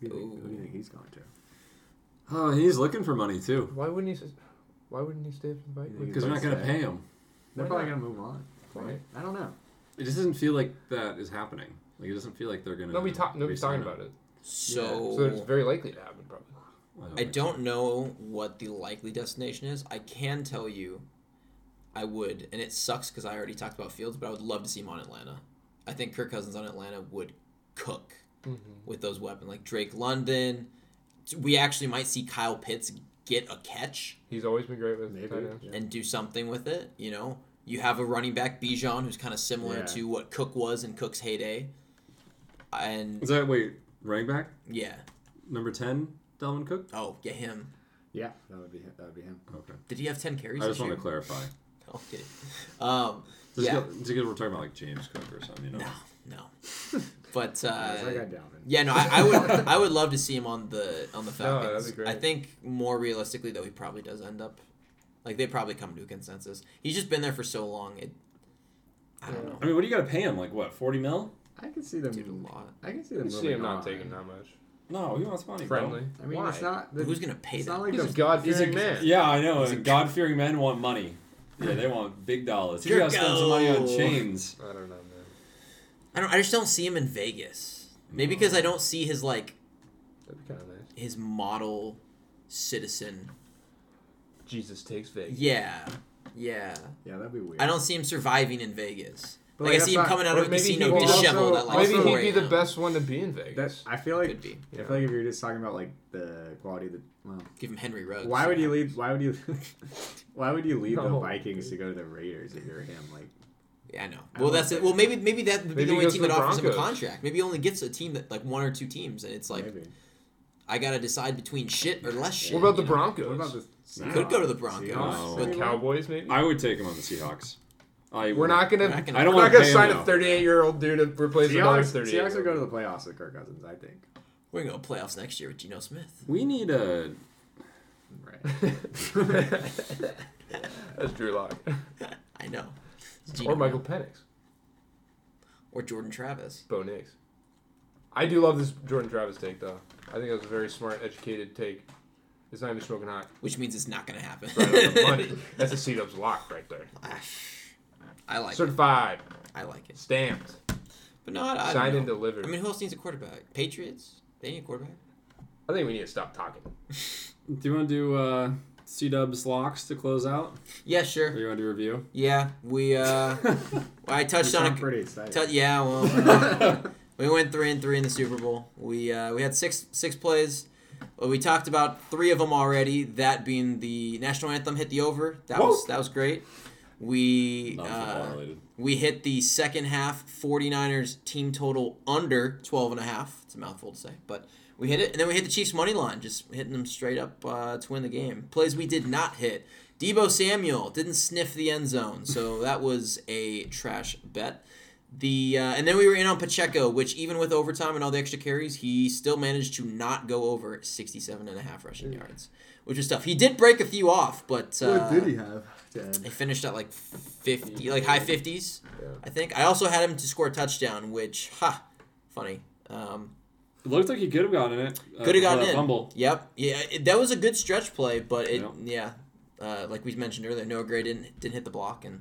[SPEAKER 3] Who do you think, who do you think he's going to?
[SPEAKER 1] Oh, he's looking for money too.
[SPEAKER 4] Why wouldn't he? s- Why wouldn't he stay for the Vikings?
[SPEAKER 1] Because we're not going to pay him.
[SPEAKER 3] They're
[SPEAKER 4] Why
[SPEAKER 3] probably
[SPEAKER 4] not?
[SPEAKER 3] going to move on. Right? I don't know.
[SPEAKER 1] It just doesn't feel like that is happening. Like it doesn't feel like they're going to.
[SPEAKER 4] Nobody talk, nobody's talking about it.
[SPEAKER 2] So,
[SPEAKER 4] So it's very likely to happen, probably.
[SPEAKER 2] I don't know what the likely destination is. I can tell you, I would, and it sucks because I already talked about Fields, but I would love to see him on Atlanta. I think Kirk Cousins on Atlanta would cook
[SPEAKER 3] Mm-hmm.
[SPEAKER 2] with those weapons, like Drake London. We actually might see Kyle Pitts get a catch
[SPEAKER 4] He's always been great with
[SPEAKER 3] Maybe.
[SPEAKER 4] tight ends.
[SPEAKER 3] Yeah.
[SPEAKER 2] and do something with it. You know, you have a running back Bijan who's kind of similar
[SPEAKER 3] Yeah.
[SPEAKER 2] to what Cook was in Cook's heyday, and
[SPEAKER 1] Is that wait running back
[SPEAKER 2] yeah,
[SPEAKER 1] number ten, Dalvin Cook?
[SPEAKER 2] oh, get him.
[SPEAKER 3] Yeah, that would be hi- that would be him.
[SPEAKER 1] Okay,
[SPEAKER 2] Did he have ten carries?
[SPEAKER 1] I just
[SPEAKER 2] this
[SPEAKER 1] want to
[SPEAKER 2] year?
[SPEAKER 1] clarify.
[SPEAKER 2] Okay. Um,
[SPEAKER 1] Just
[SPEAKER 2] yeah.
[SPEAKER 1] because we're talking about like James Cook or something, you know.
[SPEAKER 2] No, no. But
[SPEAKER 3] It's like I
[SPEAKER 2] uh,
[SPEAKER 3] doubt it.
[SPEAKER 2] yeah, no, I, I would I would love to see him on the on the
[SPEAKER 4] No, that'd be
[SPEAKER 2] Falcons.
[SPEAKER 4] great.
[SPEAKER 2] I think more realistically though, he probably does end up like they probably come to a consensus. He's just been there for so long. It, I don't know,
[SPEAKER 1] I mean, what do you got to pay him? Like what, forty mil?
[SPEAKER 3] I can see them.
[SPEAKER 2] dude, a lot.
[SPEAKER 3] I can see them.
[SPEAKER 4] You see him
[SPEAKER 3] moving
[SPEAKER 4] not
[SPEAKER 3] on.
[SPEAKER 4] taking that much.
[SPEAKER 1] No, he wants money. bro.
[SPEAKER 4] Friendly.
[SPEAKER 3] I mean,
[SPEAKER 4] Why?
[SPEAKER 3] it's not. The,
[SPEAKER 2] Who's gonna pay
[SPEAKER 3] it's
[SPEAKER 2] that?
[SPEAKER 3] not like
[SPEAKER 4] He's a
[SPEAKER 3] the-
[SPEAKER 1] He's a-
[SPEAKER 4] God-fearing man.
[SPEAKER 1] Yeah, I know. And God fearing men want money. Yeah, they want big dollars. He's
[SPEAKER 2] Here
[SPEAKER 1] got to spend some money on
[SPEAKER 2] go.
[SPEAKER 1] chains.
[SPEAKER 4] I don't know, man.
[SPEAKER 2] I don't. I just don't see him in Vegas. Maybe because I don't see his like
[SPEAKER 4] That'd be kind of nice.
[SPEAKER 2] his model citizen.
[SPEAKER 4] Jesus takes Vegas.
[SPEAKER 2] Yeah, yeah.
[SPEAKER 3] Yeah, that'd be weird.
[SPEAKER 2] I don't see him surviving in Vegas.
[SPEAKER 3] But,
[SPEAKER 2] like,
[SPEAKER 3] like,
[SPEAKER 2] I see
[SPEAKER 3] that's
[SPEAKER 2] him
[SPEAKER 3] not-
[SPEAKER 2] coming out
[SPEAKER 4] Or
[SPEAKER 2] of a casino
[SPEAKER 4] could also-
[SPEAKER 2] disheveled at like
[SPEAKER 4] maybe
[SPEAKER 2] four
[SPEAKER 4] he'd be the
[SPEAKER 2] AM.
[SPEAKER 4] best one to be in
[SPEAKER 3] That,
[SPEAKER 4] Vegas.
[SPEAKER 3] I feel like
[SPEAKER 2] Could be.
[SPEAKER 3] I feel like if you're just talking about like the quality of the well,
[SPEAKER 2] Give him Henry Ruggs.
[SPEAKER 3] why would you leave? Why would you? why would you leave the
[SPEAKER 4] No.
[SPEAKER 3] Vikings to go to the Raiders if you're him? Like,
[SPEAKER 2] Yeah, I know.
[SPEAKER 3] I
[SPEAKER 2] Well,
[SPEAKER 3] don't
[SPEAKER 2] that's
[SPEAKER 3] think-
[SPEAKER 2] it. Well, maybe maybe that would be
[SPEAKER 4] Maybe
[SPEAKER 2] the
[SPEAKER 4] he
[SPEAKER 2] only
[SPEAKER 4] goes
[SPEAKER 2] team
[SPEAKER 4] to
[SPEAKER 2] that
[SPEAKER 4] the
[SPEAKER 2] offers him a
[SPEAKER 4] Broncos.
[SPEAKER 2] contract. Maybe he only gets a team that like one or two teams, and it's like
[SPEAKER 3] maybe.
[SPEAKER 2] I gotta decide between shit or less shit.
[SPEAKER 4] What about the
[SPEAKER 2] you know?
[SPEAKER 4] Broncos?
[SPEAKER 3] What about the? Seahawks?
[SPEAKER 2] Could go to the Broncos.
[SPEAKER 3] Seahawks?
[SPEAKER 1] No.
[SPEAKER 4] The Cowboys, maybe?
[SPEAKER 1] I would take him on the Seahawks. I
[SPEAKER 4] We're not gonna.
[SPEAKER 2] We're not gonna-
[SPEAKER 1] I don't
[SPEAKER 4] We're
[SPEAKER 1] want
[SPEAKER 4] not
[SPEAKER 1] to
[SPEAKER 4] gonna sign a 38 year old dude to replace another
[SPEAKER 3] Seahawks,
[SPEAKER 4] 38.
[SPEAKER 3] Seahawks will go to the playoffs with Kirk Cousins, I think.
[SPEAKER 2] We're gonna go playoffs next year with Geno Smith.
[SPEAKER 1] We need a.
[SPEAKER 3] Right.
[SPEAKER 4] That's Drew Lock
[SPEAKER 2] I know. It's Geno
[SPEAKER 4] or Michael Penix,
[SPEAKER 2] or Jordan Travis.
[SPEAKER 4] Bo Nix. I do love this Jordan Travis take though. I think that was a very smart, educated take. It's not even smoking hot.
[SPEAKER 2] Which means it's not gonna happen.
[SPEAKER 4] Right on the money. That's a seat up's lock right there.
[SPEAKER 2] I like it.
[SPEAKER 4] Certified,
[SPEAKER 2] I like it.
[SPEAKER 4] stamped,
[SPEAKER 2] But no, I, I don't
[SPEAKER 4] signed
[SPEAKER 2] know.
[SPEAKER 4] and delivered.
[SPEAKER 2] I mean, who else needs a quarterback? Patriots? They need a quarterback.
[SPEAKER 4] I think we need to stop talking.
[SPEAKER 1] Do you want to do uh, C Dub's locks to close out?
[SPEAKER 2] Yeah,
[SPEAKER 1] Or
[SPEAKER 2] sure.
[SPEAKER 1] you want to do a review?
[SPEAKER 2] Yeah, we. uh I touched on
[SPEAKER 3] I'm
[SPEAKER 2] it.
[SPEAKER 3] pretty excited.
[SPEAKER 2] Tell- yeah, well, uh, we went three and three in the Super Bowl. We uh, we had six six plays. Well, we talked about three of them already. That being the national anthem hit the over. That was that was great. We uh, we hit the second half 49ers team total under 12 and a half. It's a mouthful to say, but we hit it. And then we hit the Chiefs money line, just hitting them straight up uh, to win the game. Plays we did not hit. Debo Samuel didn't sniff the end zone, so that was a trash bet. The uh, and then we were in on Pacheco, which even with overtime and all the extra carries, he still managed to not go over 67 and a half rushing yards, which was tough. He did break a few off, but uh,
[SPEAKER 3] what did he have? Dan?
[SPEAKER 2] he finished at like 50, like high 50s,
[SPEAKER 4] Yeah.
[SPEAKER 2] I think. I also had him to score a touchdown, which, ha, funny. Um,
[SPEAKER 1] It looked like he could have gotten it. Uh,
[SPEAKER 2] could have gotten
[SPEAKER 1] that
[SPEAKER 2] in.
[SPEAKER 1] Fumble.
[SPEAKER 2] Yep. Yeah, it, that was a good stretch play, but it,
[SPEAKER 1] Yep.
[SPEAKER 2] yeah, uh, like we mentioned earlier, Noah Gray didn't didn't hit the block and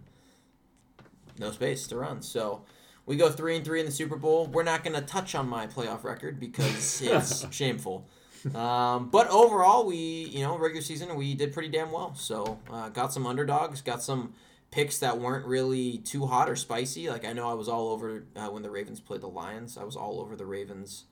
[SPEAKER 2] no space to run. So we go three and three in the Super Bowl. We're not going to touch on my playoff record because it's shameful. Um, but overall, we you know regular season we did pretty damn well. So uh, got some underdogs, got some picks that weren't really too hot or spicy. Like I know I was all over uh, when the Ravens played the Lions. I was all over the Ravens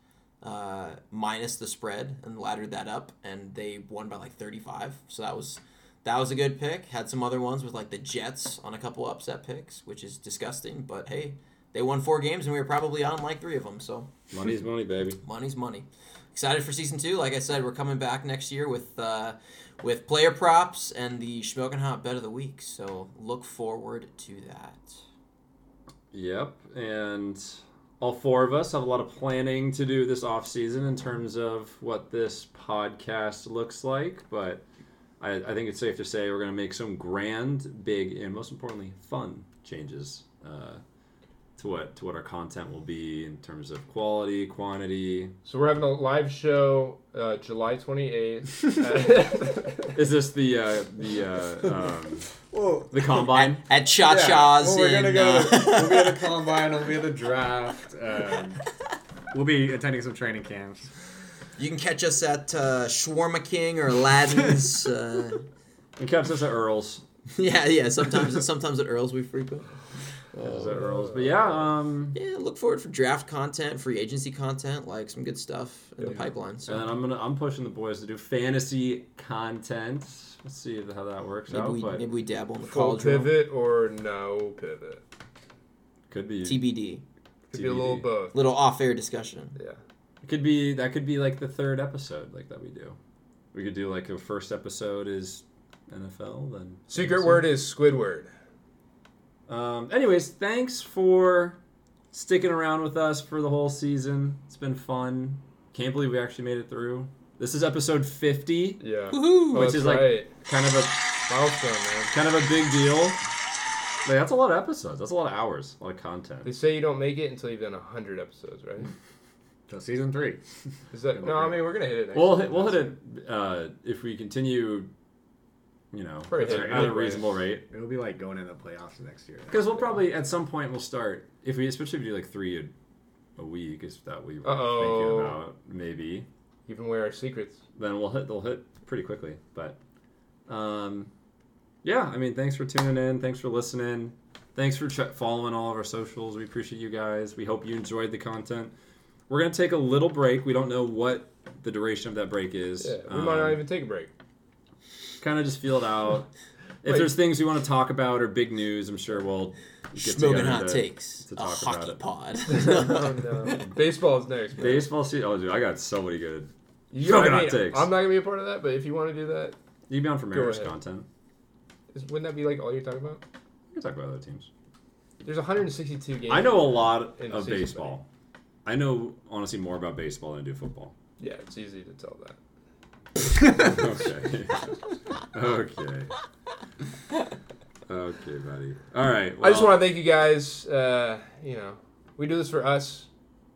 [SPEAKER 2] uh, minus the spread and laddered that up, and they won by like thirty five. So that was that was a good pick. Had some other ones with like the Jets on a couple upset picks, which is disgusting. But hey, they won four games and we were probably on like three of them. So
[SPEAKER 1] Money's money, baby.
[SPEAKER 2] Money's money. Excited for season two. Like I said, we're coming back next year with uh, with player props and the Schmokin' Hot Bet of the Week. So look forward to that.
[SPEAKER 1] Yep, and all four of us have a lot of planning to do this off season in terms of what this podcast looks like, but I, I think it's safe to say we're going to make some grand, big, and most importantly, fun changes uh, to what to what our content will be in terms of quality, quantity.
[SPEAKER 4] So we're having a live show uh, July 28th.
[SPEAKER 1] Is this the uh, the uh, um,
[SPEAKER 3] Whoa.
[SPEAKER 1] the combine?
[SPEAKER 2] At, at Cha Cha's.
[SPEAKER 3] Yeah. Well, we're gonna
[SPEAKER 2] in,
[SPEAKER 3] go.
[SPEAKER 2] uh,
[SPEAKER 3] we'll be at the combine. We'll be at the draft. Um, we'll be attending some training camps.
[SPEAKER 2] you can catch us at uh, Shawarma King or Aladdin's. Uh,
[SPEAKER 1] And kept us at Earl's.
[SPEAKER 2] yeah, yeah. Sometimes sometimes at Earl's we frequent.
[SPEAKER 1] Kept us at Earl's. But yeah, um,
[SPEAKER 2] Yeah, look forward for draft content, free agency content, like some good stuff in the pipeline. So
[SPEAKER 1] And then I'm gonna I'm pushing the boys to do fantasy content. Let's see how that works
[SPEAKER 2] maybe,
[SPEAKER 1] out,
[SPEAKER 2] we,
[SPEAKER 1] but
[SPEAKER 2] maybe we dabble in the
[SPEAKER 4] Full
[SPEAKER 2] college realm.
[SPEAKER 4] pivot or no pivot?
[SPEAKER 1] could be
[SPEAKER 2] TBD.
[SPEAKER 4] Could be a little
[SPEAKER 1] TBD.
[SPEAKER 4] both.
[SPEAKER 2] Little off air discussion.
[SPEAKER 4] Yeah.
[SPEAKER 1] could be that could be like the third episode like that we do. We could do like a first episode is NFL, then
[SPEAKER 4] Secret
[SPEAKER 1] fantasy.
[SPEAKER 4] word is Squidward.
[SPEAKER 1] Um, anyways, thanks for sticking around with us for the whole season. It's been fun. Can't believe we actually made it through. This is episode 50,
[SPEAKER 4] Yeah.
[SPEAKER 2] Woohoo!
[SPEAKER 4] Oh,
[SPEAKER 1] Which
[SPEAKER 4] that's
[SPEAKER 1] is like-
[SPEAKER 4] right.
[SPEAKER 1] kind of a
[SPEAKER 4] milestone, man.
[SPEAKER 1] kind of a big deal. Like, that's a lot of episodes. That's a lot of hours, a lot of content.
[SPEAKER 4] They say you don't make it until you've done hundred episodes, right?
[SPEAKER 3] So season three.
[SPEAKER 4] Is that no? I mean, we're gonna hit it. Next
[SPEAKER 1] We'll
[SPEAKER 4] year.
[SPEAKER 1] hit, we'll hit it uh, if we continue, you know,
[SPEAKER 4] Right,
[SPEAKER 1] at, a-
[SPEAKER 4] right,
[SPEAKER 1] at a
[SPEAKER 4] right.
[SPEAKER 1] reasonable rate.
[SPEAKER 3] It'll be like going into the playoffs next year.
[SPEAKER 1] Because we'll probably at some point we'll start if we especially if we do like three a, a week is that we were
[SPEAKER 4] Uh-oh.
[SPEAKER 1] thinking about maybe
[SPEAKER 4] Even wear our secrets.
[SPEAKER 1] then we'll hit they'll hit pretty quickly. But um, yeah, I mean, thanks for tuning in. Thanks for listening. Thanks for ch- following all of our socials. We appreciate you guys. We hope you enjoyed the content. We're gonna take a little break. We don't know what the duration of that break is.
[SPEAKER 4] Yeah. We might
[SPEAKER 1] Um,
[SPEAKER 4] not even take a break.
[SPEAKER 1] kind of just feel it out. If
[SPEAKER 4] Wait.
[SPEAKER 1] there's things we want to talk about or big news, I'm sure we'll get
[SPEAKER 2] Smoking
[SPEAKER 1] together
[SPEAKER 2] hot
[SPEAKER 1] to-
[SPEAKER 2] takes.
[SPEAKER 1] to
[SPEAKER 2] a
[SPEAKER 1] talk
[SPEAKER 2] hockey
[SPEAKER 1] about it.
[SPEAKER 2] pod.
[SPEAKER 4] Oh, no. Baseball is next. man.
[SPEAKER 1] Baseball season. Oh, dude, I got so many good.
[SPEAKER 4] You-
[SPEAKER 1] Smoking
[SPEAKER 4] I
[SPEAKER 1] hot takes.
[SPEAKER 4] I'm not gonna be a part of that, but if you want to do that,
[SPEAKER 1] You can be on for Mariners
[SPEAKER 4] ahead.
[SPEAKER 1] content.
[SPEAKER 4] is, wouldn't that be like all you're talking about?
[SPEAKER 1] We can talk about other teams.
[SPEAKER 4] There's 162 games.
[SPEAKER 1] I know a lot
[SPEAKER 4] In
[SPEAKER 1] of
[SPEAKER 4] season,
[SPEAKER 1] baseball. I know honestly more about baseball than I do football.
[SPEAKER 4] Yeah, it's easy to tell that.
[SPEAKER 1] Okay. okay. Okay, buddy. All right.
[SPEAKER 4] I just
[SPEAKER 1] well,
[SPEAKER 4] want to thank you guys. Uh, you know, we do this for us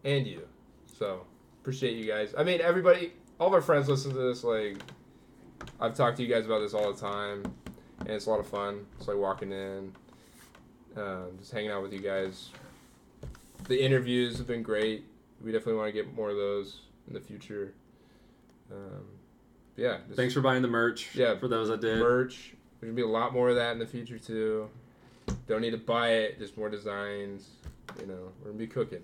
[SPEAKER 4] and you, so appreciate you guys. I mean, everybody, all of our friends listen to this. Like, I've talked to you guys about this all the time, and it's a lot of fun. It's like walking in, um, just hanging out with you guys. The interviews have been great. We definitely want to get more of those in the future. Um, yeah, this-
[SPEAKER 1] Thanks for buying the merch.
[SPEAKER 4] Yeah.
[SPEAKER 1] For those that did.
[SPEAKER 4] merch. There's gonna be a lot more of that in the future too. Don't need to buy it. Just more designs. You know, we're gonna be cooking.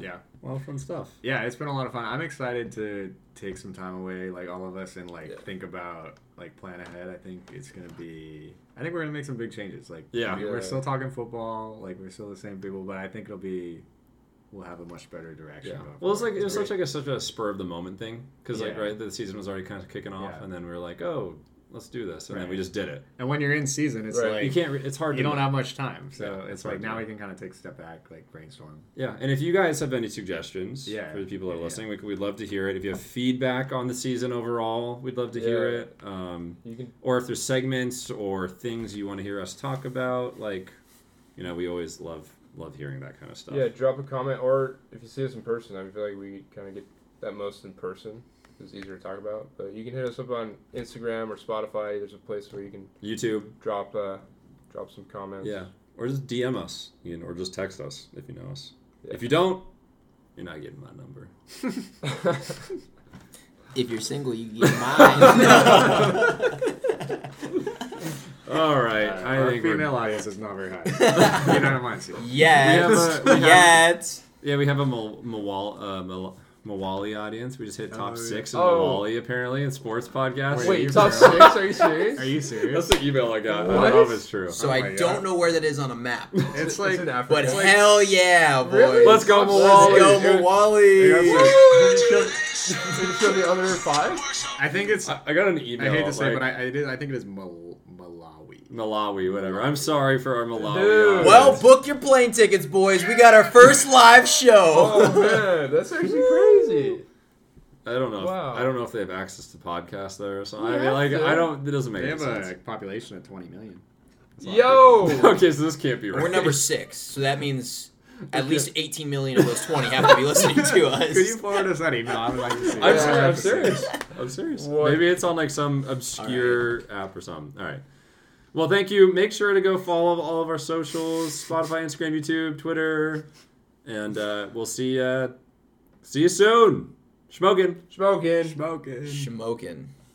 [SPEAKER 3] Yeah.
[SPEAKER 1] A lot of fun stuff.
[SPEAKER 3] Yeah, it's been a lot of fun. I'm excited to take some time away, like all of us, and like
[SPEAKER 4] Yeah.
[SPEAKER 3] think about like plan ahead. I think it's gonna be. I think we're gonna make some big changes. Like
[SPEAKER 1] Yeah.
[SPEAKER 3] I mean, we're
[SPEAKER 4] Yeah.
[SPEAKER 3] still talking football. Like we're still the same people, but I think it'll be. We'll have a much better direction.
[SPEAKER 4] Yeah.
[SPEAKER 3] Going
[SPEAKER 1] Well, it's
[SPEAKER 3] forward.
[SPEAKER 1] like it was
[SPEAKER 3] great.
[SPEAKER 1] such like a such a spur of the moment thing because like
[SPEAKER 3] Yeah.
[SPEAKER 1] right the season was already kind of kicking off
[SPEAKER 3] Yeah.
[SPEAKER 1] and then we were like oh let's do this and then we
[SPEAKER 3] Right.
[SPEAKER 1] just did it.
[SPEAKER 3] and when you're in season, it's
[SPEAKER 4] Right.
[SPEAKER 3] like
[SPEAKER 1] You can't. Re- it's hard.
[SPEAKER 3] you
[SPEAKER 1] to
[SPEAKER 3] don't have much time. So
[SPEAKER 1] Yeah,
[SPEAKER 3] it's
[SPEAKER 1] it's
[SPEAKER 3] like
[SPEAKER 1] hard to
[SPEAKER 3] now
[SPEAKER 1] do.
[SPEAKER 3] we can kind of take a step back, like brainstorm.
[SPEAKER 1] Yeah, and if you guys have any suggestions
[SPEAKER 3] Yeah.
[SPEAKER 1] for the people that are
[SPEAKER 3] Yeah.
[SPEAKER 1] listening, we could, we'd love to hear it. If you have feedback on the season overall, we'd love to hear
[SPEAKER 4] Yeah.
[SPEAKER 1] it. Um,
[SPEAKER 4] You can
[SPEAKER 1] or if there's segments or things you want to hear us talk about, like you know, we always love love hearing that kind of stuff.
[SPEAKER 4] yeah, drop a comment or if you see us in person, I feel like we kind of get that most in person. It's easier to talk about, but you can hit us up on Instagram or Spotify. There's a place where you can
[SPEAKER 1] YouTube.
[SPEAKER 4] drop uh, drop some comments.
[SPEAKER 1] Yeah. Or just DM us, you know, or just text us if you know us.
[SPEAKER 4] Yeah.
[SPEAKER 1] If you don't, You're not getting my number.
[SPEAKER 2] If you're single, you can get mine.
[SPEAKER 1] All right, I
[SPEAKER 3] Uh, Our
[SPEAKER 1] think we're-
[SPEAKER 3] female audience is not very high. you know what I'm saying?
[SPEAKER 2] yes.
[SPEAKER 1] We have a- we have-
[SPEAKER 2] yes.
[SPEAKER 1] yeah, we have a Mil- Milwau- uh, Mil- Milwaukee audience. We just hit top
[SPEAKER 3] Oh, yeah.
[SPEAKER 1] six in
[SPEAKER 4] Oh.
[SPEAKER 1] Milwaukee apparently in sports podcast.
[SPEAKER 3] Wait,
[SPEAKER 4] Wait,
[SPEAKER 3] you
[SPEAKER 4] top
[SPEAKER 3] for
[SPEAKER 4] six?
[SPEAKER 3] real?
[SPEAKER 4] Are you serious?
[SPEAKER 3] Are you serious?
[SPEAKER 1] That's the email I got. I
[SPEAKER 4] What?
[SPEAKER 1] don't know if it's true.
[SPEAKER 2] So
[SPEAKER 3] Oh
[SPEAKER 2] I
[SPEAKER 3] my
[SPEAKER 2] don't
[SPEAKER 3] God.
[SPEAKER 2] know where that is on a map.
[SPEAKER 3] it's like
[SPEAKER 4] in Africa.
[SPEAKER 2] But hell yeah, boy.
[SPEAKER 4] Really?
[SPEAKER 1] Let's go,
[SPEAKER 4] Let's
[SPEAKER 2] Let's
[SPEAKER 1] Milwaukee.
[SPEAKER 2] go,
[SPEAKER 4] dude.
[SPEAKER 2] Milwaukee.
[SPEAKER 3] Yeah, that's
[SPEAKER 2] Woo!
[SPEAKER 5] Congratulations.
[SPEAKER 4] Did you show the other five?
[SPEAKER 3] I think it's. I,
[SPEAKER 1] I got an email.
[SPEAKER 3] hate to say,
[SPEAKER 1] like,
[SPEAKER 3] but I I, did, I think it is Mal- Malawi.
[SPEAKER 1] Malawi, whatever. I'm sorry for our Malawi.
[SPEAKER 4] Dude.
[SPEAKER 1] audience.
[SPEAKER 2] Well, book your plane tickets, boys. We got our first live
[SPEAKER 4] Oh
[SPEAKER 2] show.
[SPEAKER 4] man, that's actually crazy.
[SPEAKER 1] I don't know.
[SPEAKER 4] Wow.
[SPEAKER 1] If, I don't know if they have access to podcasts there or something. I
[SPEAKER 4] Yeah,
[SPEAKER 1] mean, like,
[SPEAKER 4] dude.
[SPEAKER 1] I don't. It doesn't make
[SPEAKER 3] They
[SPEAKER 1] any
[SPEAKER 3] have
[SPEAKER 1] sense.
[SPEAKER 3] a population of 20 million. That's a lot of
[SPEAKER 4] Yo,
[SPEAKER 1] okay, so this can't be right.
[SPEAKER 2] We're number six, so that means at least 18 million of those 20 have to be listening to
[SPEAKER 3] people. Could you
[SPEAKER 2] us.
[SPEAKER 3] forward us that email? I would like to see.
[SPEAKER 1] I'm,
[SPEAKER 3] it.
[SPEAKER 4] Yeah,
[SPEAKER 1] ser-
[SPEAKER 4] I
[SPEAKER 1] I'm
[SPEAKER 4] have to
[SPEAKER 1] serious. I'm serious.
[SPEAKER 4] What?
[SPEAKER 1] Maybe it's on like some obscure app or something. All right. Well, thank you. Make sure to go follow all of our socials: Spotify, Instagram, YouTube, Twitter, and uh, we'll see. Uh, see you soon. Schmokin.
[SPEAKER 4] smoking.
[SPEAKER 3] Smoking.
[SPEAKER 2] Smoking.